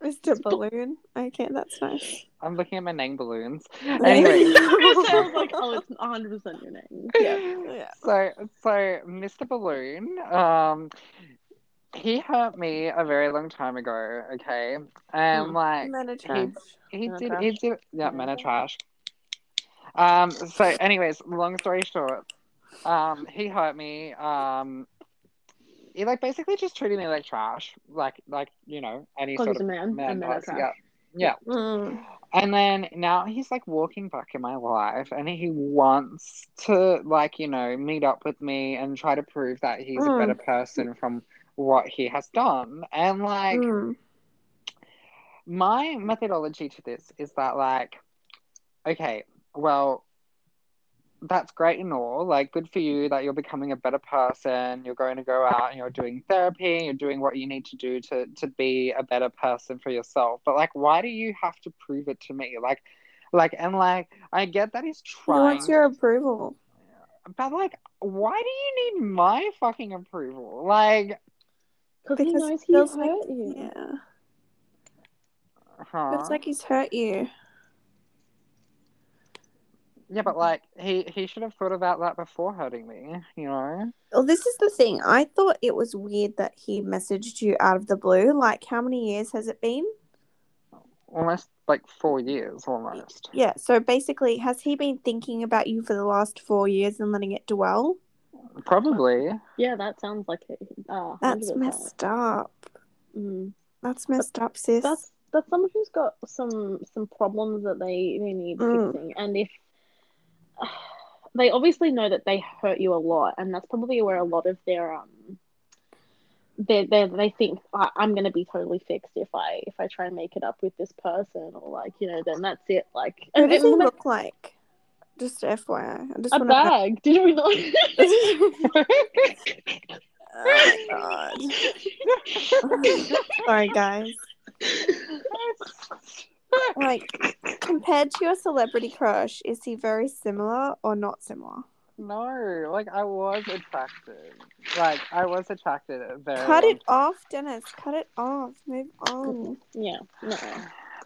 [SPEAKER 3] Mr. Balloon. Okay, that's nice.
[SPEAKER 1] I'm looking at my name balloons. Anyway,
[SPEAKER 2] I was like, oh, it's 100 percent your name. Yeah.
[SPEAKER 3] Yeah.
[SPEAKER 1] so so Mr. Balloon, um, he hurt me a very long time ago. Okay, and
[SPEAKER 2] Hmm.
[SPEAKER 1] like
[SPEAKER 3] Men are trash.
[SPEAKER 1] he he
[SPEAKER 2] Man
[SPEAKER 1] did
[SPEAKER 2] of
[SPEAKER 1] he
[SPEAKER 2] trash.
[SPEAKER 1] did yeah, men
[SPEAKER 2] Man
[SPEAKER 1] are
[SPEAKER 2] of
[SPEAKER 1] trash. Um. So, anyways, long story short, um, he hurt me. Um, he like basically just treated me like trash, like like you know any
[SPEAKER 2] Because
[SPEAKER 1] sort
[SPEAKER 2] he's
[SPEAKER 1] of
[SPEAKER 2] a man.
[SPEAKER 1] man
[SPEAKER 2] and men are
[SPEAKER 1] does,
[SPEAKER 2] trash.
[SPEAKER 1] Yeah. Yeah.
[SPEAKER 3] Mm.
[SPEAKER 1] And then now he's like walking back in my life and he wants to like, you know, meet up with me and try to prove that he's a
[SPEAKER 3] Mm.
[SPEAKER 1] better person from what he has done. And like
[SPEAKER 3] Mm.
[SPEAKER 1] my methodology to this is that like, okay, well, that's great and all. Like, good for you that you're becoming a better person. You're going to go out and you're doing therapy. You're doing what you need to do to to be a better person for yourself. But like, why do you have to prove it to me? Like, like, and like, I get that he's
[SPEAKER 3] He
[SPEAKER 1] trying,
[SPEAKER 3] wants your approval.
[SPEAKER 1] but like, why do you need my fucking approval? Like,
[SPEAKER 2] Because he knows he
[SPEAKER 3] feels
[SPEAKER 2] hurt
[SPEAKER 3] like,
[SPEAKER 2] you.
[SPEAKER 3] Yeah.
[SPEAKER 1] huh?
[SPEAKER 3] Feels like he's hurt you.
[SPEAKER 1] yeah, but like, he he should have thought about that before hurting me. You know?
[SPEAKER 3] Well, this is the thing. I thought it was weird that he messaged you out of the blue. Like, how many years has it been?
[SPEAKER 1] Almost like four years, almost.
[SPEAKER 3] Yeah. So basically, has he been thinking about you for the last four years and letting it dwell?
[SPEAKER 1] Probably.
[SPEAKER 2] Yeah, that sounds like it. Uh,
[SPEAKER 3] That's
[SPEAKER 2] 100%.
[SPEAKER 3] messed up.
[SPEAKER 2] Mm.
[SPEAKER 3] That's messed up, sis.
[SPEAKER 2] That's that's someone who's got some some problems that they they need
[SPEAKER 3] Mm.
[SPEAKER 2] fixing, and if they obviously know that they hurt you a lot, and that's probably where a lot of their um. They, they, they think I, I'm gonna be totally fixed if I if I try and make it up with this person or like you know then that's it like
[SPEAKER 3] Who does he
[SPEAKER 2] a
[SPEAKER 3] look like? Just FYI. I just want to.
[SPEAKER 2] bag did you realize
[SPEAKER 3] Oh my god. Sorry, guys. Like, Compared to your celebrity crush, is he very similar or not similar?
[SPEAKER 1] No, like I was attracted. Like I was attracted at very
[SPEAKER 3] Cut
[SPEAKER 1] long
[SPEAKER 3] it off, Dennis. Cut it off. Move on.
[SPEAKER 2] Yeah, no.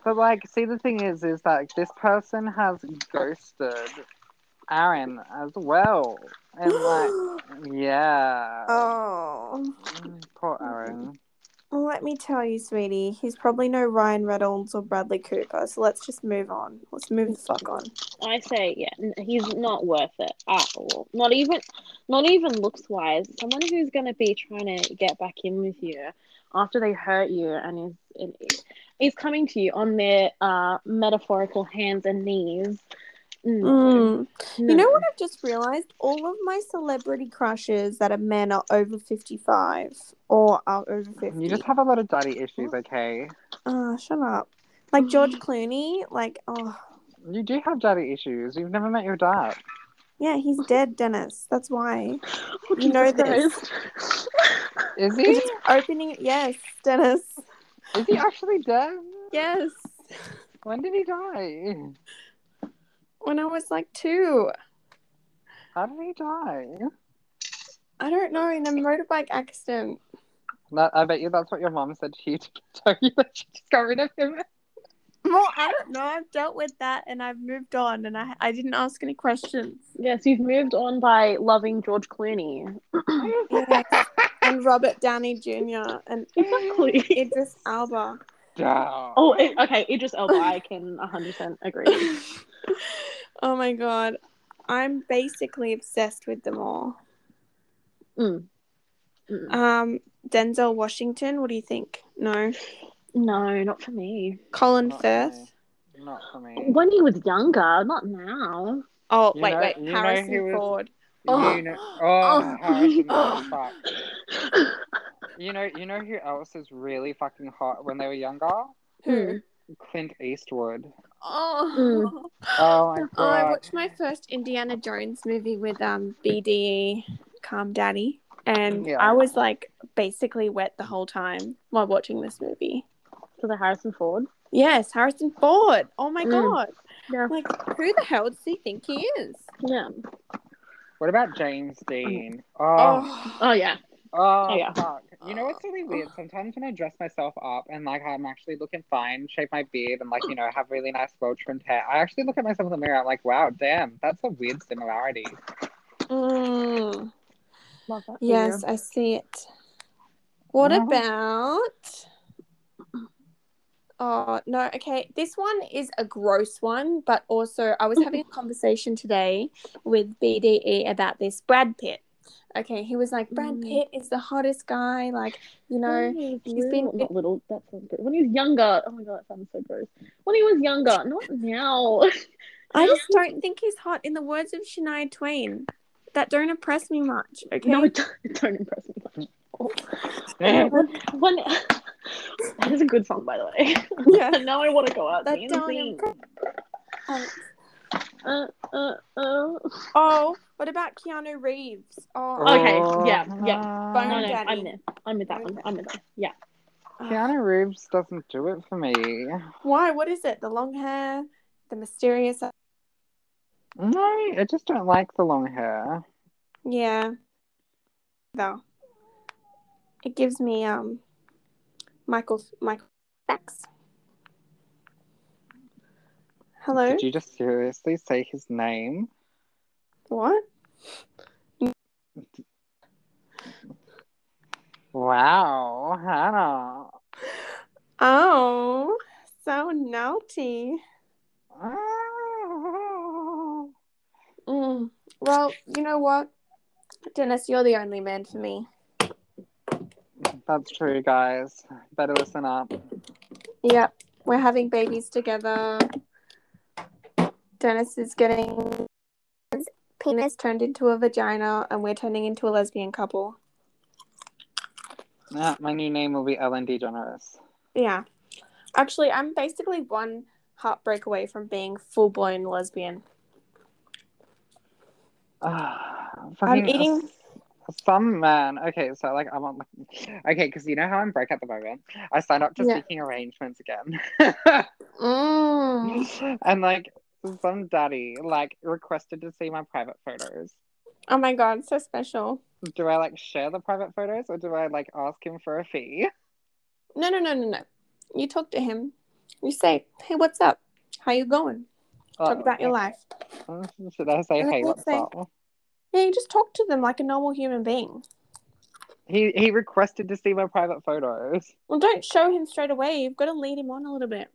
[SPEAKER 1] But like, see, the thing is, is like this person has ghosted Aaron as well, and like, yeah,
[SPEAKER 3] oh.
[SPEAKER 1] poor Aaron.
[SPEAKER 3] Well, let me tell you, sweetie, he's probably no Ryan Reynolds or Bradley Cooper, so let's just move on. Let's move the fuck on.
[SPEAKER 2] I say, yeah, n- he's not worth it at all. Not even, not even looks wise. Someone who's gonna be trying to get back in with you after they hurt you and is and is coming to you on their uh metaphorical hands and knees. No,
[SPEAKER 3] Mm. You know
[SPEAKER 2] no.
[SPEAKER 3] what I've just realized? All of my celebrity crushes that are men are over 55 or are over 50.
[SPEAKER 1] You just have a lot of daddy issues, okay?
[SPEAKER 3] Ah, shut up. Like George Clooney, like, oh,
[SPEAKER 1] You do have daddy issues. You've never met your dad.
[SPEAKER 3] yeah, he's dead, Dennis. That's why. You know this.
[SPEAKER 1] Is he?
[SPEAKER 3] It's opening, yes, Dennis.
[SPEAKER 1] Is he actually dead?
[SPEAKER 3] Yes.
[SPEAKER 1] When did he die?
[SPEAKER 3] When I was like two,
[SPEAKER 1] How did he die?
[SPEAKER 3] I don't know, in a motorbike accident.
[SPEAKER 1] That, I bet you that's what your mom said to you to tell you that she just got rid of him.
[SPEAKER 3] Well, I don't know. I've dealt with that and I've moved on and I, I didn't ask any questions.
[SPEAKER 2] Yes, you've moved on by loving George Clooney.
[SPEAKER 3] Yes. and Robert Downey Jr. and
[SPEAKER 2] Exactly.
[SPEAKER 3] Idris Alba.
[SPEAKER 1] Damn.
[SPEAKER 2] Oh, it, okay, Idris Elba. I can 100% agree.
[SPEAKER 3] oh my god. I'm basically obsessed with them all.
[SPEAKER 2] Mm. Mm.
[SPEAKER 3] Um, Denzel Washington, what do you think? No.
[SPEAKER 2] No, not for me.
[SPEAKER 3] Colin
[SPEAKER 1] Not
[SPEAKER 3] Firth.
[SPEAKER 1] me. Not for me.
[SPEAKER 2] When he was younger, not now.
[SPEAKER 3] Oh,
[SPEAKER 1] You
[SPEAKER 3] wait,
[SPEAKER 1] know- you
[SPEAKER 3] wait.
[SPEAKER 1] know who
[SPEAKER 3] Harrison
[SPEAKER 1] was-
[SPEAKER 3] Ford.
[SPEAKER 2] Oh.
[SPEAKER 1] You know,
[SPEAKER 2] Oh.
[SPEAKER 1] oh, Harrison Ford,
[SPEAKER 2] Oh.
[SPEAKER 1] fuck. You know, you know who else is really fucking hot when they were younger?
[SPEAKER 3] Who?
[SPEAKER 1] Clint Eastwood.
[SPEAKER 3] Oh.
[SPEAKER 1] Oh my
[SPEAKER 3] oh, I
[SPEAKER 2] Uh,
[SPEAKER 1] god.
[SPEAKER 3] watched my first Indiana Jones movie with um BDE Calm Daddy. And
[SPEAKER 1] Yeah.
[SPEAKER 3] I was like basically wet the whole time while watching this movie.
[SPEAKER 2] To the Harrison Ford.
[SPEAKER 3] Yes, Harrison Ford. Oh my
[SPEAKER 2] Mm.
[SPEAKER 3] god.
[SPEAKER 2] Yeah.
[SPEAKER 3] Like, who the hell does he think he is?
[SPEAKER 2] Yeah.
[SPEAKER 1] What about James Dean? Oh,
[SPEAKER 2] Oh yeah.
[SPEAKER 1] oh,
[SPEAKER 2] yeah.
[SPEAKER 1] fuck. You know
[SPEAKER 2] Oh.
[SPEAKER 1] what's really weird? Sometimes when I dress myself up and like I'm actually looking fine, shave my beard, and like you know have really nice well trimmed hair, I actually look at myself in the mirror. I'm like, wow, damn, that's a weird similarity.
[SPEAKER 3] Mm.
[SPEAKER 2] Love that. for
[SPEAKER 3] Yes, I see it. What
[SPEAKER 1] Mhm.
[SPEAKER 3] about? Oh, no. Okay. This one is a gross one, but also I was having a conversation today with BDE about this Brad Pitt. Okay. He was like, Brad
[SPEAKER 2] Mm.
[SPEAKER 3] Pitt is the hottest guy. Like, you
[SPEAKER 2] you.
[SPEAKER 3] know,
[SPEAKER 2] When he was
[SPEAKER 3] he's
[SPEAKER 2] little,
[SPEAKER 3] been-
[SPEAKER 2] not little. That sounds good. When he was younger. Oh my god, that sounds so gross. When he was younger, not now.
[SPEAKER 3] I just don't think he's hot. In the words of Shania Twain, that don't impress me much. Okay.
[SPEAKER 2] No, it don't, it don't impress me much. When that is a good song, by the way.
[SPEAKER 3] yeah. Um,
[SPEAKER 2] And now I want to go out
[SPEAKER 3] That
[SPEAKER 2] dancing.
[SPEAKER 3] don't impress. Thanks.
[SPEAKER 2] Uh, uh, uh.
[SPEAKER 3] Oh, what about Keanu Reeves? Oh,
[SPEAKER 2] Okay, yeah, yeah.
[SPEAKER 3] Bone
[SPEAKER 2] No, no,
[SPEAKER 3] daddy.
[SPEAKER 2] I'm there. I'm with that one. I'm with that. Yeah.
[SPEAKER 3] oh.
[SPEAKER 1] Keanu Reeves doesn't do it for me.
[SPEAKER 3] Why? What is it? The long hair, the mysterious.
[SPEAKER 1] No, I just don't like the long hair.
[SPEAKER 3] Yeah. Though. It gives me um, Michael Michael Facts. Hello.
[SPEAKER 1] Did you just seriously say his name?
[SPEAKER 3] What?
[SPEAKER 1] Wow, Hannah.
[SPEAKER 3] Oh, so naughty.
[SPEAKER 1] Oh.
[SPEAKER 3] Mm. Well, you know what, Dennis, you're the only man for me.
[SPEAKER 1] That's true, guys. Better listen up.
[SPEAKER 3] Yep, we're having babies together. Dennis is getting his penis turned into a vagina, and we're turning into a lesbian couple.
[SPEAKER 1] Yeah, Ah, my new name will be Ellen DeGeneres.
[SPEAKER 3] Yeah, actually, I'm basically one heartbreak away from being full blown lesbian.
[SPEAKER 1] Ah,
[SPEAKER 3] I'm
[SPEAKER 1] fucking
[SPEAKER 3] eating-
[SPEAKER 1] a- some man. Okay, so like I'm on. Like, okay, because you know how I'm broke at the moment. I signed up to
[SPEAKER 3] Yeah.
[SPEAKER 1] speaking arrangements again,
[SPEAKER 3] Mm.
[SPEAKER 1] and like some daddy like requested to see my private photos.
[SPEAKER 3] Oh my god, so special.
[SPEAKER 1] Do I like share the private photos or do I like ask him for a fee?
[SPEAKER 3] No, no, no, no, no. You talk to him. You say, "Hey, what's up? How you going? Talk about your life."
[SPEAKER 1] life. Um, Should I say,
[SPEAKER 3] And
[SPEAKER 1] hey,
[SPEAKER 3] then
[SPEAKER 1] what's
[SPEAKER 3] say-
[SPEAKER 1] up?
[SPEAKER 3] Yeah, you just talk to them like a normal human being.
[SPEAKER 1] He he requested to see my private photos.
[SPEAKER 3] Well, don't show him straight away. You've got to lead him on a little bit.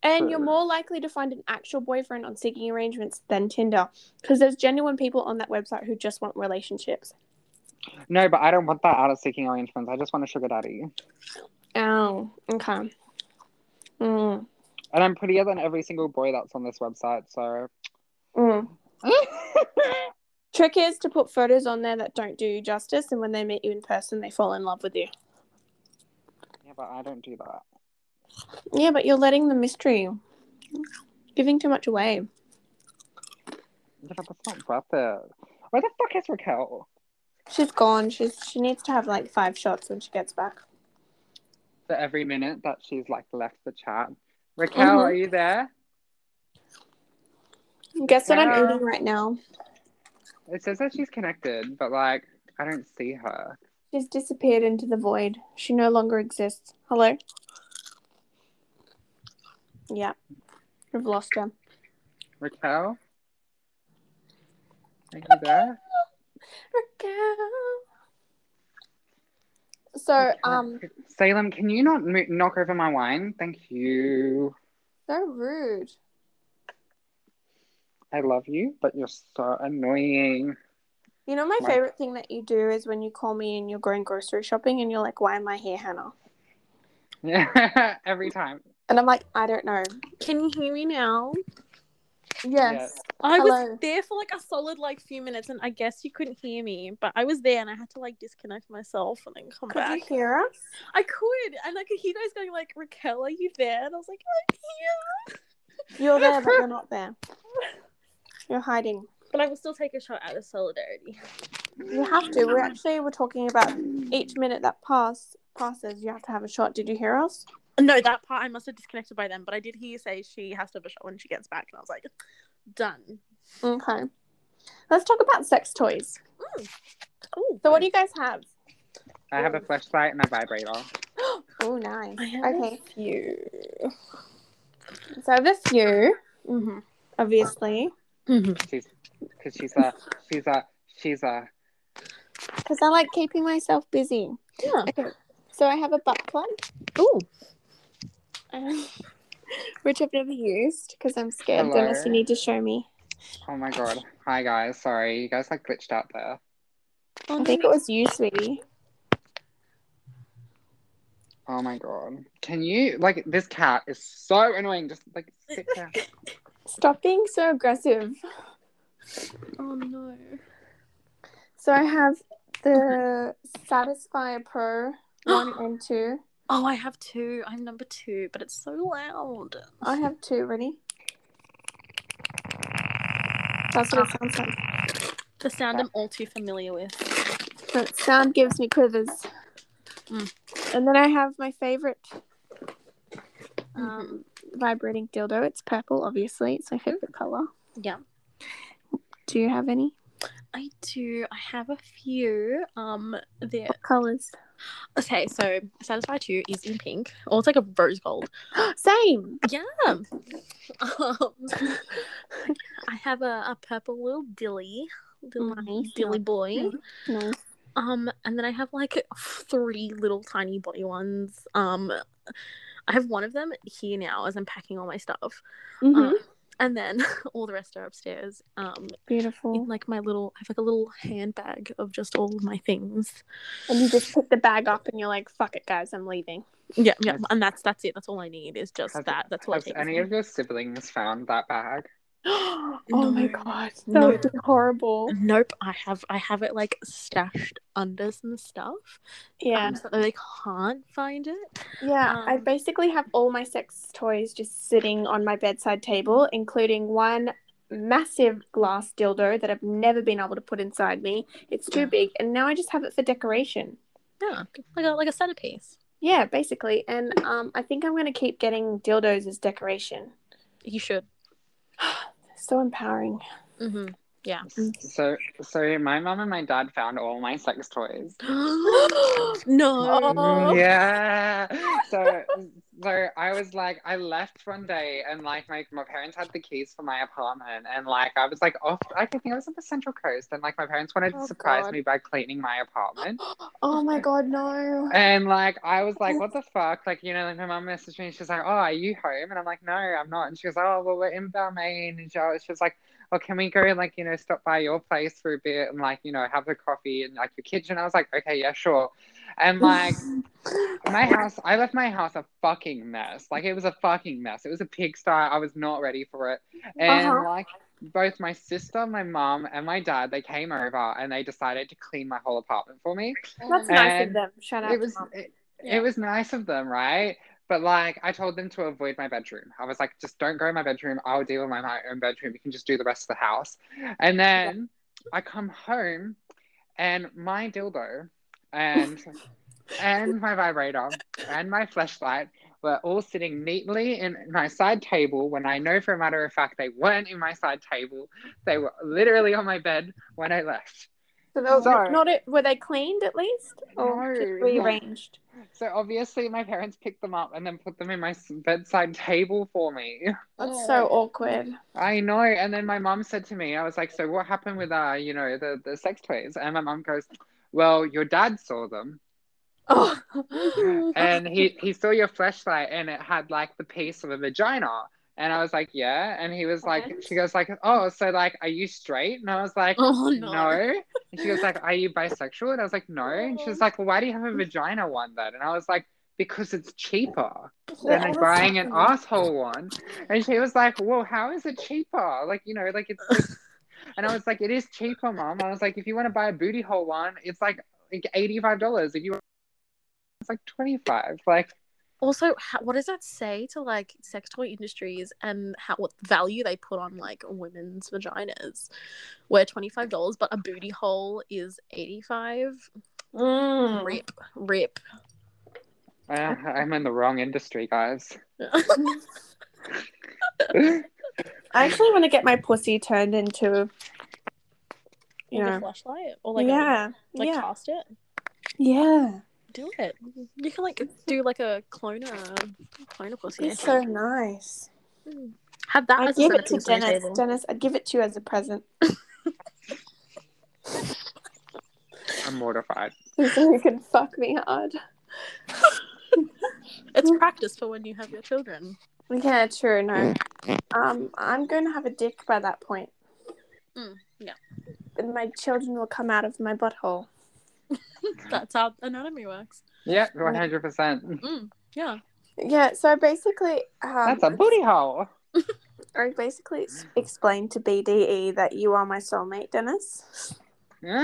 [SPEAKER 3] And you're
[SPEAKER 1] True.
[SPEAKER 3] more likely to find an actual boyfriend on seeking arrangements than Tinder because there's genuine people on that website who just want relationships.
[SPEAKER 1] No, but I don't want that out of seeking arrangements. I just want a sugar daddy.
[SPEAKER 3] Oh, okay. Mm,
[SPEAKER 1] And I'm prettier than every single boy that's on this website, so
[SPEAKER 3] mm. Trick is to put photos on there that don't do you justice, and when they meet you in person, they fall in love with you.
[SPEAKER 1] Yeah, but I don't do that.
[SPEAKER 3] Yeah, but you're letting the mystery, giving too much away.
[SPEAKER 1] Yeah, but that's not worth it. Where the fuck is Raquel?
[SPEAKER 3] She's gone. She's she needs to have like five shots when she gets back.
[SPEAKER 1] For every minute that she's like left the chat. Raquel,
[SPEAKER 3] Mhm.
[SPEAKER 1] are you there?
[SPEAKER 3] Guess what I'm
[SPEAKER 1] Yeah.
[SPEAKER 3] eating right now?
[SPEAKER 1] It says that she's connected, but like I don't see her.
[SPEAKER 3] She's disappeared into the void. She no longer exists. Hello? Yeah. We've lost her.
[SPEAKER 1] Raquel? Are you there?
[SPEAKER 3] So, um,
[SPEAKER 1] Salem, can you not mo- knock over my wine? Thank you.
[SPEAKER 3] so rude.
[SPEAKER 1] I love you, but you're so annoying.
[SPEAKER 3] You know, my
[SPEAKER 1] Right.
[SPEAKER 3] favorite thing that you do is when you call me and you're going grocery shopping and you're like, why am I here, Hannah?
[SPEAKER 1] Yeah, every time.
[SPEAKER 3] And I'm like, I don't know.
[SPEAKER 2] Can you hear me now?
[SPEAKER 3] Yes.
[SPEAKER 2] I
[SPEAKER 3] Hello.
[SPEAKER 2] was there for like a solid like few minutes, and I guess you couldn't hear me, but I was there, and I had to like disconnect myself and then come
[SPEAKER 3] Could
[SPEAKER 2] back.
[SPEAKER 3] you hear us?
[SPEAKER 2] I could, and I could hear you guys going like, "Raquel, are you there?" And I was like, "I'm here,"
[SPEAKER 3] You're there, but you're not there. You're hiding.
[SPEAKER 2] but I will still take a shot out of solidarity.
[SPEAKER 3] You have to. We're actually we're talking about each minute that pass passes. You have to have a shot. Did you hear us?
[SPEAKER 2] No, that part I must have disconnected by then, but I did hear you say she has to have a shot when she gets back, and I was like, "Done." Mm-hmm.
[SPEAKER 3] Okay. Let's talk about sex toys.
[SPEAKER 2] Oh,
[SPEAKER 3] So, what do you guys have?
[SPEAKER 1] I have a flashlight and a vibrator.
[SPEAKER 3] Oh, nice.
[SPEAKER 2] I have
[SPEAKER 3] Okay. So, I have a few,
[SPEAKER 2] Mm-hmm.
[SPEAKER 3] obviously, Mm-hmm.
[SPEAKER 1] She's because she's a she's a she's a
[SPEAKER 3] because I like keeping myself busy.
[SPEAKER 2] Yeah.
[SPEAKER 3] Okay. So, I have a butt plug,
[SPEAKER 2] Ooh.
[SPEAKER 3] um, which I've never used because I'm scared
[SPEAKER 1] Hello.
[SPEAKER 3] unless you need to show me.
[SPEAKER 1] oh my god. Hi guys, sorry you guys like glitched out there.
[SPEAKER 3] I think it was you, sweetie.
[SPEAKER 1] Oh my god. Can you like this cat is so annoying? Just like sit down.
[SPEAKER 3] Stop being so aggressive.
[SPEAKER 2] Oh no.
[SPEAKER 3] So I have the Satisfier Pro one and two.
[SPEAKER 2] Oh, I have two. I'm number two, but it's so loud.
[SPEAKER 3] I have two. Ready? That's what it sounds like.
[SPEAKER 2] The sound I'm all too familiar with.
[SPEAKER 3] That sound gives me quivers.
[SPEAKER 2] Mm.
[SPEAKER 3] And then I have my favorite
[SPEAKER 2] Mm-hmm.
[SPEAKER 3] um, vibrating dildo. It's purple, obviously. It's my favorite color.
[SPEAKER 2] Yeah.
[SPEAKER 3] Do you have any?
[SPEAKER 2] I do. I have a few. Um, there.
[SPEAKER 3] What colors?
[SPEAKER 2] Okay, so Satisfy Two is in pink, or it's like a rose gold.
[SPEAKER 3] Same.
[SPEAKER 2] Yeah. Um, I have a, a purple little dilly, little
[SPEAKER 3] Nice.
[SPEAKER 2] dilly boy.
[SPEAKER 3] Nice.
[SPEAKER 2] Um, and then I have like three little tiny body ones. Um, I have one of them here now as I'm packing all my stuff.
[SPEAKER 3] Mhm.
[SPEAKER 2] Um, and then all the rest are upstairs. Um, in
[SPEAKER 3] Beautiful.
[SPEAKER 2] like my little, I have like a little handbag of just all of my things.
[SPEAKER 3] And you just pick the bag up and you're like, "Fuck it, guys, I'm leaving."
[SPEAKER 2] Yeah, yeah,
[SPEAKER 1] Has-
[SPEAKER 2] and that's that's it. That's all I need is just
[SPEAKER 1] has-
[SPEAKER 2] that. That's what I
[SPEAKER 1] Have
[SPEAKER 2] take. with
[SPEAKER 1] any
[SPEAKER 2] me.
[SPEAKER 1] of your siblings found that bag?
[SPEAKER 3] oh
[SPEAKER 2] No.
[SPEAKER 3] my god, that
[SPEAKER 2] No.
[SPEAKER 3] would be horrible.
[SPEAKER 2] Nope, I have I have it like stashed under some stuff.
[SPEAKER 3] Yeah,
[SPEAKER 2] um, so that they can't find it.
[SPEAKER 3] yeah. I
[SPEAKER 2] um,
[SPEAKER 3] basically have all my sex toys just sitting on my bedside table, including one massive glass dildo that I've never been able to put inside me. It's too
[SPEAKER 2] Yeah.
[SPEAKER 3] big, and now I just have it for decoration.
[SPEAKER 2] Yeah, like a like a centerpiece.
[SPEAKER 3] Yeah, basically. And um, I think I'm going to keep getting dildos as decoration.
[SPEAKER 2] You should.
[SPEAKER 3] So empowering.
[SPEAKER 2] hmm
[SPEAKER 1] So, so my mum and my dad found all my sex toys.
[SPEAKER 2] no.
[SPEAKER 3] Oh.
[SPEAKER 1] Yeah. So, so I was like, I left one day, and like my my parents had the keys for my apartment, and like I was like off. I think I was on the Central Coast, and like my parents wanted
[SPEAKER 3] Oh,
[SPEAKER 1] to surprise
[SPEAKER 3] God.
[SPEAKER 1] me by cleaning my apartment.
[SPEAKER 3] Oh my god, no.
[SPEAKER 1] And like I was like, what the fuck? Like, you know, like my mum messaged me and she's like, Oh, are you home? And I'm like, No, I'm not. And she goes, Oh, well, we're in Balmain and she she was like, Oh, can we go like, you know, stop by your place for a bit and like, you know, have a coffee in like your kitchen? I was like, Okay, yeah, sure. And like my house, I left my house a fucking mess. Like it was a fucking mess. It was a pigsty. I was not ready for it. And
[SPEAKER 3] Uh-huh.
[SPEAKER 1] like both my sister, my mum, and my dad, they came over and they decided to clean my whole apartment for me
[SPEAKER 3] That's nice of
[SPEAKER 1] And
[SPEAKER 3] them. Shout out.
[SPEAKER 1] it was it,
[SPEAKER 2] Yeah.
[SPEAKER 1] it was nice of them, right? But like I told them to avoid my bedroom. I was like, just don't go in my bedroom. I'll deal with my, my own bedroom. You can just do the rest of the house. And then I come home and my dildo and and my vibrator and my flashlight were all sitting neatly in my side table when I know for a matter of fact they weren't in my side table. They were literally on my bed when I left.
[SPEAKER 3] So they were,
[SPEAKER 1] Sorry.
[SPEAKER 3] not it, were they cleaned at least? Or
[SPEAKER 1] No,
[SPEAKER 3] just
[SPEAKER 1] no.
[SPEAKER 3] rearranged?
[SPEAKER 1] So obviously, my parents picked them up and then put them in my s- bedside table for me.
[SPEAKER 3] That's so awkward.
[SPEAKER 1] I know. And then my mum said to me, I was like, "So what happened with uh, you know, the the sex toys?" And my mum goes, "Well, your dad saw them,
[SPEAKER 3] Oh,
[SPEAKER 1] and he he saw your flashlight, and it had like the piece of a vagina." And I was like, "Yeah." And he was like,
[SPEAKER 3] And?
[SPEAKER 1] "She goes like, oh, so like, are you straight?" And I was like,
[SPEAKER 2] Oh
[SPEAKER 1] no. And she goes like, Are you bisexual? And I was like, No. And she was like, Well, why do you have a vagina one then? And I was like, Because it's cheaper than
[SPEAKER 3] That's
[SPEAKER 1] buying an
[SPEAKER 3] so weird.
[SPEAKER 1] asshole one. And she was like, Well, how is it cheaper? Like, you know, like it's it's- and I was like, It is cheaper, mom. I was like, if you want to buy a booty hole one, it's like like eighty five dollars. If you it's like twenty five. Like
[SPEAKER 2] Also, how, what does that say to like sex toy industries and how what value they put on like women's vaginas? Where twenty five dollars, but a booty hole is eighty five.
[SPEAKER 3] Mm.
[SPEAKER 2] Rip, rip.
[SPEAKER 1] uh, I'm in the wrong industry, guys.
[SPEAKER 3] I actually want to get my pussy turned into, you
[SPEAKER 2] Like a
[SPEAKER 3] know,
[SPEAKER 2] flashlight or like yeah,
[SPEAKER 3] yeah,
[SPEAKER 2] a, like
[SPEAKER 3] yeah,
[SPEAKER 2] cast it.
[SPEAKER 3] yeah.
[SPEAKER 2] Do it. You can like do like a cloner, cloner pussy.
[SPEAKER 3] It's so nice.
[SPEAKER 2] Mm. Have that
[SPEAKER 3] I'd
[SPEAKER 2] as a
[SPEAKER 3] give it to
[SPEAKER 2] centerpiece on your
[SPEAKER 3] Dennis.
[SPEAKER 2] table.
[SPEAKER 3] Dennis, I'd give it to you as a present.
[SPEAKER 1] I'm mortified.
[SPEAKER 3] so you can fuck me hard.
[SPEAKER 2] It's practice for when you have your children.
[SPEAKER 3] Yeah, true. No,
[SPEAKER 1] Mm.
[SPEAKER 3] um, I'm going to have a dick by that point.
[SPEAKER 2] Mm, yeah.
[SPEAKER 3] And my children will come out of my butthole.
[SPEAKER 2] That's how anatomy works.
[SPEAKER 1] Yep, one hundred
[SPEAKER 3] Um,
[SPEAKER 1] percent.
[SPEAKER 2] Mm, yeah.
[SPEAKER 3] Yeah. So I basically, um,
[SPEAKER 1] That's a booty hole.
[SPEAKER 3] I basically s- explained to BDE that you are my soulmate, Dennis.
[SPEAKER 1] you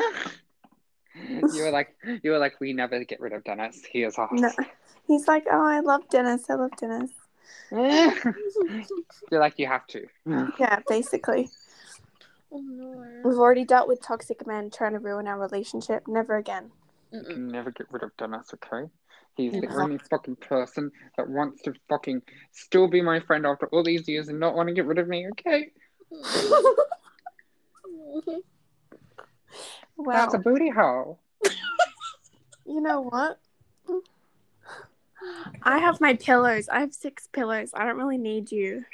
[SPEAKER 1] were like, you were like, we never get rid of Dennis. He is ours.
[SPEAKER 3] No, he's like, oh, I love Dennis. I love Dennis.
[SPEAKER 1] You're like, you have to.
[SPEAKER 3] Yeah, basically,
[SPEAKER 2] Oh no.
[SPEAKER 3] we've already dealt with toxic men trying to ruin our relationship. Never again.
[SPEAKER 1] You
[SPEAKER 2] Mm-mm.
[SPEAKER 1] can never get rid of Dennis, okay? He's the
[SPEAKER 2] Yeah.
[SPEAKER 1] only fucking person that wants to fucking still be my friend after all these years and not want to get rid of me, okay?
[SPEAKER 3] Wow.
[SPEAKER 1] That's a booty hole.
[SPEAKER 3] You know what? I have my pillows. I have six pillows. I don't really need you.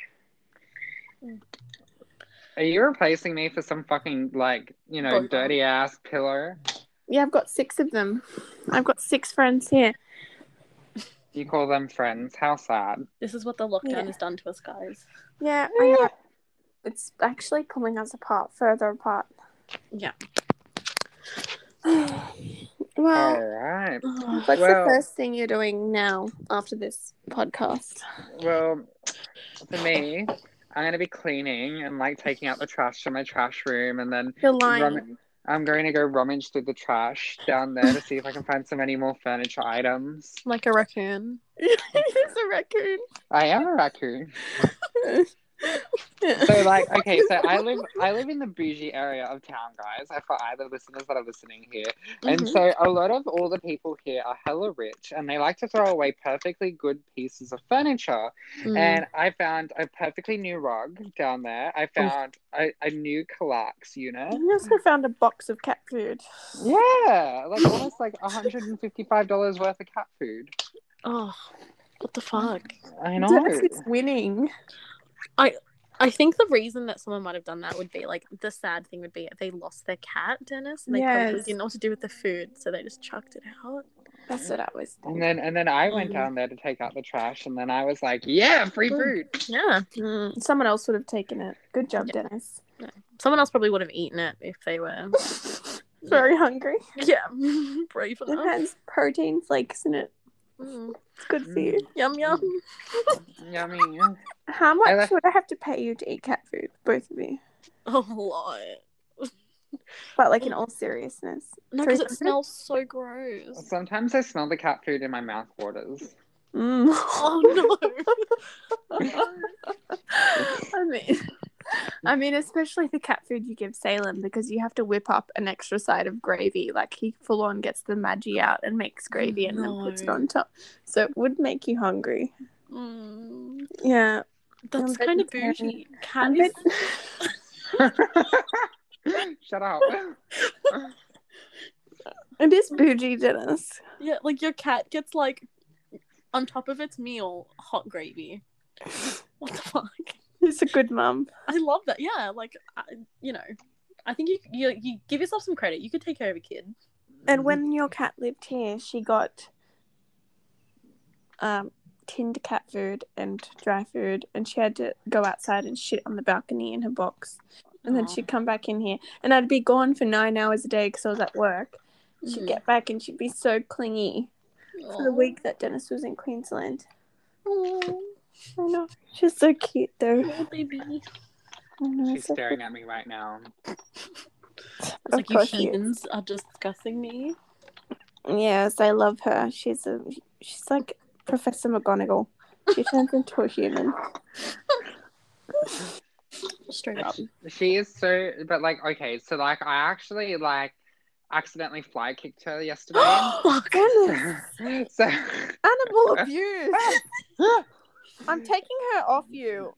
[SPEAKER 1] Are you replacing me for some fucking like, you know,
[SPEAKER 2] Booty hole.
[SPEAKER 1] dirty ass pillow?
[SPEAKER 3] Yeah, I've got six of them. I've got six friends here.
[SPEAKER 1] You call them friends? How sad.
[SPEAKER 2] This is what the lockdown
[SPEAKER 3] Yeah.
[SPEAKER 2] has done to us, guys.
[SPEAKER 3] Yeah, I know. It's actually pulling us apart, further apart.
[SPEAKER 2] Yeah.
[SPEAKER 1] All
[SPEAKER 3] well,
[SPEAKER 1] right.
[SPEAKER 3] what's
[SPEAKER 1] Oh, Well-
[SPEAKER 3] the first thing you're doing now after this podcast?
[SPEAKER 1] Well, for me, I'm gonna be cleaning and like taking out the trash from my trash room, and then
[SPEAKER 3] You're lying.
[SPEAKER 1] Rum- I'm going to go rummage through the trash down there to see if I can find so many more furniture items.
[SPEAKER 2] Like a raccoon.
[SPEAKER 3] it's a raccoon.
[SPEAKER 1] I am a raccoon. So like, okay, so I live I live in the bougie area of town, guys. I For either listeners that are listening here, and
[SPEAKER 2] Mhm.
[SPEAKER 1] so a lot of all the people here are hella rich, and they like to throw away perfectly good pieces of furniture.
[SPEAKER 2] Mm.
[SPEAKER 1] And I found a perfectly new rug down there. I found a, a new Calax unit.
[SPEAKER 3] You also found a box of cat food.
[SPEAKER 1] Yeah, like almost like $155 worth of cat food.
[SPEAKER 2] oh, what the fuck?
[SPEAKER 1] I know.
[SPEAKER 3] Dennis is winning.
[SPEAKER 2] I think the reason that someone might have done that would be like the sad thing would be they lost their cat, Dennis, and they probably
[SPEAKER 3] Yes.
[SPEAKER 2] didn't know what to do with the food, so they just chucked it out.
[SPEAKER 3] That's what I was
[SPEAKER 1] And then and then I went
[SPEAKER 2] Mhm.
[SPEAKER 1] down there to take out the trash and then I was like, yeah, free food.
[SPEAKER 2] Yeah.
[SPEAKER 3] Mm, someone else would have taken it. Good job, Dennis.
[SPEAKER 2] Someone else probably would have eaten it if they were.
[SPEAKER 3] Very hungry.
[SPEAKER 2] yeah. Brave
[SPEAKER 3] It
[SPEAKER 2] enough.
[SPEAKER 3] has protein flakes in it.
[SPEAKER 2] Mm.
[SPEAKER 3] It's good for you.
[SPEAKER 2] Yum, yum.
[SPEAKER 1] Yummy.
[SPEAKER 3] How much
[SPEAKER 1] Mm. like-
[SPEAKER 3] would I have to pay you to eat cat food, both of you?
[SPEAKER 2] A lot.
[SPEAKER 3] But like in all seriousness,
[SPEAKER 2] No, because it
[SPEAKER 3] 300?
[SPEAKER 2] smells so gross.
[SPEAKER 1] Sometimes I smell the cat food in my mouth waters.
[SPEAKER 3] Mm.
[SPEAKER 2] Oh, no.
[SPEAKER 3] I mean, I mean, especially the cat food you give Salem because you have to whip up an extra side of gravy. Like he full on gets the Maggi out and makes gravy and then puts it
[SPEAKER 2] No.
[SPEAKER 3] on top. So it would make you hungry.
[SPEAKER 2] Mm.
[SPEAKER 3] Yeah,
[SPEAKER 2] That's
[SPEAKER 3] I'm
[SPEAKER 2] kind of
[SPEAKER 3] vegetarian.
[SPEAKER 2] bougie. Cat
[SPEAKER 3] I'm
[SPEAKER 2] is-
[SPEAKER 1] Shut up.
[SPEAKER 3] it is bougie, Dennis.
[SPEAKER 2] Yeah, like your cat gets like on top of its meal hot gravy. What the fuck?
[SPEAKER 3] He's a good mum.
[SPEAKER 2] I love that. Yeah, like I, you know, I think you, you you give yourself some credit. You could take care of a kid.
[SPEAKER 3] And when your cat lived here, she got um, tinned cat food and dry food, and she had to go outside and shit on the balcony in her box. And then
[SPEAKER 2] Aw.
[SPEAKER 3] she'd come back in here, and I'd be gone for nine hours a day because I was at work. She'd
[SPEAKER 2] Mhm.
[SPEAKER 3] get back, and she'd be so clingy for the
[SPEAKER 2] Aw.
[SPEAKER 3] week that Dennis was in Queensland.
[SPEAKER 2] Aw,
[SPEAKER 3] I know she's so cute, though.
[SPEAKER 2] little baby. It's
[SPEAKER 3] I know,
[SPEAKER 1] She's
[SPEAKER 3] so-
[SPEAKER 1] staring at me right now.
[SPEAKER 3] Of
[SPEAKER 2] like you
[SPEAKER 3] course she is.
[SPEAKER 2] heathens are discussing me.
[SPEAKER 3] Yes, I love her. She's a she's like Professor McGonagall. She turns into a human.
[SPEAKER 2] Straight up.
[SPEAKER 1] She is so but like okay, so like I actually like accidentally fly kicked her yesterday.
[SPEAKER 2] Fuck.
[SPEAKER 3] Dennis,
[SPEAKER 1] so
[SPEAKER 3] animal abuse. I'm taking her off you.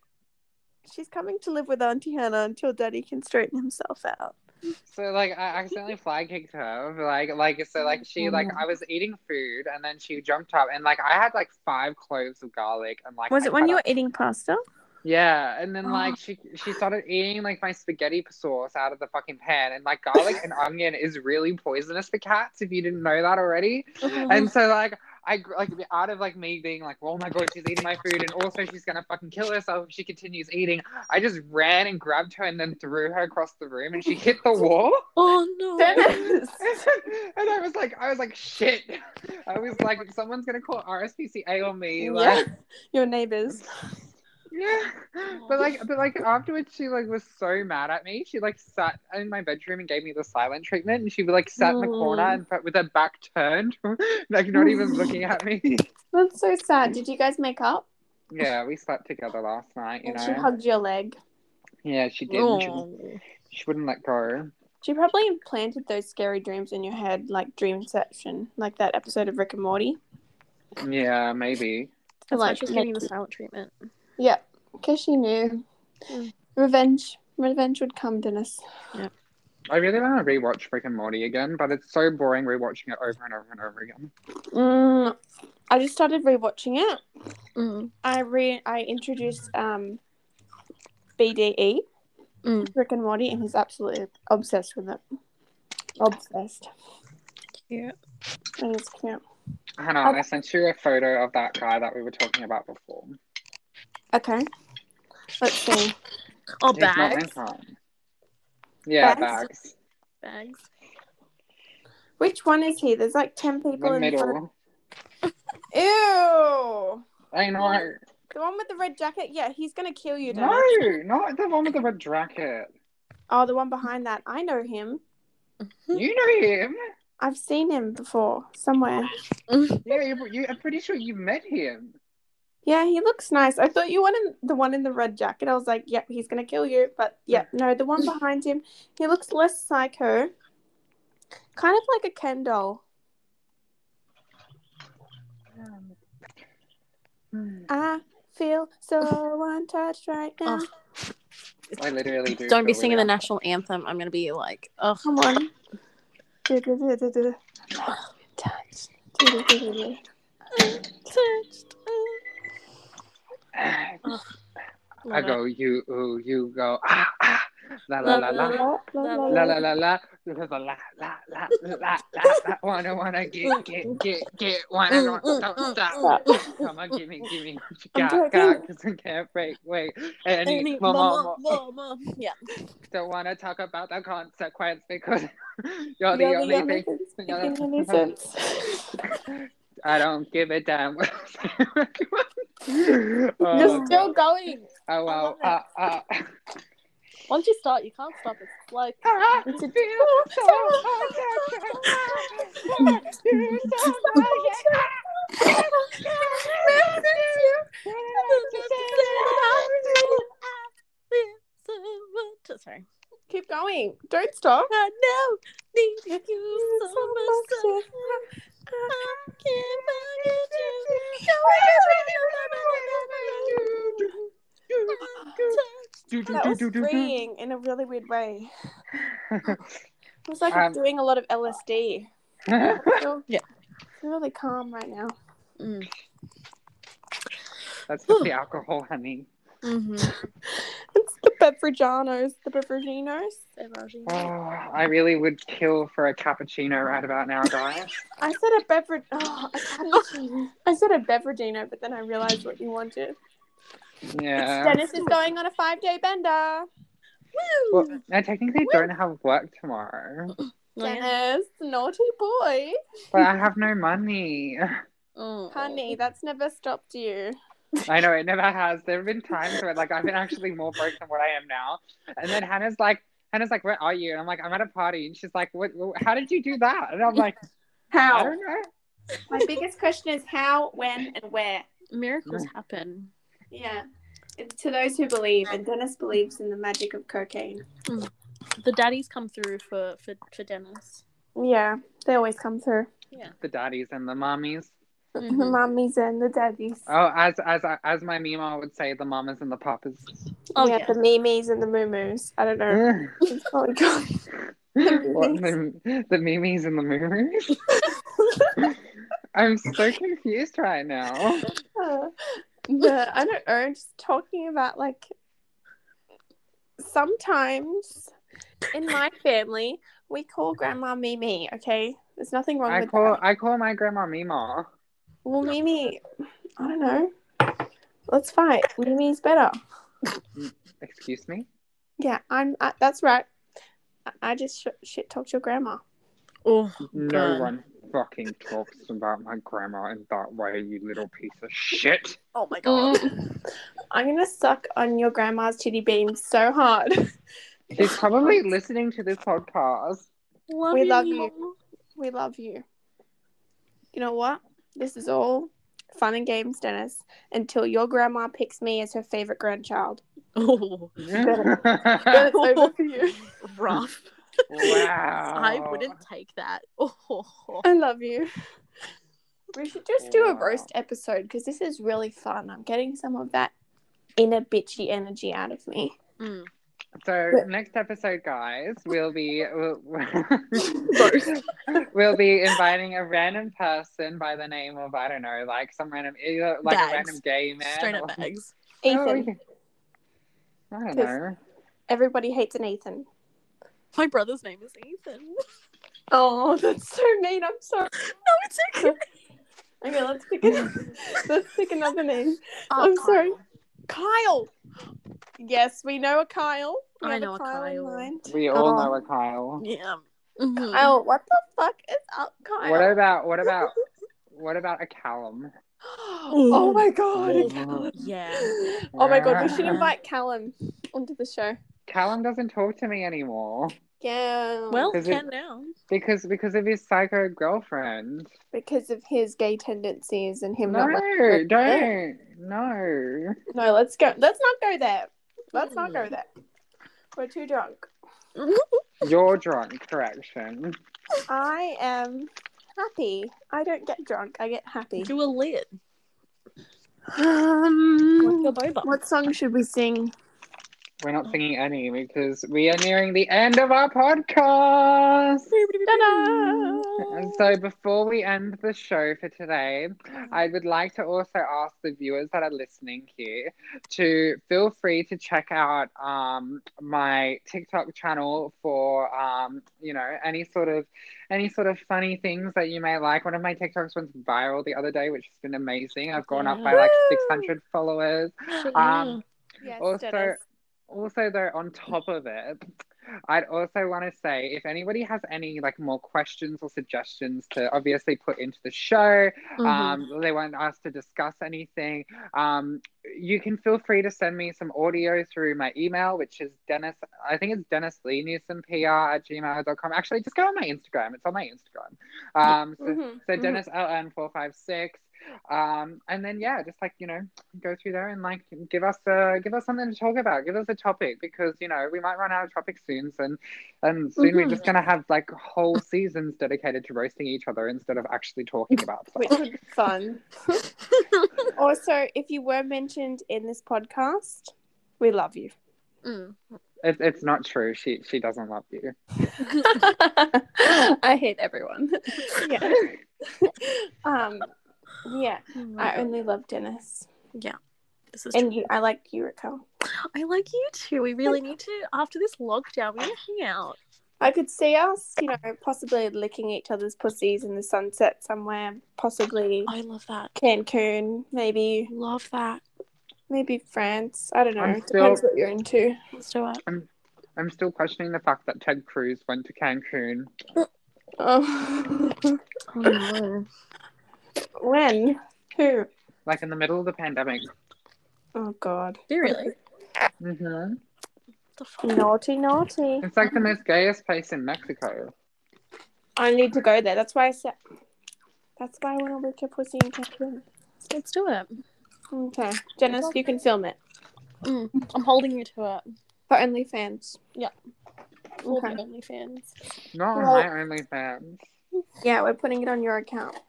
[SPEAKER 3] She's coming to live with Auntie Hannah until Daddy can straighten himself out.
[SPEAKER 1] So like I accidentally fly kicked her. Like like so like she like
[SPEAKER 3] Oh.
[SPEAKER 1] I was eating food and then she jumped up and like I had like five cloves of garlic and like
[SPEAKER 3] Was
[SPEAKER 1] I
[SPEAKER 3] it when
[SPEAKER 1] cut
[SPEAKER 3] you were
[SPEAKER 1] up-
[SPEAKER 3] eating pasta?
[SPEAKER 1] Yeah, and then
[SPEAKER 2] Oh.
[SPEAKER 1] like she she started eating like my spaghetti sauce out of the fucking pan and like garlic and onion is really poisonous for cats if you didn't know that already. And so like I gr- like out of like me being like, oh my god, she's eating my food, and also she's gonna fucking kill herself if she continues eating. I just ran and grabbed her and then threw her across the room, and she hit the wall.
[SPEAKER 2] oh no.
[SPEAKER 3] Dennis!
[SPEAKER 1] and I was like, I was like, shit. I was like, someone's gonna call RSPCA on me.
[SPEAKER 3] Yeah.
[SPEAKER 1] Like,
[SPEAKER 3] Your neighbors.
[SPEAKER 1] yeah. But like, but like afterwards, she like was so mad at me. She like sat in my bedroom and gave me the silent treatment, and she like sat in the corner
[SPEAKER 2] Mm.
[SPEAKER 1] and put- with her back turned, like not even looking at me.
[SPEAKER 3] That's so sad. Did you guys make up?
[SPEAKER 1] Yeah, we slept together last night, you
[SPEAKER 3] and
[SPEAKER 1] know.
[SPEAKER 3] she hugged your leg.
[SPEAKER 1] yeah, she did. and She,
[SPEAKER 2] Oh.
[SPEAKER 1] she wouldn't let go.
[SPEAKER 3] She probably implanted those scary dreams in your head, like Dreamception, like that episode of Rick and Morty.
[SPEAKER 1] Yeah, maybe.
[SPEAKER 2] That's why
[SPEAKER 3] Like,
[SPEAKER 2] she's
[SPEAKER 3] like-
[SPEAKER 2] getting the silent treatment.
[SPEAKER 3] Yeah, because she knew.
[SPEAKER 2] Mm.
[SPEAKER 3] Revenge. Revenge would come, Dennis.
[SPEAKER 1] I really want to rewatch Rick and Morty again, but it's so boring rewatching it over and over and over again.
[SPEAKER 3] Mm, I just started rewatching it.
[SPEAKER 2] Mm.
[SPEAKER 3] I re I introduced um BDE,
[SPEAKER 2] Mm.
[SPEAKER 3] Rick and Morty, and he's absolutely obsessed with it. Obsessed.
[SPEAKER 2] Yeah.
[SPEAKER 3] And it's cute.
[SPEAKER 1] Hannah,
[SPEAKER 3] Um,
[SPEAKER 1] I sent you a photo of that guy that we were talking about before.
[SPEAKER 3] Okay. Let's see.
[SPEAKER 2] Oh,
[SPEAKER 1] He's not in
[SPEAKER 2] bags.
[SPEAKER 1] town. Yeah,
[SPEAKER 3] Bags?
[SPEAKER 1] bags.
[SPEAKER 2] Bags.
[SPEAKER 3] Which one is he? There's like ten people
[SPEAKER 1] The
[SPEAKER 3] in the front.
[SPEAKER 1] middle.
[SPEAKER 3] Ew.
[SPEAKER 1] I know.
[SPEAKER 3] The one with the red jacket? Yeah, he's gonna kill you, Dennis.
[SPEAKER 1] No, not the one with the red jacket.
[SPEAKER 3] Oh, the one behind that. I know him.
[SPEAKER 1] You know him.
[SPEAKER 3] I've seen him before somewhere.
[SPEAKER 1] Yeah, you, you, I'm pretty sure you met him.
[SPEAKER 3] Yeah, he looks nice. I thought you wanted the one in the red jacket. I was like, yep, he's gonna kill you. But yep, no, the one behind him, he looks less psycho. Kind of like a Ken doll.
[SPEAKER 1] Hmm.
[SPEAKER 3] I feel so untouched right now.
[SPEAKER 4] Oh.
[SPEAKER 1] I literally do.
[SPEAKER 4] Don't be
[SPEAKER 1] feel
[SPEAKER 4] singing the
[SPEAKER 1] weird.
[SPEAKER 4] national anthem. I'm gonna be like, oh,
[SPEAKER 3] Come on. Du-du-du-du-du.
[SPEAKER 4] touched,
[SPEAKER 3] Du-du-du-du-du.
[SPEAKER 4] touched.
[SPEAKER 1] I go, you, ooh, you go, ah, ah, la, la, la, la,
[SPEAKER 3] La, la, la,
[SPEAKER 1] la,
[SPEAKER 3] la.
[SPEAKER 1] la, la, la, la, la, la, la, la, la, wanna, wanna, get, get, get, get, wanna, don't,
[SPEAKER 3] Mm,
[SPEAKER 1] don't stop. Come on, give me, give me what you
[SPEAKER 3] I'm
[SPEAKER 1] got,
[SPEAKER 3] talking.
[SPEAKER 1] got, 'cause I can't break, wait, any, more, more,
[SPEAKER 4] mama,
[SPEAKER 1] more.
[SPEAKER 4] mama. Yeah.
[SPEAKER 1] Don't wanna talk about the consequence because you're the only thing.
[SPEAKER 3] thing
[SPEAKER 1] you're the-
[SPEAKER 3] making any sense.
[SPEAKER 1] I don't give a damn. Oh,
[SPEAKER 4] You're
[SPEAKER 1] my
[SPEAKER 4] still
[SPEAKER 1] God.
[SPEAKER 4] going.
[SPEAKER 1] Oh, wow.
[SPEAKER 4] I
[SPEAKER 1] Ah, ah.
[SPEAKER 4] Once you start, you can't stop. It's like
[SPEAKER 1] I
[SPEAKER 4] It's a-
[SPEAKER 1] feel so Uh, much better. You're so nice.
[SPEAKER 4] Sorry.
[SPEAKER 3] Keep going. Don't stop.
[SPEAKER 4] I know need you so much. So much. I can't forget you.
[SPEAKER 3] That was freeing in a really weird way. It was like I'm
[SPEAKER 1] Um,
[SPEAKER 3] doing a lot of LSD. Feel-
[SPEAKER 4] Yeah.
[SPEAKER 3] feel really calm right now.
[SPEAKER 4] Mm.
[SPEAKER 1] That's just the alcohol, honey.
[SPEAKER 4] Mm-hmm.
[SPEAKER 3] It's the Beveragianos, the Beveraginos.
[SPEAKER 1] Oh, I really would kill for a cappuccino right about now, guys.
[SPEAKER 3] I said a beverage. Oh, a cappuccino. I said a Beveragino, but then I realized what you wanted.
[SPEAKER 1] Yeah.
[SPEAKER 3] Dennis is going on a five day bender.
[SPEAKER 4] Oh,
[SPEAKER 1] Well, I technically don't have work tomorrow,
[SPEAKER 3] Dennis, naughty boy.
[SPEAKER 1] but I have no money.
[SPEAKER 4] Oh,
[SPEAKER 3] Honey, that's never stopped you.
[SPEAKER 1] I know it never has. There have been times where like I've been actually more broke than what I am now. And then Hannah's like, Hannah's like, where are you? And I'm like, I'm at a party. And she's like, what? wh- How did you do that? And I'm like, I
[SPEAKER 3] How?
[SPEAKER 1] don't know.
[SPEAKER 3] My biggest question is how, when, and where.
[SPEAKER 4] miracles
[SPEAKER 1] Mm.
[SPEAKER 4] happen.
[SPEAKER 3] Yeah. It's to those who believe, and Dennis believes in the magic of cocaine.
[SPEAKER 4] The daddies come through for for for Dennis.
[SPEAKER 3] Yeah, they always come through.
[SPEAKER 1] The daddies and the mommies.
[SPEAKER 3] The
[SPEAKER 4] Mhm.
[SPEAKER 3] mummies and the daddies.
[SPEAKER 1] Oh, as as as my mima would say, the mamas and the papas.
[SPEAKER 4] Oh
[SPEAKER 3] yeah,
[SPEAKER 4] yeah. Mm.
[SPEAKER 3] the memes and the moo-moos. I don't know. It's probably called-
[SPEAKER 1] what, the, the mimis and the moo-moos? I'm so confused right now.
[SPEAKER 3] the, I don't know. Just talking about like sometimes in my family we call Grandma Mimi. Okay, there's nothing wrong
[SPEAKER 1] I
[SPEAKER 3] with
[SPEAKER 1] call
[SPEAKER 3] that.
[SPEAKER 1] I call my grandma Mima.
[SPEAKER 3] Well, Mimi, I don't know. Let's fight. Mimi's better.
[SPEAKER 1] Excuse me.
[SPEAKER 3] Yeah, I'm. I, that's right. I, I just sh- shit talked your grandma.
[SPEAKER 4] Oh,
[SPEAKER 1] No
[SPEAKER 4] God.
[SPEAKER 1] one fucking talks about my grandma in that way, you little piece of shit.
[SPEAKER 4] Oh my god.
[SPEAKER 1] Mm.
[SPEAKER 3] I'm gonna suck on your grandma's titty beam so hard.
[SPEAKER 1] She's probably listening to this podcast.
[SPEAKER 4] Love
[SPEAKER 3] We
[SPEAKER 4] you,
[SPEAKER 3] love
[SPEAKER 4] Mom.
[SPEAKER 3] We love you. You know what? This is all fun and games, Dennis, until your grandma picks me as her favorite grandchild.
[SPEAKER 4] Oh,
[SPEAKER 3] Then it's over for you.
[SPEAKER 4] rough.
[SPEAKER 1] wow.
[SPEAKER 4] I wouldn't take that. Oh.
[SPEAKER 3] I love you. We should just do a roast episode because this is really fun. I'm getting some of that inner bitchy energy out of me.
[SPEAKER 4] Mm.
[SPEAKER 1] So
[SPEAKER 3] But-
[SPEAKER 1] next episode, guys, we'll be we'll, we'll be inviting a random person by the name of I don't know, like some random either like
[SPEAKER 4] Bags.
[SPEAKER 1] a random gay man.
[SPEAKER 4] Straight up
[SPEAKER 1] or-
[SPEAKER 4] bags.
[SPEAKER 1] Oh,
[SPEAKER 3] Ethan.
[SPEAKER 1] I don't
[SPEAKER 3] Just-
[SPEAKER 1] know.
[SPEAKER 3] Everybody hates an Ethan.
[SPEAKER 4] My brother's name is Ethan.
[SPEAKER 3] Oh, that's so mean. I'm sorry.
[SPEAKER 4] No, it's okay.
[SPEAKER 3] Okay, let's pick it. let's pick another name. I'm
[SPEAKER 4] Kyle.
[SPEAKER 3] sorry. Kyle. Yes, we know a Kyle. We
[SPEAKER 4] I
[SPEAKER 3] have
[SPEAKER 4] know a
[SPEAKER 3] in
[SPEAKER 4] Kyle.
[SPEAKER 3] mind.
[SPEAKER 1] We all
[SPEAKER 3] Oh.
[SPEAKER 1] know a Kyle.
[SPEAKER 4] Yeah. Mhm.
[SPEAKER 3] Kyle, Oh, what the fuck is up, Kyle?
[SPEAKER 1] What about what about what about a Callum?
[SPEAKER 3] oh my god. a Callum.
[SPEAKER 4] Yeah.
[SPEAKER 3] Oh my god, we should invite Callum onto the show.
[SPEAKER 1] Callum doesn't talk to me anymore.
[SPEAKER 4] Yeah.
[SPEAKER 1] Well,
[SPEAKER 4] Well,
[SPEAKER 1] Is it-
[SPEAKER 4] can
[SPEAKER 1] can
[SPEAKER 4] now.
[SPEAKER 1] because because of his psycho girlfriend.
[SPEAKER 3] because of his gay tendencies and him
[SPEAKER 1] No,
[SPEAKER 3] not. letting her
[SPEAKER 1] don't,
[SPEAKER 3] do it.
[SPEAKER 1] no.
[SPEAKER 3] No, let's go. Let's not go there. Let's not
[SPEAKER 1] Mm.
[SPEAKER 3] go there. We're too drunk.
[SPEAKER 1] You're drunk. Correction.
[SPEAKER 3] I am happy. I don't get drunk. I get happy.
[SPEAKER 4] Do a lit. Like
[SPEAKER 3] Um,
[SPEAKER 4] a boba.
[SPEAKER 3] what song should we sing?
[SPEAKER 1] We're not singing any because we are nearing the end of our podcast. And so, before we end the show for today, I would like to also ask the viewers that are listening here to feel free to check out um, my TikTok channel for um, you know any sort of any sort of funny things that you may like. One of my TikToks went viral the other day, which has been amazing. I've gone up by like
[SPEAKER 3] Woo!
[SPEAKER 1] 600 followers.
[SPEAKER 4] Yeah.
[SPEAKER 1] Um,
[SPEAKER 3] Yes,
[SPEAKER 1] Also- Dennis. also though on top of it i'd also want to say if anybody has any like more questions or suggestions to obviously put into the show
[SPEAKER 2] Mm-hmm.
[SPEAKER 1] um, they want us to discuss anything um, you can feel free to send me some audio through my email which is dennis i think it's dennis lee newsom pr at gmail.com actually just go on my instagram it's on my instagram um, so,
[SPEAKER 3] Mhm,
[SPEAKER 1] so
[SPEAKER 3] mhm.
[SPEAKER 1] dennis ln456 um, and then yeah just like you know go through there and like give us a give us something to talk about give us a topic because you know we might run out of topics soon and and soon we're
[SPEAKER 2] Mhm.
[SPEAKER 1] just gonna have like whole seasons dedicated to roasting each other instead of actually talking about
[SPEAKER 3] which
[SPEAKER 1] stuff
[SPEAKER 3] would be fun. also, if you were mentioned in this podcast, we love you.
[SPEAKER 1] um,
[SPEAKER 4] Mm.
[SPEAKER 1] it, it's not true she she doesn't love you
[SPEAKER 4] Mm. I hate everyone.
[SPEAKER 3] Yeah. um, yeah.
[SPEAKER 4] Oh my
[SPEAKER 3] I
[SPEAKER 4] God.
[SPEAKER 3] only love Dennis,
[SPEAKER 4] This is
[SPEAKER 3] and you. I like you, Raquel.
[SPEAKER 4] true. I like you too. We really need to after this lockdown. We need to hang out.
[SPEAKER 3] I could see us, you know, possibly licking each other's pussies in the sunset somewhere, possibly
[SPEAKER 4] I love that.
[SPEAKER 3] Cancun, maybe,
[SPEAKER 4] Love that.
[SPEAKER 3] maybe France. I don't know.
[SPEAKER 1] I'm still-
[SPEAKER 3] Depends what you're into.
[SPEAKER 4] Let's do it.
[SPEAKER 1] i'm still questioning the fact that ted cruz went to cancun
[SPEAKER 3] Oh.
[SPEAKER 4] Oh, no.
[SPEAKER 3] when? Who?
[SPEAKER 1] like in the middle of the pandemic
[SPEAKER 3] Oh God!
[SPEAKER 4] Do you really?
[SPEAKER 1] hmm
[SPEAKER 4] The fuck?
[SPEAKER 3] Naughty, naughty!
[SPEAKER 1] it's like the most gayest place in mexico
[SPEAKER 3] I need to go there. That's why I said. That's why I want to lick your pussy in Cancun.
[SPEAKER 4] Let's do it.
[SPEAKER 3] Okay, Dennis, you can film it
[SPEAKER 4] Mm. I'm holding you to it.
[SPEAKER 3] for OnlyFans.
[SPEAKER 4] All
[SPEAKER 3] Okay.
[SPEAKER 4] the OnlyFans.
[SPEAKER 1] not on
[SPEAKER 3] Well-
[SPEAKER 1] my onlyfans
[SPEAKER 3] Yeah, we're putting it on your account.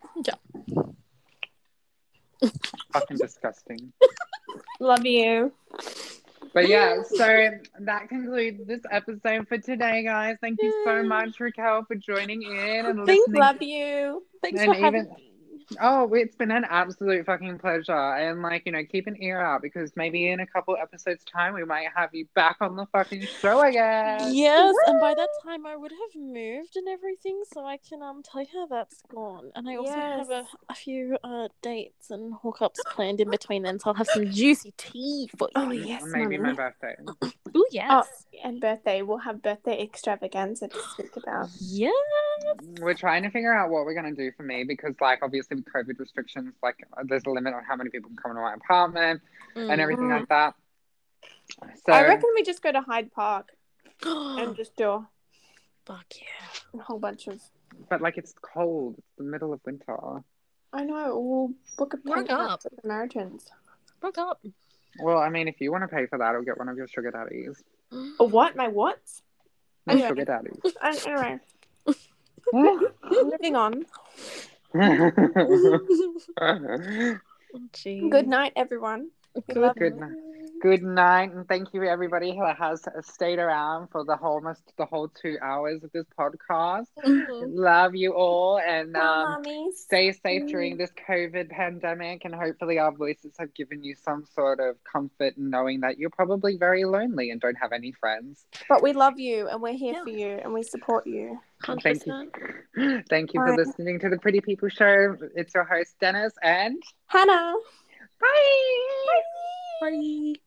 [SPEAKER 1] fucking disgusting
[SPEAKER 3] Love you.
[SPEAKER 1] But yeah, so that concludes this episode for today, guys. Thank you so
[SPEAKER 4] Yay.
[SPEAKER 1] much, Raquel, for joining in and
[SPEAKER 4] Thank-
[SPEAKER 1] listening.
[SPEAKER 3] Love you.
[SPEAKER 4] Thanks for
[SPEAKER 1] And
[SPEAKER 4] having
[SPEAKER 1] even-
[SPEAKER 4] me.
[SPEAKER 1] Oh, it's been an absolute fucking pleasure. And like, you know, keep an ear out because maybe in a couple episodes' time we might have you back on the fucking show again.
[SPEAKER 4] Yes, and by that time I would have moved and everything, so I can um tell you how that's gone. And I also have a,
[SPEAKER 3] Yes.
[SPEAKER 4] a few uh dates and hookups planned in between then, so I'll have some juicy tea for you.
[SPEAKER 3] Oh yes,
[SPEAKER 1] maybe my
[SPEAKER 3] mummy.
[SPEAKER 1] birthday.
[SPEAKER 4] Oh yes,
[SPEAKER 3] and birthday. We'll have birthday extravaganza to speak about.
[SPEAKER 4] Oh, yes.
[SPEAKER 1] We're trying to figure out what we're gonna do for me because, like, obviously with COVID restrictions, like, there's a limit on how many people can come to my apartment
[SPEAKER 4] Mm.
[SPEAKER 1] and everything like that. So
[SPEAKER 3] Mm-hmm. I reckon we just go to Hyde Park and
[SPEAKER 4] Mm.
[SPEAKER 3] just do
[SPEAKER 4] Fuck yeah.
[SPEAKER 3] a whole bunch of.
[SPEAKER 1] but like, it's cold. It's the middle of winter.
[SPEAKER 3] I know we'll book a
[SPEAKER 4] Work
[SPEAKER 3] penthouse
[SPEAKER 4] up.
[SPEAKER 3] with Americans.
[SPEAKER 4] Broke up.
[SPEAKER 1] Well, I mean, if you want to pay for that, I'll get one of your sugar daddies.
[SPEAKER 4] Mm.
[SPEAKER 3] A what? My what?
[SPEAKER 1] My
[SPEAKER 3] Okay.
[SPEAKER 1] sugar daddies.
[SPEAKER 3] I don't know. Moving on.
[SPEAKER 4] Jeez.
[SPEAKER 3] Good night, everyone. We love
[SPEAKER 1] Good
[SPEAKER 3] you.
[SPEAKER 1] night. Good night, and thank you everybody who has stayed around for the whole almost the whole two hours of this podcast.
[SPEAKER 4] Mhm.
[SPEAKER 1] Love you all, and
[SPEAKER 3] Bye,
[SPEAKER 1] um,
[SPEAKER 3] mummies.
[SPEAKER 1] stay safe during this COVID pandemic. And hopefully, our voices have given you some sort of comfort in knowing that you're probably very lonely and don't have any friends.
[SPEAKER 3] But we love you, and we're here
[SPEAKER 4] Yeah.
[SPEAKER 3] for you, and we support you.
[SPEAKER 1] And Thank
[SPEAKER 4] 100%.
[SPEAKER 1] you, thank you for
[SPEAKER 3] Bye.
[SPEAKER 1] listening to the Pretty People Show. It's your host Dennis, and
[SPEAKER 3] Hannah.
[SPEAKER 1] bye.
[SPEAKER 4] Bye.